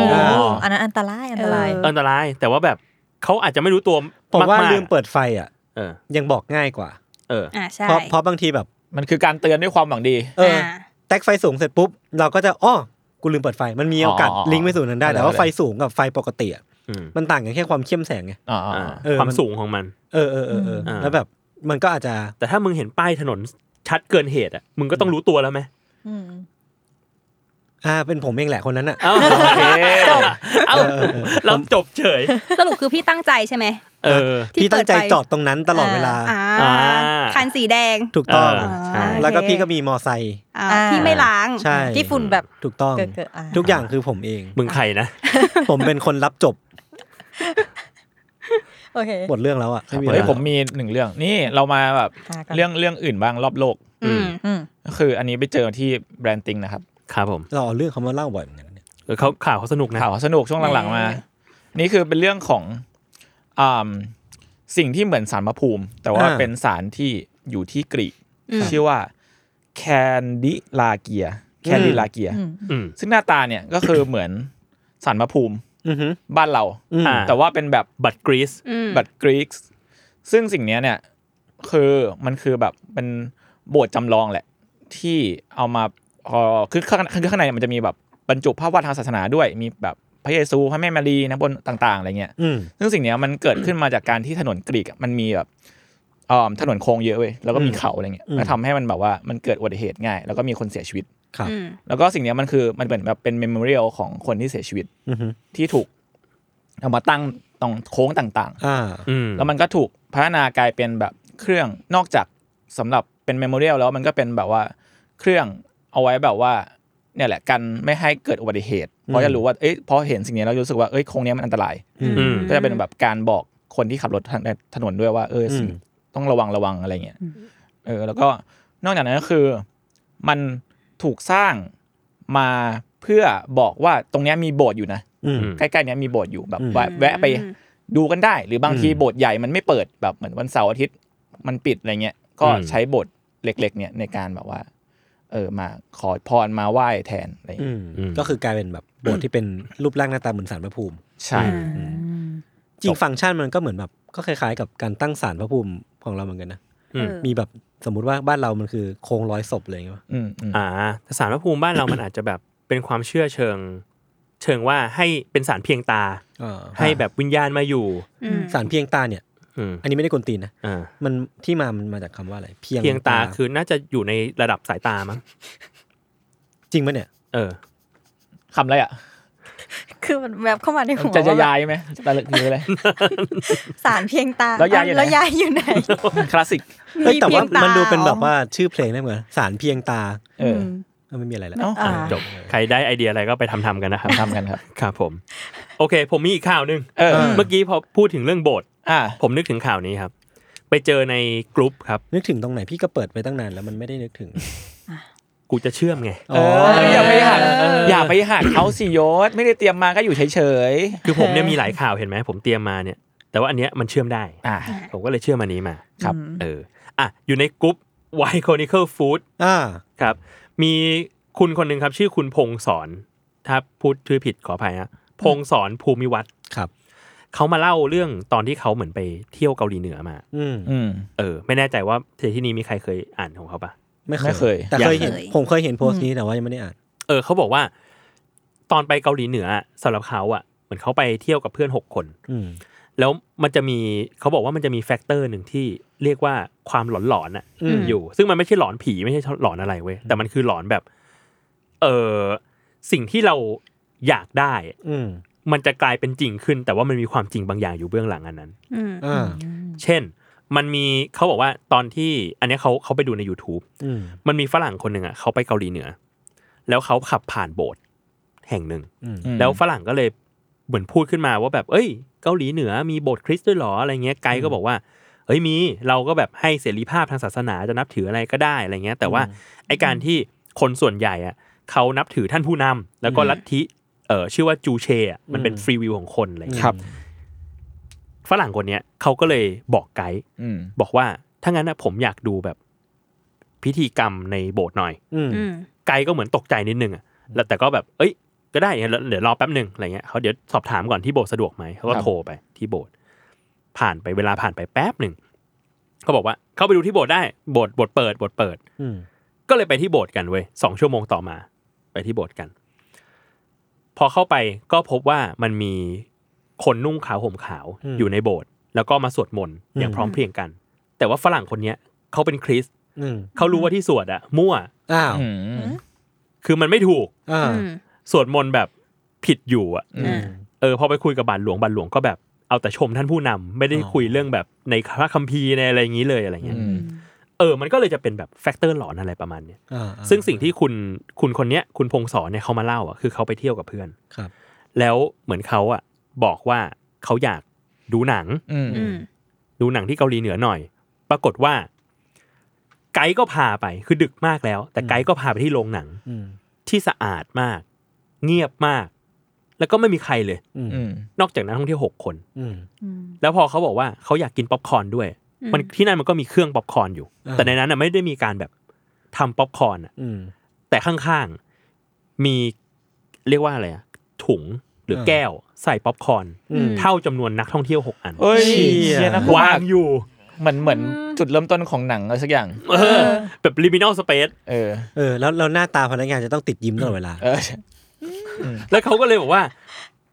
Speaker 5: อันนั้นอันตรายอันตราย
Speaker 7: เอ
Speaker 4: อันตราย แต่ว่าแบบเขาอาจจะไม่รู้ตัว
Speaker 2: ผมว่าม
Speaker 4: กๆ
Speaker 2: ลืมเปิดไฟอ่ะ
Speaker 4: เออ
Speaker 2: ยังบอกง่ายกว่า
Speaker 4: เออ
Speaker 7: อ่าใช่
Speaker 2: เพราะเพราะบางทีแบบ
Speaker 3: มันคือการเตือนด้วยความหวังดี
Speaker 2: เอออา แท็กไฟสูงเสร็จปุ๊บ เราก็จะอ้อกูลืมเปิดไฟ มันมีโอกาส
Speaker 3: อ๋ออ๋อ
Speaker 2: ลิงก์ไปสู่นั้นได้ แต่ว่า
Speaker 3: เอาเลย
Speaker 2: ไฟสูงกับไฟปกติอะ
Speaker 4: อืม
Speaker 2: มันต่างกันแค่ความเข้มแสงไง
Speaker 3: อ๋ออ๋อ
Speaker 4: อ่า
Speaker 3: อ๋อ
Speaker 2: เออ
Speaker 4: ความ
Speaker 2: มัน
Speaker 4: สูงของมัน
Speaker 2: เออเออเออเออ
Speaker 4: อ่า
Speaker 2: แล้วแบบมันก็อาจจะ
Speaker 4: แต่ถ้ามึงเห็นป้ายถนนชัดเกินเหตุอ่ะมึงก็ต้องรู้ตัวแล้วไหม
Speaker 2: อ่าเป็นผมเองแหละคนนั้นอ่ะ
Speaker 4: เอ้า
Speaker 2: [LAUGHS]
Speaker 3: โอเค
Speaker 4: เอ้า
Speaker 2: เออเออเออ
Speaker 4: เราจบเฉย
Speaker 7: สรุปคือพี่ตั้งใจใช่ไหม
Speaker 4: เออ
Speaker 7: ที่
Speaker 2: พี่ตั้งใจ
Speaker 7: เปิไฟ
Speaker 2: จอดตรงนั้นตลอดเวลา
Speaker 7: อ่า
Speaker 4: อ่า
Speaker 7: คันสีแดง
Speaker 2: ถูกต้อง
Speaker 4: เออใช่
Speaker 2: แล้วก็
Speaker 7: โอเค
Speaker 2: พี่ก็มีมอไซค์
Speaker 7: อ่า
Speaker 5: อ่า
Speaker 7: ที่ไม่ล้าง
Speaker 2: ใช่
Speaker 5: ที่ฝุ่นแบบ
Speaker 2: ถูกต้อง
Speaker 5: เกิดเกิดอ่ะ
Speaker 2: ทุกอย่างคือผมเอง
Speaker 4: มึงใครนะ
Speaker 2: ผมเป็นคนรับจบ
Speaker 5: โอเค
Speaker 2: หมดเรื่องแล้วอ่ะไอะ
Speaker 3: เฮ้
Speaker 2: ไร
Speaker 3: ยผมมีหนึ่งเรื่อง นี่เรามาแบบ
Speaker 5: หาก่น
Speaker 3: เรื่องเรื่องอื่นบ้างรอบโลก
Speaker 7: อืม
Speaker 5: อืม
Speaker 3: ก็คืออันนี้ไปเจอที่แบรนด์ติงนะครับ
Speaker 4: ครับผม
Speaker 2: เราเอาเรื่องเขามาเล่าบ่อยเหมือนกันเนี่ย
Speaker 4: เออเขาข่าวเขาสนุกนะ
Speaker 3: ข่าวสนุกช่วงหลังๆมา นี่คือเป็นเรื่องของอ่าสิ่งที่เหมือนสารมะภูมิ แต่ว่า
Speaker 2: อ่า
Speaker 3: เป็นสารที่อยู่ที่กรีก
Speaker 7: อืม
Speaker 3: ชื่อว่าแคนดิลาเกียแคนดิลาเกีย
Speaker 5: อืม
Speaker 4: อืม
Speaker 3: ซึ่งหน้าตาเนี่ยก็คือเหมือนสารมะภูมิ
Speaker 2: อือฮึ
Speaker 3: บ้านเรา
Speaker 2: อืม
Speaker 4: อ่า
Speaker 3: แต่ว่าเป็นแบบ
Speaker 4: บัตรกรีซ
Speaker 7: อืม
Speaker 3: บัตรกรีกซึ่งสิ่งเนี้ยเนี่ยคือมันคือแบบเป็นโบสถ์จำลองแหละ ที่เอามาเอ่อคือข้างคือข้างในมันจะมีแบบบรรจุภาพวาดทางศาสนาด้วย มีแบบพระเยซูพระแม่มารีนะบนต่างๆอะไรเงี้ย
Speaker 2: อืม
Speaker 3: ซึ่งสิ่งเนี้ยมันเกิดขึ้นมาจากการที่ถนนกรีกอะมันมีแบบเอ่อถนนโค้งเยอะเว้ยแล้วก็มีเขาอะไรเงี้ย
Speaker 2: อืม
Speaker 3: แล้วทำให้มันแบบว่ามันเกิดอุบัติเหตุง่าย แล้วก็มีคนเสียชีวิต
Speaker 2: ครับ
Speaker 7: อืม
Speaker 3: แล้วก็สิ่งเนี้ยมันคือมันเป็นแบบเป็นเมมโมเรียลของคนที่เสียชีวิต
Speaker 2: อือฮึ
Speaker 3: ที่ถูกเอามาตั้งตรงโค้งต่างๆ
Speaker 2: อ่า
Speaker 4: อืม
Speaker 3: แล้วมันก็ถูกพัฒนากลายเป็นแบบเครื่องนอกจากสำหรับเป็นเมมโมเรียลแล้วมันก็เป็นแบบว่าเครื่องเอาไว้แบบว่าเนี่ยแหละกันไม่ให้เกิดอุบัติเหตุเพราะจะรู้ว่าเอ้ยพอเห็นสิ่งนี้เรารู้สึกว่าเอ้ยโครงเนี้ยมันอันตราย
Speaker 4: อืม
Speaker 3: ก็จะเป็นแบบการบอกคนที่ขับรถทางในถนนด้วยว่าเออสิ่ง
Speaker 2: อืม
Speaker 3: ต้องระวังระวังอะไรเงี้ยเออ แล้วก็นอกจากนั้นก็คือมันถูกสร้างมาเพื่อบอกว่าตรงเนี้ยมีโบสถ์อยู่นะ
Speaker 2: อืม
Speaker 3: ใกล้ๆเนี้ยมีโบสถ์อยู่แบบ
Speaker 2: อืม
Speaker 3: แวะแวะไปดูกันได้ หรือบางที
Speaker 2: อืม
Speaker 3: โบสถ์ใหญ่มันไม่เปิดแบบเหมือนวันเสาร์อาทิตย์มันปิดอะไรเงี้ยก็ใช้โบสถ์เล็ก ๆ เนี่ยในการแบบว่า เออมาขอพรมาไหว้แทนอะไร
Speaker 2: อื
Speaker 3: เงี้ย
Speaker 2: ม
Speaker 4: อืม
Speaker 2: ก็คือกลายเป็นแบบโบทที่เป็นรูปร่างหน้าตาเหมือนสารพระภูมิ
Speaker 3: ใช่
Speaker 2: จริงฟังก์ชันมันก็เหมือนแบบก็คล้ายๆ กับการตั้งสารพระภูมิของเราเหมือนกันนะ
Speaker 4: อืม
Speaker 2: มีแบบสมมุติว่าบ้านเรามันคือโครงร้อยศพเลยไงวะ
Speaker 3: อืมอืม
Speaker 4: อ่าแต่สารพระภูมิบ้าน [COUGHS] เรา มันอาจจะแบบเป็นความเชื่อเชิง เชิงว่าให้เป็นสารเพียงตา ให้แบบวิญญาณมาอยู่
Speaker 7: อืม
Speaker 2: สารเพียงตาเนี่ย
Speaker 4: อืม
Speaker 2: อันนี้ไม่ได้กลนตีนนะ
Speaker 4: อ่า
Speaker 2: มันที่มามันมาจากคำว่าอะไรเพียง
Speaker 4: เพียงตาคือน่าจะอยู่ในระดับสายตามั้ง
Speaker 2: จริงปะเนี่ย
Speaker 4: เออ
Speaker 3: คำอะไรอ่ะ
Speaker 5: คือมันแบบเข้ามาในหัว
Speaker 3: จะจะ
Speaker 5: ว่าย
Speaker 3: ายไหมตะลึกคืออะไร
Speaker 5: สารเพียงตา
Speaker 3: แล้วยายอยู่ไหน
Speaker 5: แล้วยายอยู่ไหน
Speaker 3: คลาสสิก
Speaker 2: เอ้ยแต่ว่า
Speaker 5: เพียงตามั
Speaker 2: มันดูเป็นแบบว่าชื่อเพลงได้เหมือนสารเพียงตา
Speaker 3: เออ
Speaker 2: เออไม่มีอะไรแล้ว
Speaker 3: เนาะ
Speaker 5: อ่า
Speaker 4: จบ ใครได้ไอเดียอะไรก็ไปทำทำกัน
Speaker 3: [LAUGHS]
Speaker 4: นะครับ
Speaker 3: ทำกันครับ
Speaker 4: ครับผม โอเค ผมมีอีกข่าวหนึ่ง
Speaker 3: เออ
Speaker 4: เมื่อกี้พอพูดถึงเรื่องโบสถ์
Speaker 3: อ่า
Speaker 4: ผมนึกถึงข่าวนี้ครับ ไปเจอในกลุ่มครับ
Speaker 2: นึกถึงตรงไหนพี่ก็เปิดไปตั้งนานแล้วมันไม่ได้นึกถึง
Speaker 4: กูจะเชื่อมไง
Speaker 3: เอออย่าไปหัก
Speaker 4: เอออ
Speaker 3: อย่าไปหักเขาสิยศไม่ได้เตรียมมาก็อยู่เฉย
Speaker 4: คือผมเนี่ยมีหลายข่าวเห็นไหมผมเตรียมมาเนี่ย แต่ว่าอันเนี้ยมันเชื่อมได้
Speaker 3: ๆอ่า
Speaker 4: ผมก็เลยเชื่อมอันนี้มา
Speaker 3: ครับ
Speaker 4: เอออ่ะอยู่ในกลุ่ม Y Chronicle Food
Speaker 2: อ่า
Speaker 4: ครับมีคุณคนหนึ่งครับ ชื่อคุณพงศรถ้าพูดชื่อผิดขออภัยฮะพงศรภูมิวัฒน์
Speaker 2: ครับ
Speaker 4: เขามาเล่าเรื่องตอนที่เขาเหมือนไปเที่ยวเกาหลีเหนือมา
Speaker 2: อืม
Speaker 3: อืม
Speaker 4: เออ ไม่แน่ใจว่าที่นี้มีใครเคยอ่านของเขาปะ
Speaker 2: ไม่
Speaker 3: ไม่
Speaker 2: เค
Speaker 3: เค
Speaker 2: ย
Speaker 3: ย
Speaker 2: แต่เคยเห็น
Speaker 7: ยังเลย
Speaker 2: ผมเคยเห็นโพสต์นี้แต่ว่ายังไม่ได้อ่าน
Speaker 4: เออเขาบอกว่า ตอนไปเกาหลีเหนืออะสำหรับเขาอ่ะเหมือนเขาไปเที่ยวกับเพื่อนหกคน
Speaker 2: อืม
Speaker 4: แล้วมันจะมีเขาบอกว่ามันจะมีแฟกเตอร์หนึ่งที่เรียกว่าความหลอนหลอนๆอะอยู่ ซึ่งมันไม่ใช่หลอนผีไม่ใช่หลอนอะไรเว้ยแต่มันคือหลอนแบบ เออสิ่งที่เราอยากได้
Speaker 2: อืม
Speaker 4: มันจะกลายเป็นจริงขึ้น แต่ว่ามันมีความจริงบางอย่างอยู่เบื้องหลังอันนั้น
Speaker 7: อืม
Speaker 2: อ่า
Speaker 4: เช่น มันมีเขาบอกว่าตอนที่ อันเนี้ยเขาเขาไปดูใน YouTube
Speaker 2: อืม
Speaker 4: มันมีฝรั่งคนหนึ่งอ่ะเขาไปเกาหลีเหนือ แล้วเขาขับผ่านโบสถ์แห่งหนึ่ง
Speaker 3: อืม
Speaker 4: แล้วฝรั่งก็เลยเหมือนพูดขึ้นมาว่าแบบ เอ้ย เกาหลีเหนือมีโบสถ์คริสต์ด้วยเหรออะไรเงี้ย ไกด์ก็บอกว่า เฮ้ยมี เราก็แบบให้เสรีภาพทางศาสนาจะนับถืออะไรก็ได้อะไรเงี้ย แต่ว่าไอการที่คนส่วนใหญ่อะเขานับถือท่านผู้นำแล้วก็ลัทธิเออชื่อว่าจูเชอะมันเป็น
Speaker 2: อืม
Speaker 4: ฟรีวิวของคนอะไรเงี้ย
Speaker 1: ครับ
Speaker 4: ฝรั่งคนเนี้ยเขาก็เลยบอกไกด์
Speaker 3: อืม
Speaker 4: บอกว่าถ้างั้นนะผมอยากดูแบบพิธีกรรมในโบสถ์หน่อย
Speaker 2: อืม
Speaker 7: อืม
Speaker 4: ไกลก็เหมือนตกใจนิดนึงอ่ะ แล้วแต่ก็แบบ เอ้ย ก็ได้งั้นเดี๋ยวรอแป๊บหนึ่งอะไรเงี้ยเขาเดี๋ยวสอบถามก่อนที่โบสถ์สะดวกไหมเขาก็โทรไปที่โบสถ์ผ่านไปเวลาผ่านไปแป๊บหนึ่งเขาบอกว่าเข้าไปดูที่โบสถ์ได้ โบสถ์โบสถ์เปิดโบสถ์เปิด
Speaker 2: อืม
Speaker 4: ก็เลยไปที่โบสถ์กันเว้ยสองชั่วโมงต่อมา ไปที่โบสถ์กัน พอเข้าไปก็พบว่ามันมีคนนุ่งขาวห่มขาว
Speaker 2: อืม
Speaker 4: อยู่ในโบสถ์แล้วก็มาสวดมนต์อย่าง
Speaker 2: อืม
Speaker 4: พร้อมเพรียงกัน แต่ว่าฝรั่งคนเนี้ยเขาเป็นคริสต์
Speaker 2: อืม
Speaker 4: เขารู้ว่าที่สวดอะมั่ว
Speaker 2: อ้าว
Speaker 3: อืม
Speaker 4: คือมันไม่ถูก
Speaker 2: อ่า
Speaker 7: อืม
Speaker 4: สวดมนต์แบบผิดอยู่อ่ะ
Speaker 3: อื
Speaker 2: อื
Speaker 3: ม
Speaker 2: ม
Speaker 4: เออพอไปคุยกับบาทหลวงบาทหลวงก็แบบเอาแต่ชมท่านผู้นำไม่ได้
Speaker 2: อ๋อ
Speaker 4: คุยเรื่องแบบในพระคัมภีร์ในอะไรอย่างนี้เลยอะไรเงี้ย
Speaker 3: อืม
Speaker 4: เออมันก็เลยจะเป็นแบบแฟกเตอร์หลอนอะไรประมาณเนี้ย
Speaker 2: อ่า
Speaker 4: ซึ่งสิ่งที่คุณคุณคนเนี้ยคุณพงศรเนี่ยเขามาเล่าอ่ะคือเขาไปเที่ยวกับเพื่อน
Speaker 2: ครับ
Speaker 4: แล้วเหมือนเขาอ่ะบอกว่าเขาอยากดูหนัง
Speaker 3: อืม
Speaker 7: อืม
Speaker 4: ดูหนังที่เกาหลีเหนือหน่อย ปรากฏว่า ไกด์ก็พาไปคือดึกมากแล้ว แต่ไกด์ก็พาไปที่โรงหนัง
Speaker 2: อืม
Speaker 4: ที่สะอาดมาก เงียบมาก แล้วก็ไม่มีใครเลย
Speaker 2: อืม
Speaker 3: อืม
Speaker 4: นอกจากนักท่องเที่ยวหกคน
Speaker 2: อืม
Speaker 7: อืม
Speaker 4: แล้วพอเขาบอกว่าเขาอยากกินป๊อปคอร์นด้วย
Speaker 7: อืม
Speaker 4: มันที่นั่นมันก็มีเครื่องป๊อปคอร์นอยู่
Speaker 2: อ่า
Speaker 4: แต่ในนั้นน่ะไม่ได้มีการแบบทำป๊อปคอร์นอะ
Speaker 2: อืม
Speaker 4: แต่ข้างๆมีเรียกว่าอะไรอะถุงหรืออา แก้วใส่ป๊อปคอร์น
Speaker 2: อืม
Speaker 4: เท่าจำนวนนักท่องเที่ยวหกอัน
Speaker 3: เอ้ย
Speaker 2: เชี่ย
Speaker 3: เชี่ยนะว่า
Speaker 4: า
Speaker 3: ว
Speaker 4: งอยู่
Speaker 3: เหมือนเหมือนจุดเริ่มต้นของหนังอะไรสักอย่าง
Speaker 4: เออแบบลิมินอลสเปซ
Speaker 3: เออ
Speaker 2: เออแล้วแล้วหน้าตาพนักงานจะต้องติดยิ้มตลอดเวลา
Speaker 3: เออ
Speaker 4: แล้วเขาก็เลยบอกว่า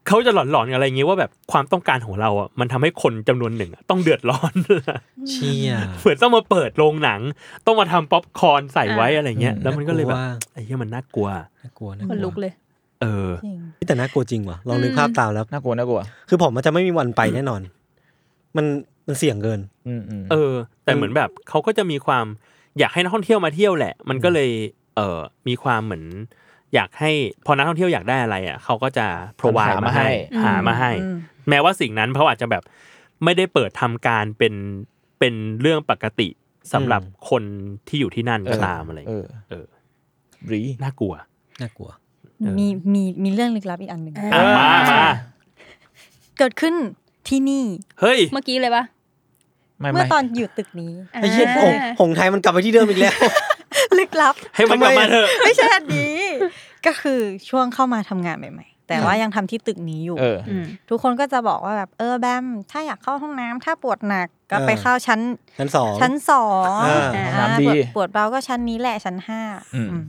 Speaker 4: เขาจะหลอนๆกับอะไรอย่างเงี้ยว่าแบบความต้องการของเราอ่ะมันทำให้คนจำนวนหนึ่งอะต้องเดือดร้อน [LAUGHS]
Speaker 2: เชี่ย
Speaker 4: เหมือนต้องมาเปิดโรงหนัง ต้องมาทำป๊อปคอร์นใส่ไว้อะไรเงี้ย
Speaker 3: อืม
Speaker 4: แล้วมันก็เลยแบบ
Speaker 2: ว่า
Speaker 4: ไอ้เหี้ยมันน่ากลัว
Speaker 2: น่ากลัวน่า
Speaker 7: ขนลุกเลย
Speaker 4: เออ
Speaker 2: แต่น่ากลัวจริงว่ะลองนึกภาพตามแล้ว
Speaker 3: น่ากลัวน่ากลัว
Speaker 2: คือผมมันจะไม่มีวันไปแน่นอน มันมันเสี่ยงเกิน
Speaker 3: อืมอืม
Speaker 4: เออ แต่เหมือนแบบเขาก็จะมีความอยากให้นักท่องเที่ยวมาเที่ยวแหละ มันก็เลยเออมีความเหมือน อยากให้พอนักท่องเที่ยวอยากได้อะไรอ่ะเขาก็จะ provide
Speaker 3: ห
Speaker 4: มาให้
Speaker 7: อืม
Speaker 4: หามาให้ แม้ว่าสิ่งนั้นเขาอาจจะแบบไม่ได้เปิดทำการเป็นเป็นเรื่องปกติสำหรับ
Speaker 2: อืม
Speaker 4: คนที่อยู่ที่นั่น
Speaker 3: เอ
Speaker 4: ก็
Speaker 3: อ
Speaker 4: ตามอะไรอย่าง
Speaker 3: เอ
Speaker 4: เงี้ย
Speaker 3: อเออรี
Speaker 4: น่ากลัว
Speaker 2: น่ากลัว
Speaker 6: มีมีมีเรื่องลึกลับอีกอันหนึ่ง
Speaker 4: อ่ะมามา
Speaker 6: เกิดขึ้นที่นี่
Speaker 4: เฮ้ย
Speaker 7: เมื่อกี้เลยปะ
Speaker 3: ไม่
Speaker 6: เมื่
Speaker 3: ไม่
Speaker 6: อตอนอยู่ตึกนี้
Speaker 2: ไอ้เหี้ยหงหงไทยมันกลับไปที่เดิมอีกแล้ว
Speaker 6: ลึกลับ
Speaker 4: ให้มัน
Speaker 2: ทำไม
Speaker 4: กลับมาเถอะ
Speaker 6: ไม่ใช่อันนี้ [LAUGHS] ก็คือช่วงเข้ามาทำงานใหม่ๆ แต่ว่ายังทำที่ตึกนี้อยู่
Speaker 3: เออ
Speaker 7: อืม
Speaker 6: ทุกคนก็จะบอกว่าแบบเออแบมถ้าอยากเข้าห้องน้ำถ้าปวดหนักก็
Speaker 2: เออ
Speaker 6: ไปเข้าชั้น
Speaker 2: ชั้นสอง
Speaker 6: ชั้นสอง
Speaker 2: อ่า
Speaker 6: อ่า
Speaker 3: ห้องน้ำดี
Speaker 6: ปวปวดเบาก็ชั้นนี้แหละชั้นห้า
Speaker 3: อืม
Speaker 6: อืม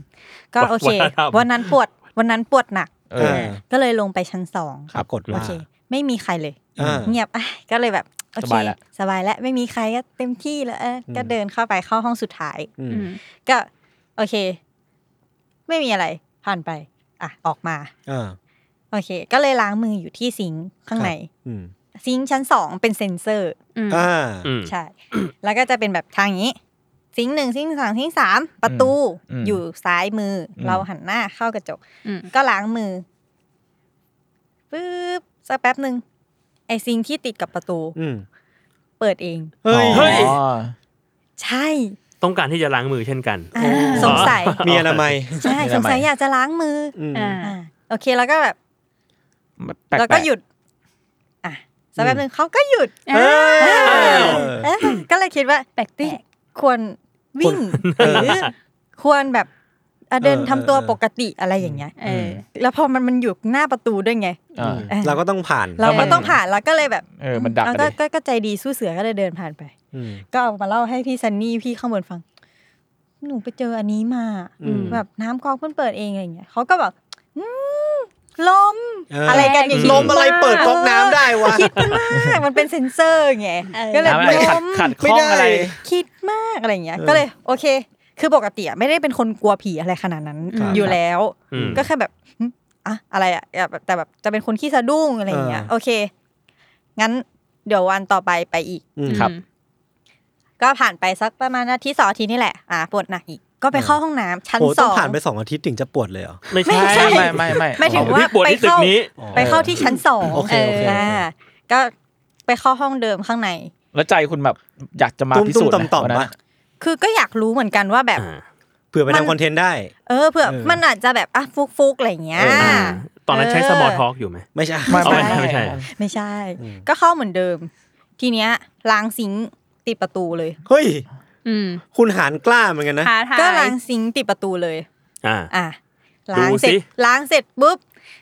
Speaker 6: ก็โอเค
Speaker 4: วัฒนธรรม
Speaker 6: วันนั้นปวดวันนั้นปวดหนัก
Speaker 3: เอ
Speaker 2: เอ
Speaker 3: อ
Speaker 2: อ
Speaker 6: ก็เลยลงไปชั้นสอง
Speaker 2: ปรากฏ
Speaker 6: โอ
Speaker 2: ว่า
Speaker 6: เค ไม่มีใครเลย
Speaker 2: อ่า
Speaker 6: เงียบอ่ะก็เลยแบบโอ
Speaker 3: ส
Speaker 6: เค
Speaker 3: บายละ
Speaker 6: สบายแล้วไม่มีใครก็เต็มที่แล้วเอออก็เดินเข้าไปเข้าห้องสุดท้าย
Speaker 2: อืม
Speaker 7: อืม
Speaker 6: ก็ โอเค ไม่มีอะไรผ่านไป อ่ะออกมา
Speaker 2: อ่า
Speaker 6: โอเค ก็เลยล้างมืออยู่ที่ซิงค์ข้างใน
Speaker 2: อืม
Speaker 6: ซิงค์ชั้นสองเป็นเซ็นเซอร์
Speaker 7: อืม
Speaker 2: อ่า
Speaker 4: อืม
Speaker 6: ใช่ แล้วก็จะเป็นแบบทางนี้ ซิงค์หนึ่งซิงค์สองซิงค์สามประตู
Speaker 3: อืม
Speaker 6: อยู่ซ้ายมืออ
Speaker 3: ม
Speaker 6: เราหันหน้าเข้ากระจก
Speaker 7: อืม
Speaker 6: ก็ล้างมือปึ๊บสักแป๊บหนึ่งไอซิงค์ที่ติดกับประตู
Speaker 2: อืม
Speaker 6: เปิดเอง
Speaker 2: เฮ้ย
Speaker 3: เฮ้ย
Speaker 6: ใช่
Speaker 4: ต้องการที่จะล้างมือเช่นกัน
Speaker 6: อ่าสงสัย
Speaker 2: มีอนามัย
Speaker 6: ใช่สงสัยอยากจะล้างมือ
Speaker 2: อืม
Speaker 7: อ่า
Speaker 6: อ่าโอเคแล้วก็แบบ
Speaker 3: ปลๆ
Speaker 6: แล้วก็หยุด อ่ะสักแป๊บหนึ่งเขาก็หยุด
Speaker 7: เอ้ย
Speaker 2: ว
Speaker 6: เอ๊ะก็เลยคิดว่า
Speaker 7: แปลกแปลก
Speaker 6: ควรวิ่งหรือควรแบบอ่ะเดิน
Speaker 2: เออ
Speaker 6: ทำตัว
Speaker 2: เออ
Speaker 6: ปกติอะไรอย่างเงี้ย
Speaker 7: เออ
Speaker 6: แล้วพอมันมันอยู่หน้าประตูด้วยไง
Speaker 3: อ่า
Speaker 2: อืมเราก็ต้องผ่าน
Speaker 6: เราก็
Speaker 7: เออ
Speaker 6: ต้องผ่านแล้วก็เลยแบบ
Speaker 3: เออมันดัก
Speaker 6: เรา
Speaker 3: กัน
Speaker 6: ก็
Speaker 3: ดิ
Speaker 6: ก็ก็ใจดีสู้เสือก็เลยเดินผ่านไป
Speaker 2: อืม
Speaker 6: ก็เอามาเล่าให้พี่ซันนี่พี่ข้างบนฟัง หนูไปเจออันนี้มา
Speaker 2: อืม
Speaker 6: แบบน้ำกองเพิ่นเปิดเองอะไรอย่างเงี้ยเขาก็แบบอืมลม [LAUGHS]
Speaker 2: เอออ
Speaker 6: อะไรกันอย่าง
Speaker 2: ล
Speaker 6: เงี้ย
Speaker 2: มอะไรเปิดก๊อกน้ำได้วะ
Speaker 6: คิดมากมันเป็นเซ็นเซอร์ไง
Speaker 7: เออ
Speaker 6: ก็เลย
Speaker 3: น้ำอะไร
Speaker 6: ไม่
Speaker 3: ขัดขัด
Speaker 2: ไม่
Speaker 3: ข้อง
Speaker 2: ได้
Speaker 3: อะไร
Speaker 6: คิดมากอะไรอย่างเงี้ย
Speaker 2: เออ
Speaker 6: ก็เลยโอเค คือปกติอะไม่ได้เป็นคนกลัวผีอะไรขนาดนั้น
Speaker 2: ครับ
Speaker 6: อยู่แล้ว
Speaker 4: อืม
Speaker 6: ก็แค่แบบหึอะอะไรอะแบบแต่แบบจะเป็นคนขี้สะดุ้งอะไรอย่างเงี้ย
Speaker 2: เออ
Speaker 6: โอเค งั้นเดี๋ยววันต่อไปไปอีก
Speaker 2: อืม
Speaker 3: ครับ
Speaker 6: ก็ผ่านไปสักประมาณอาทิตย์สองอาทิตย์นี่แหละอ่ะปวดหนักอีก ก็ไปเข้าห้องน้ำชั้น
Speaker 2: โอ้
Speaker 6: ส
Speaker 2: ต้อง
Speaker 6: อง
Speaker 2: ผ่านไปสองอาทิตย์ถึงจะปวดเลยเหรอ
Speaker 4: ไม่
Speaker 6: ไม่
Speaker 4: ใช่
Speaker 6: ใช่
Speaker 3: ไม่ไม่ไม่
Speaker 6: ไม่ถึงว่า
Speaker 4: พี่ปวด
Speaker 6: ไป
Speaker 4: ที่ตึก
Speaker 6: เข้า
Speaker 4: นี้
Speaker 6: ไปเข้าที่ชั้นสอง
Speaker 2: โอเคโอเค
Speaker 6: อ่าก็ไปเข้าห้องเดิมข้างใน
Speaker 3: แล้วใจคุณแบบอยากจะมา
Speaker 2: ตุ้ม
Speaker 3: พิ
Speaker 2: ตุ้
Speaker 3: สู
Speaker 2: ม
Speaker 3: จน์
Speaker 2: ต่อม
Speaker 3: นะ
Speaker 2: ต่อม
Speaker 3: วันนั้น
Speaker 2: ปะ
Speaker 3: อะ
Speaker 6: คือก็อยากรู้เหมือนกันว่าแบบ
Speaker 4: อ่า
Speaker 2: เผื่อไป
Speaker 6: มัน
Speaker 2: ทำคอนเทนต์ได้
Speaker 6: เออเผื่อ
Speaker 2: เออ
Speaker 6: มันอาจจะแบบอ่ะฟุกฟุกๆอะไรอย่างเงี้ย
Speaker 2: เออ
Speaker 4: อ่าตอนนั้นใช้
Speaker 6: เออ
Speaker 4: สมอลท็อกอยู่ไหม
Speaker 2: ไม่ใช่
Speaker 3: ไม่ไม่
Speaker 4: เอาไว้
Speaker 3: ไม่
Speaker 4: ใช่
Speaker 3: ใช่
Speaker 6: ไม่ใช่
Speaker 2: อืม
Speaker 6: ก็เข้าเหมือนเดิม ทีเนี้ยล้างซิงค์ติดประตูเลย
Speaker 2: เฮ้ย
Speaker 7: อืม
Speaker 2: คุณหารกล้าเหมือนกันนะ
Speaker 7: ท้าทาย
Speaker 6: ก็ล้างซิงค์ติดประตูเลย
Speaker 4: อ่า
Speaker 6: อ่ะล้างเสร็
Speaker 4: ดู
Speaker 6: จ
Speaker 4: สิ
Speaker 6: ล้างเสร็จปุ๊บ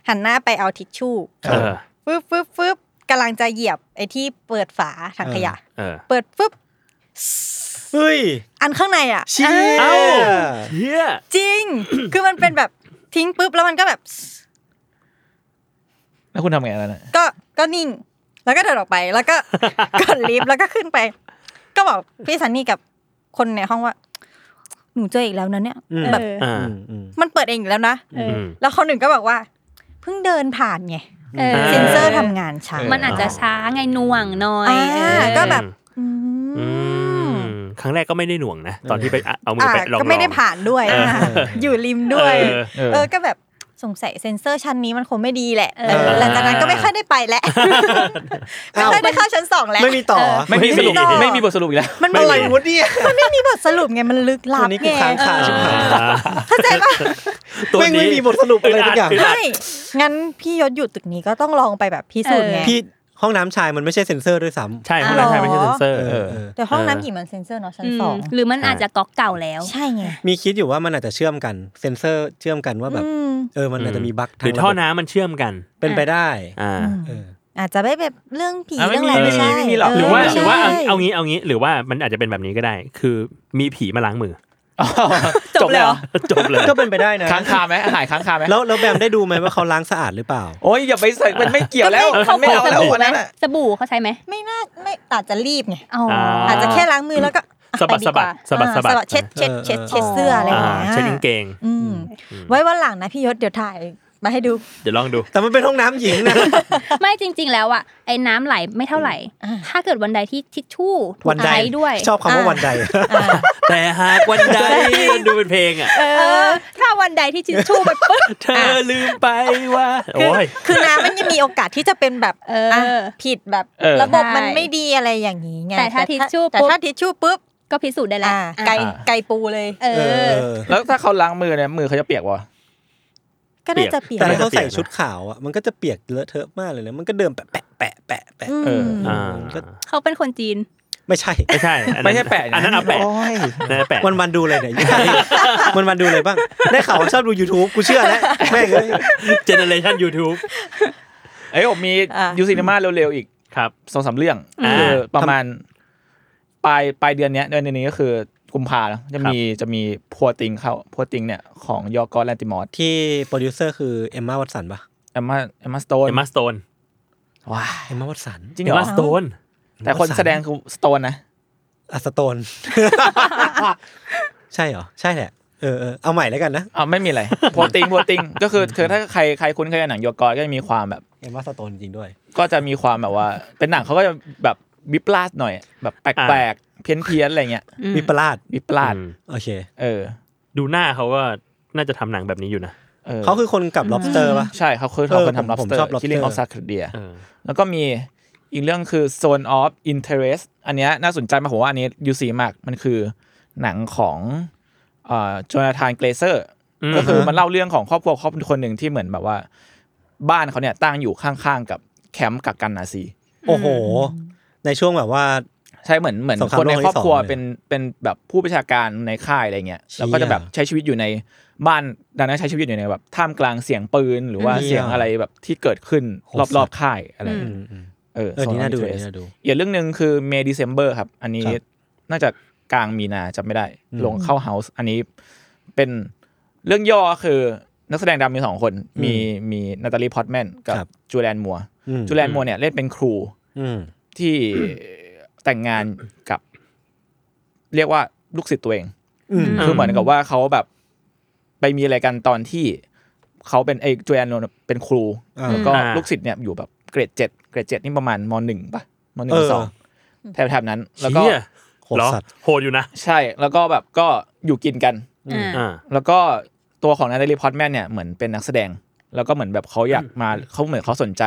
Speaker 6: หันหน้าไปเอาทิชชู่
Speaker 4: เออ
Speaker 6: ปึ๊บปึ๊บปึ๊บกำลังจะเหยียบไอ้ที่เปิดฝาถังขยะ
Speaker 4: เออ
Speaker 6: เปิดปุ๊บ
Speaker 2: เฮ้ย
Speaker 6: อันข้างในอ่ะ
Speaker 2: เชี่
Speaker 6: อ่ะ
Speaker 2: ย
Speaker 4: เอ้าเฮีย
Speaker 6: จริง คือมันเป็นแบบทิ้งปุ๊บแล้วมันก็แบบ
Speaker 3: แล้วคุณทำไงแล้วนะ
Speaker 6: ก็ก็นิ่ง แล้วก็เดินออกไปแล้วก็ กดลิฟต์แล้วก็ขึ้นไป ก็บอกพี่ซันนี่กับคนในห้องว่า หนูเจออีกแล้วนะเนี่ย
Speaker 2: อืม
Speaker 6: แบบ
Speaker 7: เออ
Speaker 4: อ่า
Speaker 2: อืมอืม
Speaker 6: มันเปิดเองอีกแล้วนะ
Speaker 7: เออ
Speaker 4: ม
Speaker 6: แล้วคนหนึ่งก็บอกว่า เพิ่งเดินผ่านไง
Speaker 7: เออ
Speaker 6: เซ็นเซอร์ทำงานช้า
Speaker 7: มันอาจจะช้าไงหน่วงหน่อย
Speaker 6: อ่า
Speaker 7: เออ
Speaker 6: ก็แบบ อื
Speaker 4: อื
Speaker 6: ม
Speaker 4: มครั้งแรกก็ไม่ได้หน่วงนะ ตอนที่ไปอ่ะเอามือไปลอง
Speaker 6: อ่ะก็ไม่ได้
Speaker 4: ลอง
Speaker 6: ผ่านด้วย
Speaker 4: เออ
Speaker 6: ค่ะอยู่ริมด้วย
Speaker 4: เออ
Speaker 3: เออ
Speaker 6: เออก็แบบสงสัยเซ็นเซอร์ชั้นนี้มันคงไม่ดีแหละ
Speaker 7: เออ
Speaker 6: เออหลังจากนั้นก็ไม่ค่อยได้ไป
Speaker 2: [LAUGHS]
Speaker 6: แล้วไม่ค่อยได้เข้าชั้นสองแล้ว
Speaker 2: ไม่มีต่อ
Speaker 6: เออ
Speaker 3: ไม่มีสรุป
Speaker 6: ไม่มีต่อ
Speaker 3: ไม่มีบทสรุปอีกแล้ว
Speaker 6: มัน
Speaker 4: ไม่มี
Speaker 6: มี
Speaker 2: อะไรวะเนี่ย
Speaker 6: มีบทสรุปไงมันลึกลั
Speaker 2: วั
Speaker 6: บ
Speaker 2: นนี้กู
Speaker 6: ไง
Speaker 2: ค้างคาชิบหาย
Speaker 4: อ่า
Speaker 6: เข้าใจปะ
Speaker 4: ตัว
Speaker 2: ไม่งไม่
Speaker 4: นี้
Speaker 2: มีบทสรุปอะไรทุกอย่าง
Speaker 4: อึดอัด
Speaker 6: ใช่งั้นพี่ยศอยู่ตึกนี้ก็ต้องลองไปแบบพิสูจน์ไง
Speaker 2: พี่ห้องน้ำชายมันไม่ใช่เซ็นเซอร์ด้วยซ้ำ
Speaker 4: ใช่ห้องน้ำชายไม่ใช่เซนเซอร์
Speaker 2: เออ
Speaker 4: เออ
Speaker 2: เออ
Speaker 6: แต่ห้องน้ำหญิงมันเซ็นเซอร์เนาะชั้นสอง
Speaker 7: อืมหรือมันอาจจะก๊อกเก่าแล้ว
Speaker 6: ใช่ไง
Speaker 2: มีคิดอยู่ว่ามันอาจจะเชื่อมกัน เซ็นเซอร์เชื่อมกันว่าแบบ
Speaker 6: อืม
Speaker 2: เออมันอาจจะมีบั๊ก
Speaker 4: ห
Speaker 2: ทาง
Speaker 4: รือท่อน้ำมันเชื่อมกัน
Speaker 2: เป็นไปได้
Speaker 4: อ่า
Speaker 2: เออ
Speaker 6: อาจจะไม่แบบเรื่องผี
Speaker 3: อ่ะไม่
Speaker 6: เรื่
Speaker 3: มี
Speaker 6: องอะไร
Speaker 3: ไม่
Speaker 6: ไม่
Speaker 3: มี
Speaker 6: ใช่
Speaker 3: ไม่มีหรอก
Speaker 6: เห
Speaker 4: รือว่า
Speaker 6: ไม่
Speaker 4: ห
Speaker 6: ใช่
Speaker 4: รือว่าเอาเอางี้เอางี้หรือว่ามันอาจจะเป็นแบบนี้ก็ได้ คือมีผีมาล้างมือ
Speaker 3: จบเลยเหรอ
Speaker 4: จบเลย
Speaker 2: ก็เป็นไปได้นะ
Speaker 3: ค้างคาไหมอาหารค้างคาไหม
Speaker 2: แล้วแล้วแบมได้ดูไหมว่าเขาล้างสะอาดหรือเปล่า
Speaker 3: โอ้ยอย่าไปใส่มันไม่เกี่ยวแล้ว
Speaker 7: เขา
Speaker 3: มันไม่เอา
Speaker 7: ส
Speaker 3: แล้ว
Speaker 7: บู่
Speaker 3: วัน
Speaker 7: ไหม
Speaker 3: นั้นอะ
Speaker 7: สบู่เขาใช้ไหม
Speaker 6: ไม่น่าไม่อาจจะรีบไง
Speaker 7: อ๋ออา
Speaker 6: อาจจะแค่ล้างมือแล้วก็อ่ะ
Speaker 4: สะบัด
Speaker 6: ไปกว่า
Speaker 4: สะบัด
Speaker 6: อ่า
Speaker 4: สะบัดสะบัด
Speaker 6: เช็ดเช็ดเช็ดเช็ดเสื้ออะไรอ
Speaker 4: อ่า
Speaker 6: ย่างเงี้ย
Speaker 4: ใช้กางเกง
Speaker 6: อืมไว้วันหลังนะพี่ยศเดี๋ยวถ่ายมาให้ดู
Speaker 4: เดี๋ยวลอง
Speaker 6: [LAUGHS]
Speaker 4: ดู
Speaker 2: แต่มันเป็นห้องน้ำหญิงนะ
Speaker 7: ไม่จริง ๆ แล้วอ่ะไอ้น้ำไหลไม่เท่าไหร่ ถ้าเกิดวันใดที่ทิชชู่ถู
Speaker 2: วัน
Speaker 7: ก
Speaker 2: ใด
Speaker 7: ใช้ด้วย
Speaker 2: ชอบคำว่าวันใด
Speaker 6: อ่า
Speaker 4: แต่หากวันใดดูเป็นเพลงอ่ะ
Speaker 6: เอ
Speaker 7: เอ
Speaker 6: อ
Speaker 7: อ ถ้าวันใดที่ทิชชู่มันปุ๊บ
Speaker 4: เธอลืมไปว่า โอ้ย
Speaker 6: คือน้ำมันยังมีโอกาสที่จะเป็นแบบ
Speaker 7: เอออ่
Speaker 6: ะผิดแบบ
Speaker 3: เออ
Speaker 6: ระบบมัน
Speaker 7: ใช่
Speaker 6: ไม่ดีอะไรอย่างนี้ไง
Speaker 7: แต่ถ้าทิชชู่
Speaker 6: แต่
Speaker 7: ปุ๊บ
Speaker 6: ถ้าทิชชู่ปุ๊บ
Speaker 7: ก็พิสูจน์ได้แล้ว
Speaker 6: อ่ะ
Speaker 7: อ่ะ
Speaker 6: ไกล
Speaker 3: อ่า
Speaker 6: ไกลปูเลย
Speaker 7: เอ
Speaker 2: เอ
Speaker 7: อ
Speaker 2: อ
Speaker 3: แล้วถ้าเขาล้างมือเนี่ยมือเขาจะเปียกวะ
Speaker 6: ก็น่าจะเปลี่ยน
Speaker 2: แต่ถ้า
Speaker 4: ก็
Speaker 2: เขาใส่ชุดขาวอ่ะมันก็จะเปียกเลอะเทอะมากเลยนะมันก็เดินแปะแปะแปะแปะแปะ
Speaker 6: อืม
Speaker 3: เออ
Speaker 4: อ่า
Speaker 2: ก็
Speaker 7: เขาเป็นคนจีน
Speaker 2: ไม่ใช่
Speaker 4: ไม่ใช่อันนั้น
Speaker 3: ไม่ใช่แปะ
Speaker 4: อันนั้นเอาแปะ
Speaker 3: โอ้ย
Speaker 4: อันนั้นเอาแปะ
Speaker 2: [LAUGHS] วันวันๆดูเลยเนี่ยวันวันๆดูเลยบ้าง ได้ข่าวว่าชอบดู YouTube กูเชื่อแล้วแม่งเอ้ย
Speaker 4: เจเนอเรชัน YouTube
Speaker 3: เอ้ยผมมียูซิน m มาเร็วๆอีก
Speaker 4: ครับ
Speaker 3: สองสามเรื่อง
Speaker 4: อ่า
Speaker 3: คือประมาณปลายปลายเดือนเนี้ยเดือนนี้ก็คือกุมภาแล้วจะมีจะมีพัวติงเข้าพัวติงเนี่ยของยอร์กอนแลนติมอส
Speaker 2: ที่โปรดิวเซอร์คือเอมมาวัตสันปะ
Speaker 3: เอมมาเอมมาสโตน
Speaker 4: เอมมาสโตน
Speaker 3: ว้า
Speaker 2: เอมมาวัตสัน
Speaker 3: จริง
Speaker 4: เอ
Speaker 3: เหร
Speaker 4: มมา
Speaker 3: อ
Speaker 4: สโตน
Speaker 3: แต่คนแสดงคือสโตนนะ
Speaker 2: อัสโตน [LAUGHS] ใช่เหรอ ใช่แหละเออเออเอาใหม่แล้วกันนะ
Speaker 3: อ่าไม่มีอะไร โพติงโพติงก็คือคือถ้าใครใครคุ้นเคยกับหนังโยกอยก็จะมีความแบบ
Speaker 2: เอมมาสโตนจริงด้วย
Speaker 3: ก็จะมีความแบบว่า เป็นหนังเขาก็จะแบบวิปลาสหน่อย แบบแปลกๆเพี้ยนเพี้ยนๆอะไรเงี้ย
Speaker 2: มีประหลาด
Speaker 3: วิปลาส
Speaker 4: อืม
Speaker 2: โอเค
Speaker 3: เออ
Speaker 4: ดูหน้าเขาว่าน่าจะทำหนังแบบนี้อยู่นะ
Speaker 3: เออ
Speaker 2: เขาคือคนกับ lobster ปะ
Speaker 3: ใช่เขาคือเขาคน
Speaker 2: เออผม
Speaker 3: ทำ
Speaker 2: ผม
Speaker 3: lobster
Speaker 2: ชอบ lobster
Speaker 3: ที่เรื่องออสซาคเดีย
Speaker 4: เออ
Speaker 3: แล้วก็มีอีกเรื่องคือ zone of interest อันเนี้ยน่าสนใจมากผมว่าอันนี้ยูซีมากมันคือหนังของอ่าโจนาธานเกรเซอร์
Speaker 4: อืม
Speaker 3: ก็คือมันเล่าเรื่องของครอบครัวครอบครัวคนหนึ่งที่เหมือนแบบว่า บ้านเขาเนี่ยตั้งอยู่ข้างๆกับแคมป์กักกันนาซี
Speaker 2: โอ้โห ในช่วงแบบว่า
Speaker 3: ใช่เหมือนเหมือน
Speaker 2: สงคราม
Speaker 3: คนใน
Speaker 2: โลก
Speaker 3: ครอบครัว
Speaker 2: ที่สองเลย
Speaker 3: เป็นเป็นแบบผู้ประชาการในค่ายอะไรเงี้ย
Speaker 2: เชี่ย
Speaker 3: แล้วก็จะแบบใช้ชีวิตอยู่ในบ้านดังนั้นใช้ชีวิตอยู่ในแบบท่ามกลางเสียงปืนหรือว่า
Speaker 2: เชี่ย
Speaker 3: เสียงอะไรแบบที่เกิดขึ้น
Speaker 2: โห
Speaker 3: รอบ
Speaker 2: สั
Speaker 3: ร
Speaker 2: ต
Speaker 3: อ
Speaker 2: ว์
Speaker 3: บค่ายอะไร
Speaker 7: อืม
Speaker 2: อืมอืม
Speaker 3: เออ
Speaker 2: เออนี่น่าดู
Speaker 3: เ
Speaker 2: นี่น่าดู
Speaker 3: อีกเรื่องหนึ่งคือเม y d เ c e m b e r ครับ อันนี้
Speaker 2: ครับ
Speaker 3: น่าจะกลางมีนาจำไม่ได้
Speaker 2: อืม
Speaker 3: ลงเข้าเฮาส์อันนี้เป็นเรื่องย่อคือนักแสดงดำมีสองคน มีมีนาตาลีพอตแมนกับจูแลนมัว
Speaker 2: อืม
Speaker 3: จูแลนมัวเนี่ยเล่นเป็นครู
Speaker 2: อืม
Speaker 3: ที่แต่งงานกับ เรียกว่าลูกศิษย์ตัวเอง
Speaker 2: อืม
Speaker 3: คือเหมือนกับว่าเขาแบบไปมีอะไรกันตอนที่เขาเป็นไอ้จูแอนโนเป็นครู
Speaker 2: อ่า
Speaker 3: แล้วก็
Speaker 4: อ่า
Speaker 3: ลูกศิษย์เนี่ยอยู่แบบเกรดเจ็ดเกรดเจ็ดนี่ประมาณมหนึ่งป่ะมหนึ่ง
Speaker 2: เออ
Speaker 3: สองแถบๆนั้น แล้วก็
Speaker 4: เชี่ย
Speaker 2: โหด
Speaker 4: เหรอ
Speaker 2: สัตว์
Speaker 4: โหดอยู่นะ
Speaker 3: ใช่แล้วก็แบบก็อยู่กินกัน
Speaker 7: อ่า
Speaker 4: อ่า
Speaker 3: แล้วก็ตัวของนาตาลีพอตแมนเนี่ยเหมือนเป็นนักแสดง แล้วก็เหมือนแบบเขาอยากมาเขาเหมือนเขาสนใจ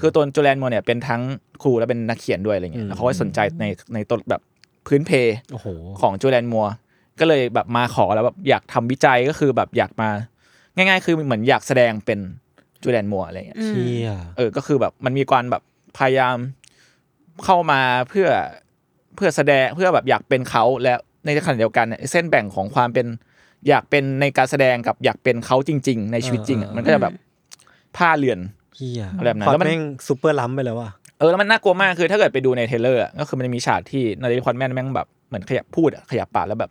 Speaker 3: คือตัวจูแลนมอร์เนี่ยเป็นทั้งครูและเป็นนักเขียนด้วยอะไรเงี้
Speaker 2: อื
Speaker 3: ย
Speaker 2: ม
Speaker 3: แล้วเขาก็สนใจในในตัวแบบพื้นเพ
Speaker 2: โอ้โห
Speaker 3: ของจูแลนมัวร์ก็เลยแบบมาขอแล้วแบบอยากทำวิจัยก็คือแบบอยากมา ง่าย ๆ คือเหมือนอยากแสดงเป็นจูแลนมัวร์อะไรเงี้ย
Speaker 7: อืม
Speaker 2: เชี่ย
Speaker 3: เออก็คือแบบมันมีการแบบพยายามเข้ามาเพื่อเพื่อแสดงเพื่อแบบอยากเป็นเขาแล้วในขณะเดียวกันเนี่ยเส้นแบ่งของความเป็นอยากเป็นในการแสดงกับอยากเป็นเขาจริง ๆ ในชีวิตจริงอะมันก็จะแบบผ้าเลือน
Speaker 2: เชี่ย
Speaker 3: อะไรแบบนั้น
Speaker 2: พอ
Speaker 3: แล้
Speaker 2: ด
Speaker 3: วมัน
Speaker 2: แม่งซูเปอร์ล้ำไปแล้วอ่ะ
Speaker 3: เออแล้วมันน่ากลัวมากคือถ้าเกิดไปดูในเทรลเลอร์อะก็คือมันจะมีฉากที่นาริคอนแมนแม่งแบบเหมือนขยับพูดอะขยับปากแล้วแบบ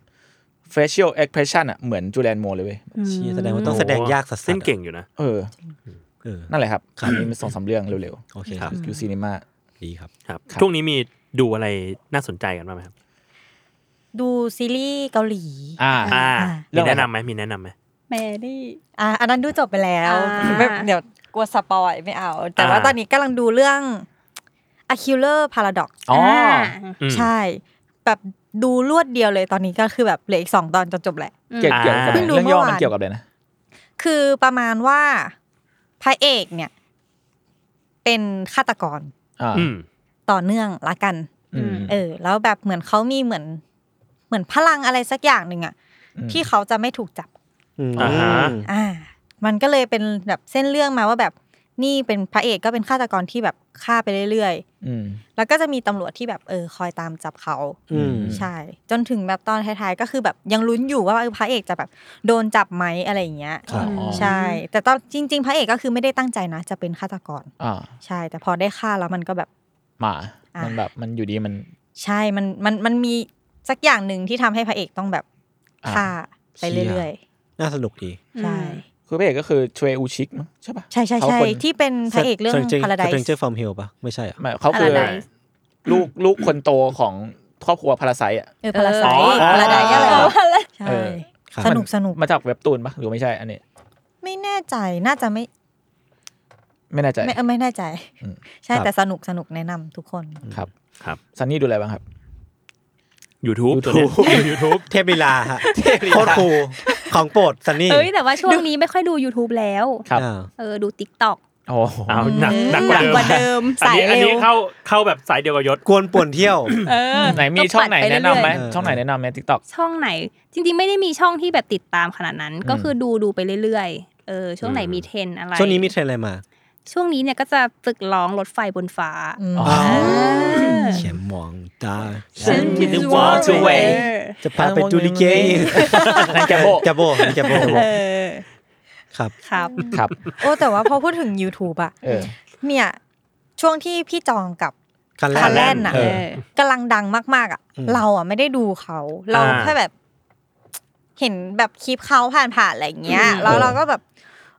Speaker 3: facial expression อ่ะเหมือนจูแลนโมเลยเว้ย
Speaker 2: เชี่ยแสดงว่าต้องแสดงยากสัสๆ
Speaker 4: เส้น
Speaker 2: อะ
Speaker 4: เก่งอยู่นะ
Speaker 3: เออ
Speaker 2: เออ
Speaker 3: นั่นแหละครับอันนี้เป็นสองสามเรื่องเร็ว
Speaker 2: โอเค
Speaker 4: ครั
Speaker 2: ครั
Speaker 4: บ
Speaker 2: บ
Speaker 3: ๆดูซีนีมา
Speaker 2: ดีครับ
Speaker 4: ครับ
Speaker 3: ครับ
Speaker 4: ช่วงนี้มีดูอะไรน่าสนใจกันบ้างไหมครับ
Speaker 6: ดูซีรีส์เกาหลี
Speaker 3: อ่า
Speaker 4: อ่า
Speaker 3: เรื่
Speaker 4: มี
Speaker 3: องอะไร
Speaker 4: แนะนำไหมมีแนะนำไหม
Speaker 7: แมรี่
Speaker 6: อ่ะอันนั้นดูจบไปแล้ว
Speaker 7: อ่า
Speaker 6: ไม่เดี๋ยวกลัวสปอยไม่เอา แต่ว่า
Speaker 4: อ่า
Speaker 6: ตอนนี้กำลังดูเรื่อง A Killer Paradox
Speaker 3: อ๋อ
Speaker 4: อืม
Speaker 6: ใช่ แบบดูรวดเดียวเลยตอนนี้ก็คือแบบเหลืออีกสองตอนจนจบแหละ
Speaker 3: เกี่ยว
Speaker 4: อ่า
Speaker 3: เกี่ยวกับ
Speaker 6: เพิ่งดู
Speaker 3: เรื่องย่อ
Speaker 6: เมื่อวาน
Speaker 3: มันเกี่ยวกับอะไรนะ
Speaker 6: คือประมาณว่าพระเอกเนี่ย เป็นฆาตกร
Speaker 3: อ่า
Speaker 4: อืม
Speaker 6: ต่อเนื่องละกัน
Speaker 3: อืม
Speaker 6: เออ แล้วแบบเหมือนเขามีเหมือน เหมือนพลังอะไรสักอย่างหนึ่งอะ
Speaker 3: ม
Speaker 6: ที่เขาจะไม่ถูกจับ
Speaker 2: อืม
Speaker 4: อ่าฮะ
Speaker 6: อ่า มันก็เลยเป็นแบบเส้นเรื่องมาว่าแบบนี่เป็นพระเอกก็เป็นฆาตกรที่แบบฆ่าไปเรื่อย
Speaker 3: อืม
Speaker 6: ๆ แล้วก็จะมีตำรวจที่แบบเออคอยตามจับเขา
Speaker 2: อืม
Speaker 6: ใช่ จนถึงแบบตอนท้ายๆก็คือแบบยังลุ้นอยู่ว่าเออพระเอกจะแบบโดนจับไหมอะไรอย่างเงี้ย
Speaker 2: ครับ
Speaker 3: อ๋อ
Speaker 6: ใช่ แต่ตอนจริง ๆ พระเอกก็คือไม่ได้ตั้งใจนะ จะเป็นฆาตกร
Speaker 3: อ่า
Speaker 6: ใช่ แต่พอได้ฆ่าแล้วมันก็แบบ
Speaker 3: หมา
Speaker 6: อ่ะ
Speaker 3: มันแบบมันอยู่ดีมัน
Speaker 6: ใช่ มันมันมันมีสักอย่างหนึ่งที่ทำให้พระเอกต้องแบบ
Speaker 3: อ่า
Speaker 6: ฆ่าไปเรื่อย
Speaker 2: น่าสนุกดี
Speaker 6: ๆ ใช่
Speaker 3: คือพระเอกก็คือชเวอูชิกมั้งใช่ปะ
Speaker 6: ใช่ใช่
Speaker 3: เขา
Speaker 6: ใช่
Speaker 3: คน
Speaker 6: ที่เป็นพระเอกเรื่อง Paradise
Speaker 2: เจอร์ฟอร์มเฮลปะไม่ใช่อ่ะ
Speaker 3: ไม่เขาคือ
Speaker 7: Paradise
Speaker 3: ลูกลูกคนโตของครอบครัวพาราไซอะ
Speaker 6: เออ Paradise
Speaker 4: อ๋อ
Speaker 6: Paradise อะไรวะใช่
Speaker 3: เออ
Speaker 2: ครับ
Speaker 6: สนุกสนุก
Speaker 3: มาจากเว็บตูนปะหรือไม่ใช่อันนี้
Speaker 6: ไม่แน่ใจน่าจะไม่
Speaker 3: ไม่แน่ใจ
Speaker 6: ไม่เออไม่แน่ใจ
Speaker 3: อืม
Speaker 6: ใช่
Speaker 2: ครับ
Speaker 6: แต่สนุกสนุกแนะนำทุกคน
Speaker 3: ครับ
Speaker 4: ครับ
Speaker 3: ซันนี่ดูอะไรบ้างครับ
Speaker 4: YouTube ตัวเนี้ย YouTube
Speaker 2: เทพลีลาฮะโคตรครูของโปรดซันนี่
Speaker 7: เอ้ยแต่ว่าช่วงนี้ไม่ค่อยดู YouTube แล้ว
Speaker 3: ครับ
Speaker 2: อ่า
Speaker 7: เออดู TikTok
Speaker 3: โอ้โห
Speaker 4: เอาหนักหนักก
Speaker 7: หนักกว่า
Speaker 4: ว่าเดิมอัน
Speaker 7: เดิมสาย
Speaker 4: นี้อัน
Speaker 7: เร็
Speaker 4: นี้
Speaker 7: ว
Speaker 4: เข้าเข้าแบบสายเดียวกับยศ
Speaker 2: กวนป่วนเที่ยว
Speaker 7: เออ
Speaker 3: ไหนมี
Speaker 7: ก็
Speaker 3: ช่อง
Speaker 7: ปัด
Speaker 3: ไหน
Speaker 7: ป
Speaker 3: แนะนำไหม
Speaker 7: เรื่อ
Speaker 2: เอ
Speaker 7: ย
Speaker 2: อ
Speaker 3: ช่องไหนแนะนำไหมทิกตอก
Speaker 7: ๆช่องไหน จริง ๆ ไม่ได้มีช่องที่แบบติดตามขนาดนั้น ก็คือดูดูไปเรื่อยๆเออช่วงไหนมีเทรนอะไร
Speaker 2: ช่วงนี้มีเทรนด์อะไรมา
Speaker 7: ช่วงนี้เนี่ยก็จะฝึกร้องรถไฟบนฟ้า
Speaker 3: อ๋อ
Speaker 7: า
Speaker 2: เขียนมองตา
Speaker 3: ฉัน Send me the world to away
Speaker 2: จะพาไปจูริเกย์
Speaker 3: นายแกโบ
Speaker 2: จะโบจะโบ
Speaker 7: เออ
Speaker 2: ครับ
Speaker 7: ครับ
Speaker 3: ครับ
Speaker 6: โอ้แต่ว่าพอพูดถึง YouTube อะ
Speaker 3: เออ
Speaker 6: เนี่ย ช่วงที่พี่จองกับ
Speaker 2: คัน
Speaker 6: คา
Speaker 2: แร
Speaker 6: แล่
Speaker 2: ก
Speaker 6: นอ่ะ
Speaker 3: เออ
Speaker 6: กำลังดังมากๆอ่ะ
Speaker 2: อืม
Speaker 6: เราอ่ะไม่ได้ดูเขา เรา
Speaker 4: อ่า
Speaker 6: แค่แบบ เห็นแบบคลิปเขาผ่านๆอะไรอย่างเงี้ย แล้วเราก็แบบ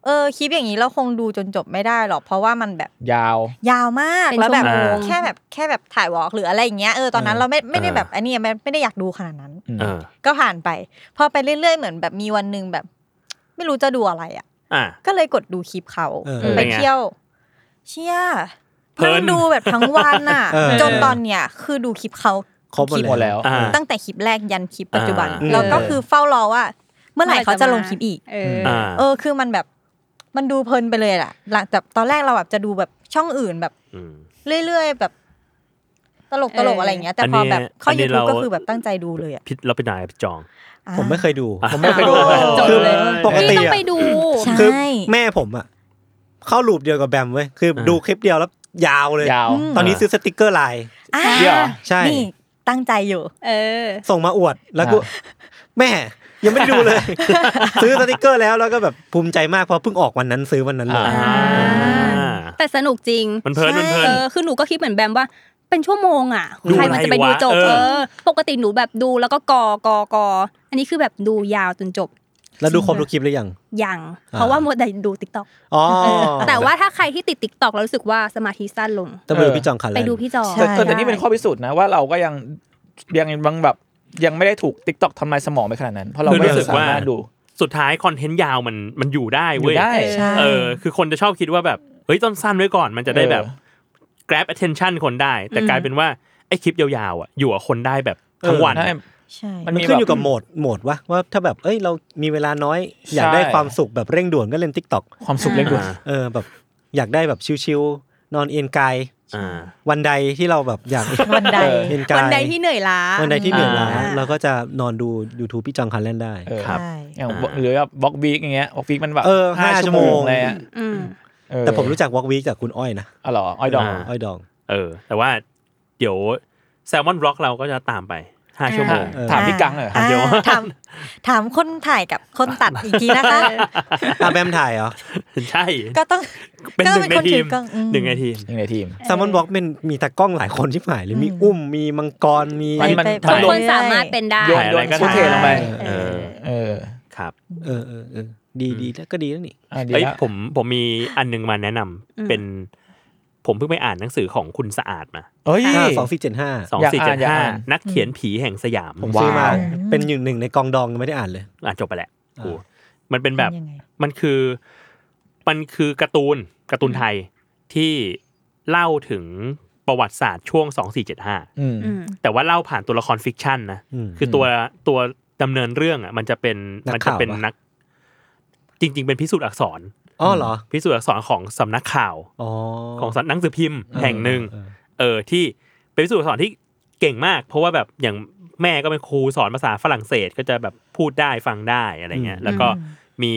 Speaker 6: เออคลิปอย่างนี้เราคงดูจนจบไม่ได้หรอกเพราะว่ามันแบบ
Speaker 3: ยาว
Speaker 6: ยาวมาก
Speaker 7: เป็น
Speaker 6: แล้วแบบ
Speaker 7: ชั่วโมง
Speaker 6: แค่แบบแค่แบบถ่ายวอล์กหรืออะไรอย่างเงี้ยเออตอนนั้นเราไม่ไม่ได้แบบอันนี้ไม่ไม่ได้อยากดูขนาดนั้น
Speaker 4: เออ
Speaker 6: ก็ผ่านไป พอไปเรื่อยๆเหมือนแบบมีวันหนึ่งแบบ ไม่รู้จะดูอะไรอ่ะ
Speaker 4: อ่า
Speaker 6: ก็เลยกดดูคลิปเขา
Speaker 2: เออ
Speaker 6: ไป
Speaker 4: เป็นไง
Speaker 6: เที่ยว เชี่ย
Speaker 4: เพลิน
Speaker 6: นั่งดูแบบทั้งวันน่ะ
Speaker 2: เออ
Speaker 6: จนตอนเนี้ยคือดูคลิปเขา
Speaker 2: ครบหมด
Speaker 6: คลิป
Speaker 3: หมดแล้ว
Speaker 4: อ่า
Speaker 6: ตั้งแต่คลิปแรกยันคลิปปัจจุบัน
Speaker 4: อ่า
Speaker 6: แล้วก็
Speaker 3: เออ
Speaker 6: คือเฝ้ารอว่า เมื่อไหร่เขาจะลงคลิปอีก
Speaker 7: เออ
Speaker 4: อ่า
Speaker 6: เออคือมันแบบมันดูเพลินไปเลยล่ะ หลังจากตอนแรกเราแบบจะดูแบบช่องอื่นแบบเรื่อยๆแบบ ตลกตลกอะไรอย่างเงี้ย แต่พอแบบเข้า
Speaker 4: อันนี้
Speaker 6: ยูทูบ
Speaker 4: เรา
Speaker 6: ก็คือแบบตั้งใจดูเลยอ่ะ
Speaker 4: พิดเราเป็นนายจอง
Speaker 6: อ่า
Speaker 2: ผมไม่เคยดู
Speaker 3: ผมไม่เคยดูเลย
Speaker 7: จบเลย
Speaker 2: ปกติ
Speaker 7: นี่ต้อง
Speaker 2: อะ
Speaker 7: ไปดู
Speaker 6: ใช่
Speaker 2: คือแม่ผมอ่ะ เข้าลูปเดียวกับแบมเว้ย คือดูคลิปเดียวแล้วยาวเลย
Speaker 3: ยาว
Speaker 2: ตอนนี้ซื้อสติกเกอร์ไลน์
Speaker 6: อ่า
Speaker 3: เดี๋ยว
Speaker 2: ใช่
Speaker 6: นี่ตั้งใจอยู่
Speaker 7: เออ
Speaker 2: ส่งมาอวดแล้วก็
Speaker 3: อ่า
Speaker 2: แม่ยังไม่ได้ดูเลย ซื้อสติกเกอร์แล้วแล้วก็แบบภูมิใจมากเพราะเพิ่งออกวันนั้นซื้อวันนั้นเลย
Speaker 4: อ่า
Speaker 7: แต่สนุกจริง
Speaker 4: มันเพลินมันเพลิน
Speaker 7: เออคือหนูก็คิดเหมือนแบมว่าเป็นชั่วโมงอ่ะ
Speaker 4: ดู
Speaker 7: ใครมันจะไปดูจบ
Speaker 4: อะไรวะ
Speaker 7: เอ
Speaker 4: เออ
Speaker 7: อ ปกติหนูแบบดูแล้วก็กอกอกออันนี้คือแบบดูยาวจนจบ
Speaker 2: แล้วดูครบทุกคลิปหรือยัง
Speaker 7: ยัง เพราะว่ามัวแต่ดูติ๊กต็อก
Speaker 2: อ๋อ
Speaker 7: แต่ว่าถ้าใครที่ติดติ๊กต็อกแล้วรู้สึกว่าสมาธิสั้นลง
Speaker 2: ต้องไปดูพี่จองคันแร
Speaker 7: ไป
Speaker 2: ก
Speaker 7: ดูพี่จอ
Speaker 3: แต่
Speaker 6: ใช่
Speaker 3: แต่แต่นี่เป็นข้อพิสูจน์นะว่าเราก็ยังยังบางแบบยังไม่ได้ถูกติ๊กต็อกทำลายสมองไปขนาดนั้น เพราะเรา
Speaker 4: คือ
Speaker 3: ไม่
Speaker 4: รู้สึก
Speaker 3: สา
Speaker 4: ว่า
Speaker 3: มารถดู
Speaker 4: สุดท้ายคอนเทนต์ยาวมันมันอยู่ได้
Speaker 3: อ
Speaker 4: เว้
Speaker 3: ยู่
Speaker 4: ย
Speaker 3: ได้
Speaker 6: ใช่
Speaker 4: เออ คือคนจะชอบคิดว่าแบบ เฮ้ยต้นสั้นไว้ก่อน มันจะได้แบบ
Speaker 3: เออ
Speaker 4: grab attention คนได้ แต่กลายเป็นว่า ไอ้คลิปยาวๆอ่ะ อยู่กับคนได้แบบทั้งวัน
Speaker 3: ได้
Speaker 6: ใช่
Speaker 3: มัน
Speaker 2: มัน
Speaker 3: มี
Speaker 2: ขึ้นอยู่
Speaker 3: แบบ
Speaker 2: กับโหมดโหมดวะว่าถ้าแบบเอ้ยเรามีเวลาน้อย อยากได้
Speaker 3: ใช่
Speaker 2: ความสุขแบบเร่งด่วนก็เล่นทิกตอก
Speaker 3: ความสุขเล็กด่วน
Speaker 4: อ่า
Speaker 2: เออแบบอยากได้แบบชิวๆนอนเอนกาย
Speaker 4: อ่า
Speaker 2: วันใดที่เราแบบอยาก
Speaker 6: วัน
Speaker 2: [LAUGHS]
Speaker 6: ใด
Speaker 2: เอนกาย
Speaker 7: วันใดที่เหนื่อยล้า
Speaker 2: วันใดที่เหนื่อยล้า
Speaker 6: อ่า
Speaker 2: เราก็จะนอนดู YouTube พี่จองคันเล่นได้
Speaker 3: เออ
Speaker 4: ครับ
Speaker 6: ใช่
Speaker 3: อย่างหรือแบบบล็อกบีกอย่างเงี้ยบล็อกบีกมันแบบ
Speaker 2: เออห้าชั่วโมง
Speaker 3: อะไรอ่ะ
Speaker 7: อืม
Speaker 3: เออ
Speaker 2: แต่ผมรู้จักวอล์กวีจากคุณอ้อยนะ
Speaker 3: อ๋อเหรออ้อยดอง
Speaker 4: อ่า
Speaker 2: อ้อยดอง
Speaker 4: เออ แต่ว่าเดี๋ยวแซลมอนบล็อกเราก็จะตามไปห้าชั่วโมง
Speaker 3: อ่ ถามพี่กังหน่อย
Speaker 6: อ่า
Speaker 4: เดี๋ยว
Speaker 6: ถามถามคนถ่ายกับคนตัดอีกทีนะคะ
Speaker 2: อาแบมถ่ายเหรอ
Speaker 4: ใช่
Speaker 6: ก็ต้อง
Speaker 4: เป็นหนึ่งในทีม
Speaker 6: ก็เป็นคนถือกล้องอืม
Speaker 4: หนึ่งในทีม
Speaker 3: ยังในทีม
Speaker 2: แซมมอนบล็อกเป็นมีตากล้องหลายคนที่ถ่ายเลยมีอุ้มมีมังกรมี
Speaker 3: มันมัน
Speaker 6: ไป
Speaker 7: ทุก
Speaker 6: ไป
Speaker 7: คนสามารถเป็นได้
Speaker 3: โยน
Speaker 4: ถ่ายอะ
Speaker 3: โย
Speaker 4: ไร
Speaker 3: น
Speaker 4: ก็
Speaker 3: ฟุตเทจ
Speaker 4: ถ่าย
Speaker 3: ลงไป
Speaker 4: เออ
Speaker 3: เออ
Speaker 4: ครับ
Speaker 2: เออเออเออดีดีแล้วก็ดีแล้วนี่
Speaker 3: อ่ะดี
Speaker 4: เอ้ย
Speaker 3: ละ
Speaker 4: ผมผมมีอันหนึงมาแนะนำ
Speaker 7: อืม
Speaker 4: เป็น ผมเพิ่งไปอ่านหนังสือของคุณสะอาดมา
Speaker 3: เอ้ย
Speaker 2: สองสี่เจ็ดห้า
Speaker 4: สอง
Speaker 3: อยาก
Speaker 4: สี่เจ็
Speaker 3: อ่า
Speaker 4: ด
Speaker 3: นอยาก
Speaker 4: ห้า
Speaker 3: อ่าน
Speaker 4: นักเขียนผีแห่งสยาม
Speaker 3: ผม
Speaker 2: ซื้อมา
Speaker 3: ว้าว
Speaker 2: เป็นหนึ่งหนึ่งในกองดองยังไม่ได้อ่านเลย
Speaker 4: อ่านจบไปแล้วโอ้
Speaker 2: อ่า
Speaker 4: มันเป็นแบบ
Speaker 6: ยังไง
Speaker 4: มันคือมันคือการ์ตูนการ์ตูนไทยที่เล่าถึงประวัติศาสตร์ช่วงสองสี่เจ็ดห้า
Speaker 3: อืม
Speaker 7: อืม
Speaker 4: แต่ว่าเล่าผ่านตัวละครฟิกชันนะ
Speaker 2: อืม
Speaker 4: คือตัวตัวดำเนินเรื่องอ่ะ มันจะเป็น
Speaker 2: นักข่าว
Speaker 4: มัจะเป็น
Speaker 2: ปะ
Speaker 4: นัก จริง ๆ เป็นพิสูจน์อักษร
Speaker 2: อ๋อเหรอ
Speaker 4: พิสูจน์อักษรของสำนักข่าว
Speaker 2: อ๋อ
Speaker 4: ของสำนักหนังสือพิมพ์แห่งหนึ่ง
Speaker 2: เออ
Speaker 4: เออที่เป็นวิศวกรสอนที่เก่งมาก เพราะว่าแบบอย่างแม่ก็เป็นครูสอนภาษาฝรั่งเศสก็จะแบบพูดได้ฟังได้อะไรเงี้ยแล้วก็มี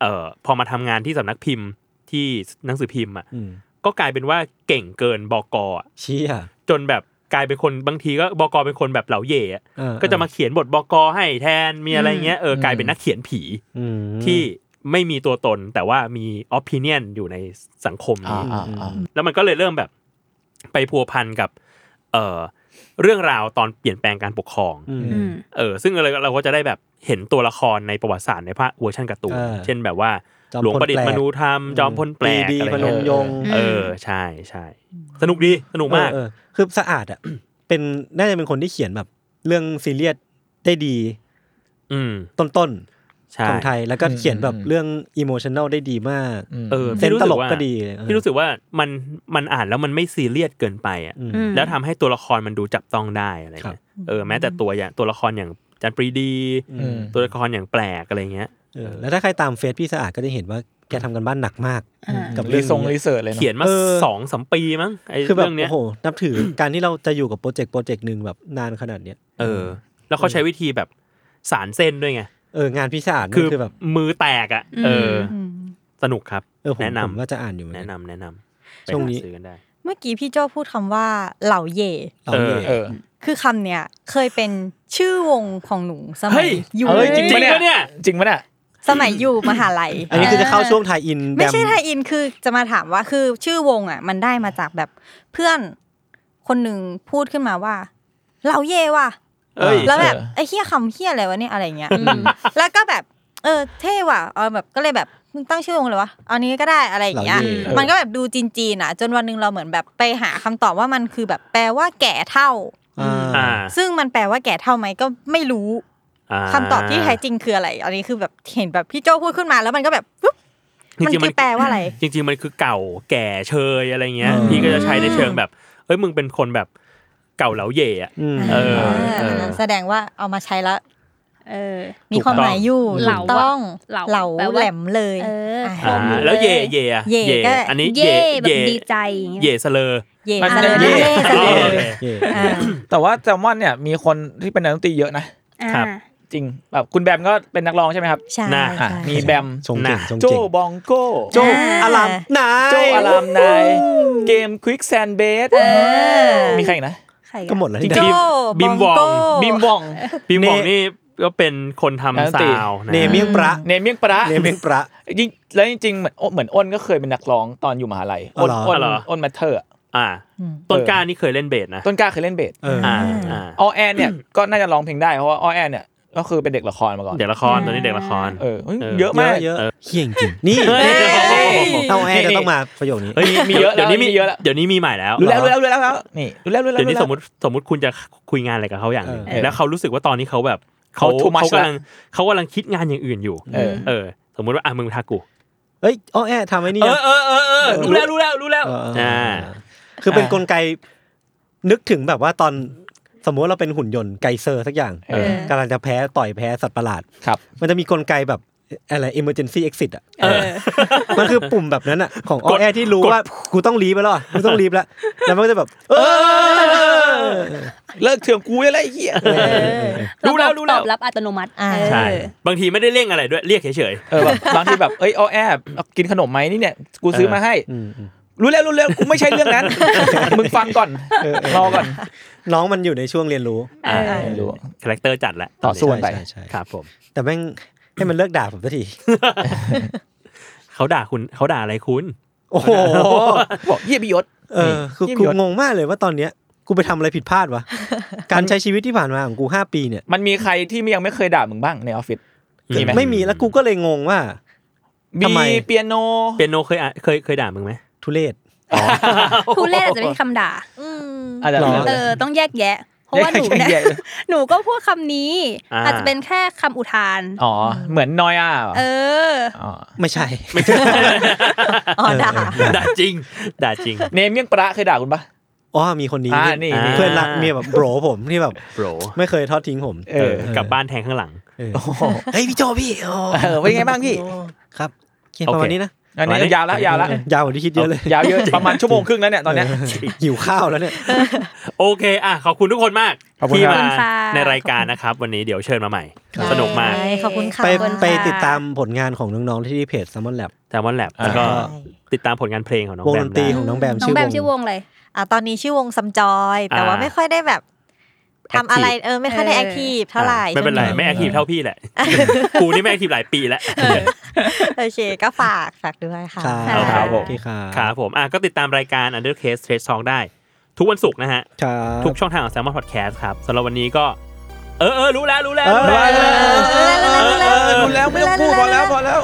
Speaker 4: เอ่อพอมาทำงานที่สำนักพิมพ์ที่หนังสือพิมพ์อ่ะ
Speaker 2: อืม
Speaker 4: ก็กลายเป็นว่าเก่งเกินบกอะ
Speaker 2: เชี่ย
Speaker 4: จนแบบกลายเป็นคนบางทีก็บกเป็นคนแบบเหลาเหย่อะ
Speaker 2: เออ
Speaker 4: ก็จะมาเขียนบทบกให้แทนมีอะไรเงี้ยเออ
Speaker 3: อืม
Speaker 4: กลายเป็นนักเขียนผี
Speaker 2: อืม
Speaker 4: ที่ไม่มีตัวตนแต่ว่ามีอ p i n i o n อยู่ในสังคม
Speaker 3: อ่า
Speaker 4: นี้
Speaker 3: อ่าอ่า
Speaker 4: แล้วมันก็เลยเริ่มแบบไปพัวพันกับเอ่อเรื่องราวตอนเปลี่ยนแปลงการปกครอง
Speaker 2: อืม
Speaker 7: อืม
Speaker 4: เออซึ่งเราเราก็จะได้แบบเห็นตัวละครในประวัติศาสตร์ในภาคเวอร์ชันการ์ตูน
Speaker 2: เออ
Speaker 4: เช่นแบบว่า
Speaker 2: จอม
Speaker 4: หลวงประดิษฐ์
Speaker 2: พลแปลก
Speaker 4: มนูธรรม จอมพลแปลก
Speaker 2: ดีดี
Speaker 4: อะไร
Speaker 2: พนม
Speaker 4: เงี้ย
Speaker 2: ยงค์
Speaker 4: เออใช่ใช่สนุกดีสนุกมาก
Speaker 2: เออเออคือสะอาดอ่ะ [CLEARS THROAT] เป็นน่าจะเป็นคนที่เขียนแบบ เรื่องซีเรียสได้ดี
Speaker 4: อืม
Speaker 2: ต้น
Speaker 4: ใช่
Speaker 2: ๆของไทย แล้วก็เขียนแบบเรื่องอิโมชันแนลได้ดีมาก
Speaker 3: ม
Speaker 4: เออ
Speaker 2: เซนส์ตลก
Speaker 4: ว่า
Speaker 2: ก็ดีเลยเออ
Speaker 4: พี่รู้สึกว่ามันมันอ่านแล้วมันไม่ซีเรียสเกินไปอ่ะ
Speaker 2: อืม
Speaker 7: อืม
Speaker 4: แล้วทำให้ตัวละครมันดูจับต้องได้อะไร
Speaker 2: ครับ
Speaker 4: เงี้ยเออแม้แต่ตัวอย่างตัวละครอย่างจันปรีดี
Speaker 3: อืม
Speaker 4: ตัวละครอย่างแปลกอะไรเงี้ย
Speaker 2: เออแล้วถ้าใครตามเฟซพี่สะอาดก็จะเห็นว่าแกทำกันบ้านหนักมาก
Speaker 7: อ่า
Speaker 2: กับ
Speaker 3: รี
Speaker 2: เรื่อง
Speaker 3: ทรงรี
Speaker 2: นี้
Speaker 3: เสิร์ชเลยเนอะ
Speaker 4: เขียนมา
Speaker 2: เออ
Speaker 4: สองสามปีมั้งไอ้
Speaker 2: คือแบบ
Speaker 4: เรื่องเนี้ย
Speaker 2: โอ้โหนับถือ การที่เราจะอยู่กับโปรเจกต์โปรเจกต์หนึ่งแบบนานขนาดเนี้ย
Speaker 4: เออ แล้วเขาใช้วิธีแบบสารเส้นด้วยไง
Speaker 2: เอองานพี่สะอาดนี่
Speaker 4: คือ
Speaker 2: คือแบบ
Speaker 4: มือแตกอ่ะ
Speaker 7: อืม
Speaker 4: เอออ สนุกครับ
Speaker 2: เออผม
Speaker 4: แนะนำ
Speaker 2: ผมก็จะอ่านอยู่เหมือน
Speaker 4: แนะ
Speaker 2: กัน
Speaker 4: นำแนะนำไป
Speaker 2: ช่วง
Speaker 4: หา
Speaker 2: นี้
Speaker 4: ซื้อกันได้
Speaker 6: เมื่อกี้พี่โจ้พูดคำว่าเหล่าเย่
Speaker 2: เรา
Speaker 4: เออ
Speaker 2: เนี่ย
Speaker 3: เออ
Speaker 6: คือคำเนี้ยเคยเป็นชื่อวงของหนูส
Speaker 4: เฮ้
Speaker 6: มัย
Speaker 4: ย
Speaker 6: อยู่
Speaker 3: เฮ้ยจริงปะเนี่ย
Speaker 4: ปะเนี่ย
Speaker 3: จริงปะเนี่ย
Speaker 6: สมัยอยู่มหาลัย
Speaker 2: อันนี้คือจะเข้าช่วงไทยอินแบ
Speaker 6: ไม่ใช่ไทยอินคือจะมาถามว่าคือชื่อวงอ่ะ มันได้มาจากแบบเพื่อนคนหนึ่งพูดขึ้นมาว่า เราเย่ว่ะ
Speaker 4: เอ้ย
Speaker 6: แล้วแบบ
Speaker 3: เออ
Speaker 6: ไอ้เฮี้ยคำเฮี้ยอะไรวะเนี่ยอะไรเงี้ยแล้วก็แบบ เออ เท่ว่ะเอาแบบก็เลยแบบมึงตั้งชื่อวงเลยวะเอานี้ก็ได้อะไรอย่างเงี้ย
Speaker 2: หล่
Speaker 3: ออ
Speaker 6: มันก็แบบดูจีนๆอ่ะ จนวันหนึ่งเราเหมือนแบบไปหาคำตอบว่ามันคือแบบแปลว่าแก่เท่า
Speaker 2: อ่า
Speaker 4: อ่า
Speaker 6: ซึ่งมันแปลว่าแก่เท่าไหมก็ไม่รู้
Speaker 4: า
Speaker 6: คำตอบที่แท้จริงคืออะไร อันนี้คือแบบเห็นแบบพี่โจ้พูดขึ้นมาแล้วมันก็แบบปุ๊บมัน
Speaker 4: จริงๆ
Speaker 6: คือแปลว่าอะไร
Speaker 4: จริง ๆ มันคือเก่าแก่เชยอะไรเงี้ยพี่ก็จะใช้ในเชิงแบบเอ้ยมึงเป็นคนแบบเก่าเหลาเหย่อะ
Speaker 2: อืม
Speaker 4: เออ
Speaker 6: เออแสดงว่าเอามาใช้แล้ว
Speaker 7: เออ
Speaker 6: มีความหมายอยู่
Speaker 7: ถูก
Speaker 6: ถู
Speaker 7: ต้อง
Speaker 6: กต้อง
Speaker 7: เหลา
Speaker 6: เหลา
Speaker 7: แปลว่า
Speaker 6: แหลมเลย
Speaker 7: เอออ่
Speaker 4: อ่า
Speaker 6: ะ
Speaker 4: แล้วเหย่เหย่อะ
Speaker 6: เหย่ก็
Speaker 4: อันนี้เห
Speaker 7: เย่
Speaker 4: ย่
Speaker 7: แบ
Speaker 4: เห
Speaker 7: บ
Speaker 4: ย่
Speaker 7: ดีใจอย่างเงี้ย
Speaker 4: เหย่เสลอ
Speaker 6: เย่
Speaker 3: มัน
Speaker 6: เส
Speaker 3: จะ
Speaker 6: ลย
Speaker 7: เย่
Speaker 6: เย่เสล
Speaker 4: อ๋อย โอเค
Speaker 6: อ่า
Speaker 3: แต่ว่าแซลมอนเนี่ยมีคนที่เป็นนักดนตรีเยอะนะ
Speaker 7: อ่า
Speaker 4: ครับ
Speaker 3: จริงแบบคุณแบมก็เป็นนักร้องใช่ไหมครับ
Speaker 6: ใช่
Speaker 4: น่ะ
Speaker 6: ใช่
Speaker 3: อ่ะมีแบม
Speaker 2: ชงเก่งชง
Speaker 3: โจ
Speaker 2: เก่ง
Speaker 3: บองโก้
Speaker 2: โจอารามนาย
Speaker 3: โจอารามนายเกมควิกแซนเบส
Speaker 6: เออ
Speaker 3: มีใครอีกนะ
Speaker 7: ใคร
Speaker 2: ก็
Speaker 7: อ่ะ
Speaker 2: หมดแล้ว
Speaker 3: จริง
Speaker 2: เนี่
Speaker 6: โจ้
Speaker 2: ย
Speaker 4: บิมวอง
Speaker 6: โก้
Speaker 3: บิมบอง
Speaker 4: [LAUGHS] พี่หมอง
Speaker 2: เน
Speaker 4: นี่ก็เป็นคน
Speaker 3: นักดน
Speaker 4: ทำ
Speaker 3: ตรี
Speaker 4: ซาวน์นะ
Speaker 2: เนเมียงประ
Speaker 3: เนมเมียงปะระ
Speaker 2: เนเมียงประ
Speaker 3: จริงแล้วจริงๆเหมือนเหมือนอ้นก็เคยเป็นนักร้องตอนอยู่มหาลัย
Speaker 2: อ๋อ
Speaker 3: อ้น
Speaker 2: เหรอ
Speaker 4: อ๋อ
Speaker 3: อ้น
Speaker 4: เหรอ
Speaker 3: อ้นมาเธอร์อะ
Speaker 4: อ่า ต้นกล้านี่เคยเล่นเบสนะ
Speaker 3: ต้นกล้าเคยเล่นเบส
Speaker 2: เอออ
Speaker 4: อ่าอ่า
Speaker 3: ออแอนเนี่ย ก็น่าจะร้องเพลงได้เพราะว่าออแอนเนี่ยก็คือเป็นเด็กละครมาก่อน
Speaker 4: เด็กละครตอนนี้เด็กละคร
Speaker 3: เออเฮ้ย
Speaker 4: เออ
Speaker 3: เยอะมาก
Speaker 2: เยอะๆเฮี้ยจริงๆนี่
Speaker 4: เฮ้ย
Speaker 2: เอาแอร์จะ
Speaker 3: นี่
Speaker 2: ต้องมาประโยคนี้
Speaker 4: เฮ้ยมีมี
Speaker 3: เยอะแล้ว
Speaker 4: เดี๋ยวนี้มี
Speaker 3: มีเยอะแล้ว
Speaker 4: เดี๋ยวนี้มีใหม่แล้ว
Speaker 3: รู้แล้วรู้แล้วรู้แล้วรู้แล้วนี่รู้แล้วรู้แล้ว
Speaker 4: เดี๋ยวนี้
Speaker 3: รู้แล้ว
Speaker 4: สมมติสมมติคุณจะคุยงานอะไรกับเขาอย่างหนึง
Speaker 2: เออ
Speaker 4: แล้วเขารู้สึกว่าตอนนี้เขาแบบเขา
Speaker 3: เขา too much
Speaker 4: เขากำลังเขากำลังคิดงานอย่างอื่นอยู่
Speaker 3: เออ
Speaker 4: เออ สมมติว่าอ่ะมึงทากู
Speaker 2: เอ้ยเอาแอร์ทำไว้นี่
Speaker 4: เอ
Speaker 2: นะ
Speaker 4: อเออเออเออรู้แล้วรู้แล้วรู้แล้ว
Speaker 2: เออเออเอออ่
Speaker 4: อ่า
Speaker 2: คือเป็น
Speaker 3: อ่าก
Speaker 2: ลไกนึกถึงแบบว่าตอน สมมติว่าเราเป็นหุ่นยนต์ไกเซอร์สักอย่าง
Speaker 3: เออ
Speaker 2: กำลังจะแพ้ต่อยแพ้สัตว์ประหลาด
Speaker 3: ครับ
Speaker 2: มันจะมีกลไกแบบอะไร emergency exit อ่ะ
Speaker 7: เออ
Speaker 2: มันคือปุ่มแบบนั้นอ่ะ ของออก
Speaker 4: ด
Speaker 2: แอร์ที่รู้
Speaker 4: กด
Speaker 2: ว่ากูต้องรีบไปแล้วอ่ะกูต้องรีบแล้วแล้วมันก็จะแบบเออ
Speaker 3: เลิกเถื่อนกูอะไรไอ้เหี้ย
Speaker 4: รู้แล้วรู้แล้ว
Speaker 7: ตอบรับอัตโนมัติ
Speaker 6: อ่า
Speaker 7: เออ
Speaker 4: ใช่ บางทีไม่ได้เร่งอะไรด้วยเรียกเฉย
Speaker 3: เออแบบบางทีแบบเอ้ยอ้อแอบเอากินขนมไหมนี่เนี่ยกูซื้อมาให้
Speaker 2: อืมอืม
Speaker 3: รู้แล้วรู้แล้วกูไม่ใช่เรื่องนั้น มึงฟังก่อนรอก่อน
Speaker 2: น้องมันอยู่ในช่วงเรียนรู้
Speaker 4: ๆอ่า
Speaker 3: ไม่รู้
Speaker 4: คาแรคเตอร์จัดแล้ว
Speaker 3: ต่อสู้กันไป
Speaker 2: ใช่ใช่
Speaker 4: ครับผม
Speaker 2: แต่แม่งให้มันเลิกด่าผมสักที
Speaker 4: เขาด่าคุณเขาด่าอะไรคุณ
Speaker 2: โอ้โห
Speaker 3: บอกเยี่ยบิยศ
Speaker 2: เออคือ
Speaker 3: นี่
Speaker 2: กู
Speaker 3: ยศ
Speaker 2: งงมากเลยว่าตอนเนี้ยกูไปทำอะไรผิดพลาด
Speaker 3: [LAUGHS]
Speaker 2: วะ การใช้ชีวิตที่ผ่านมาของกูห้าปีเนี่ย
Speaker 3: มันมีใครที่ยังไม่เคยด่ามึงบ้างในออฟฟิศ มีไหม
Speaker 2: ไม่มีแล้วกูก็เลยงงว่า
Speaker 3: บี
Speaker 2: ทำไม
Speaker 3: เปียโน
Speaker 4: เปียโนเคยอ่ะเคยเคยด่ามึ
Speaker 3: [LAUGHS]
Speaker 4: งไหม
Speaker 2: ทุเรศ
Speaker 7: ทุเรศอาจจะไม่ใช่คำด่า
Speaker 6: อืม
Speaker 3: อาจจะ
Speaker 2: หรอ
Speaker 7: เออต้องแยกแยะ เพราะว่าหนูเนี่ย หนูก็พูดคำนี้
Speaker 4: อ่า
Speaker 7: อาจจะเป็นแค่คำอุทาน
Speaker 3: อ๋อ เหมือนนอยอ่ะ
Speaker 7: เออ
Speaker 3: อ๋อ
Speaker 2: ไม่
Speaker 3: [LAUGHS]
Speaker 2: ใช่
Speaker 6: อ๋อด่า
Speaker 4: ด่าจริง ด่าจริง
Speaker 3: เนมเมี่ยงปลาเคยด่าคุณปะ
Speaker 2: อ๋อมีคนนี้
Speaker 3: อ่านี่นี่
Speaker 2: เพื่อนรักเมียแบบโบรผมที่แบบ
Speaker 4: โปร
Speaker 2: ไม่เคยทอดทิ้งผม
Speaker 3: เออ
Speaker 4: กลับบ้านแทงข้างหลัง
Speaker 2: เออ
Speaker 3: โอ้โห
Speaker 2: เฮ้ยพี่โจพี่โอ้
Speaker 3: เออเป็นไงบ้างพี่
Speaker 2: โอ้ครับเขียน
Speaker 4: โอ
Speaker 2: ประ
Speaker 4: เค
Speaker 2: มาณนี้นะ
Speaker 3: อันนี้ยาวละยาวละ
Speaker 2: ยาวกว่าที่คิดเยอะเลย
Speaker 3: ยาวเยอะประมาณชั่วโมงครึ่งแล้วเนี่ยตอนเนี้ย
Speaker 2: เหิวข้าวแล้วเนี่ย
Speaker 4: โอเค อ่ะ ขอบคุณทุกคนมาก
Speaker 3: ขอบคุณ
Speaker 4: ที่
Speaker 3: ครับ
Speaker 4: มา
Speaker 7: ขอบคุณค่ะ
Speaker 4: ในรายการนะครับ วันนี้เดี๋ยวเชิญมาใหม่
Speaker 2: ครับ
Speaker 4: สนุกมาก
Speaker 6: ได้ขอบคุณค่ะ
Speaker 2: ไป
Speaker 7: ขอบคุณค่ะ
Speaker 2: ไปติดตามผลงานของน้องๆที่เพจ Salmon Lab
Speaker 4: แต่วันแลบแล้วก็ติดตามผลงานเพลงของน้อง
Speaker 2: วง
Speaker 4: แบ
Speaker 2: ด
Speaker 4: ม
Speaker 2: นตรี
Speaker 4: ได้
Speaker 2: ของน้องแบม
Speaker 7: น้อง
Speaker 2: ชื่อ
Speaker 7: แบ
Speaker 2: ว
Speaker 7: ม
Speaker 2: ง
Speaker 7: ชื่อวงเลย
Speaker 6: อ่ะตอนนี้ชื่อวงซัมจอย แต่ว่า
Speaker 4: อ่า
Speaker 6: ไม่ค่อยได้แบบทำอะไรเออไม่ค่อยได้
Speaker 7: เออ
Speaker 6: แอคทีฟเท่าไหร่
Speaker 4: ไม่เป็นไร
Speaker 6: ช่วง
Speaker 4: ไม่แอคทีฟเท่าพี่แหละ กูนี่ไม่แอคทีฟหลายปีแล้ว
Speaker 6: โอเคก็ฝากฝากด้วยค่ะ
Speaker 2: ครับ
Speaker 4: ครับ
Speaker 2: โอเคครับ
Speaker 4: ครับผม อ่ะ ก็ติดตามรายการ Undercase Trace Song ได้ ทุกวันศุกร์นะฮะ
Speaker 2: ครับ
Speaker 4: ทุกช่องทางของ Salmon Podcast ครับสำหรับวันนี้ก็ เออเออรู้แล้วรู้แล้ว
Speaker 2: เออ
Speaker 4: รู้แล้ว
Speaker 2: เออเออ
Speaker 3: เออรู้แล้วไม่ต้องพูดพอแล้วพอแล้ว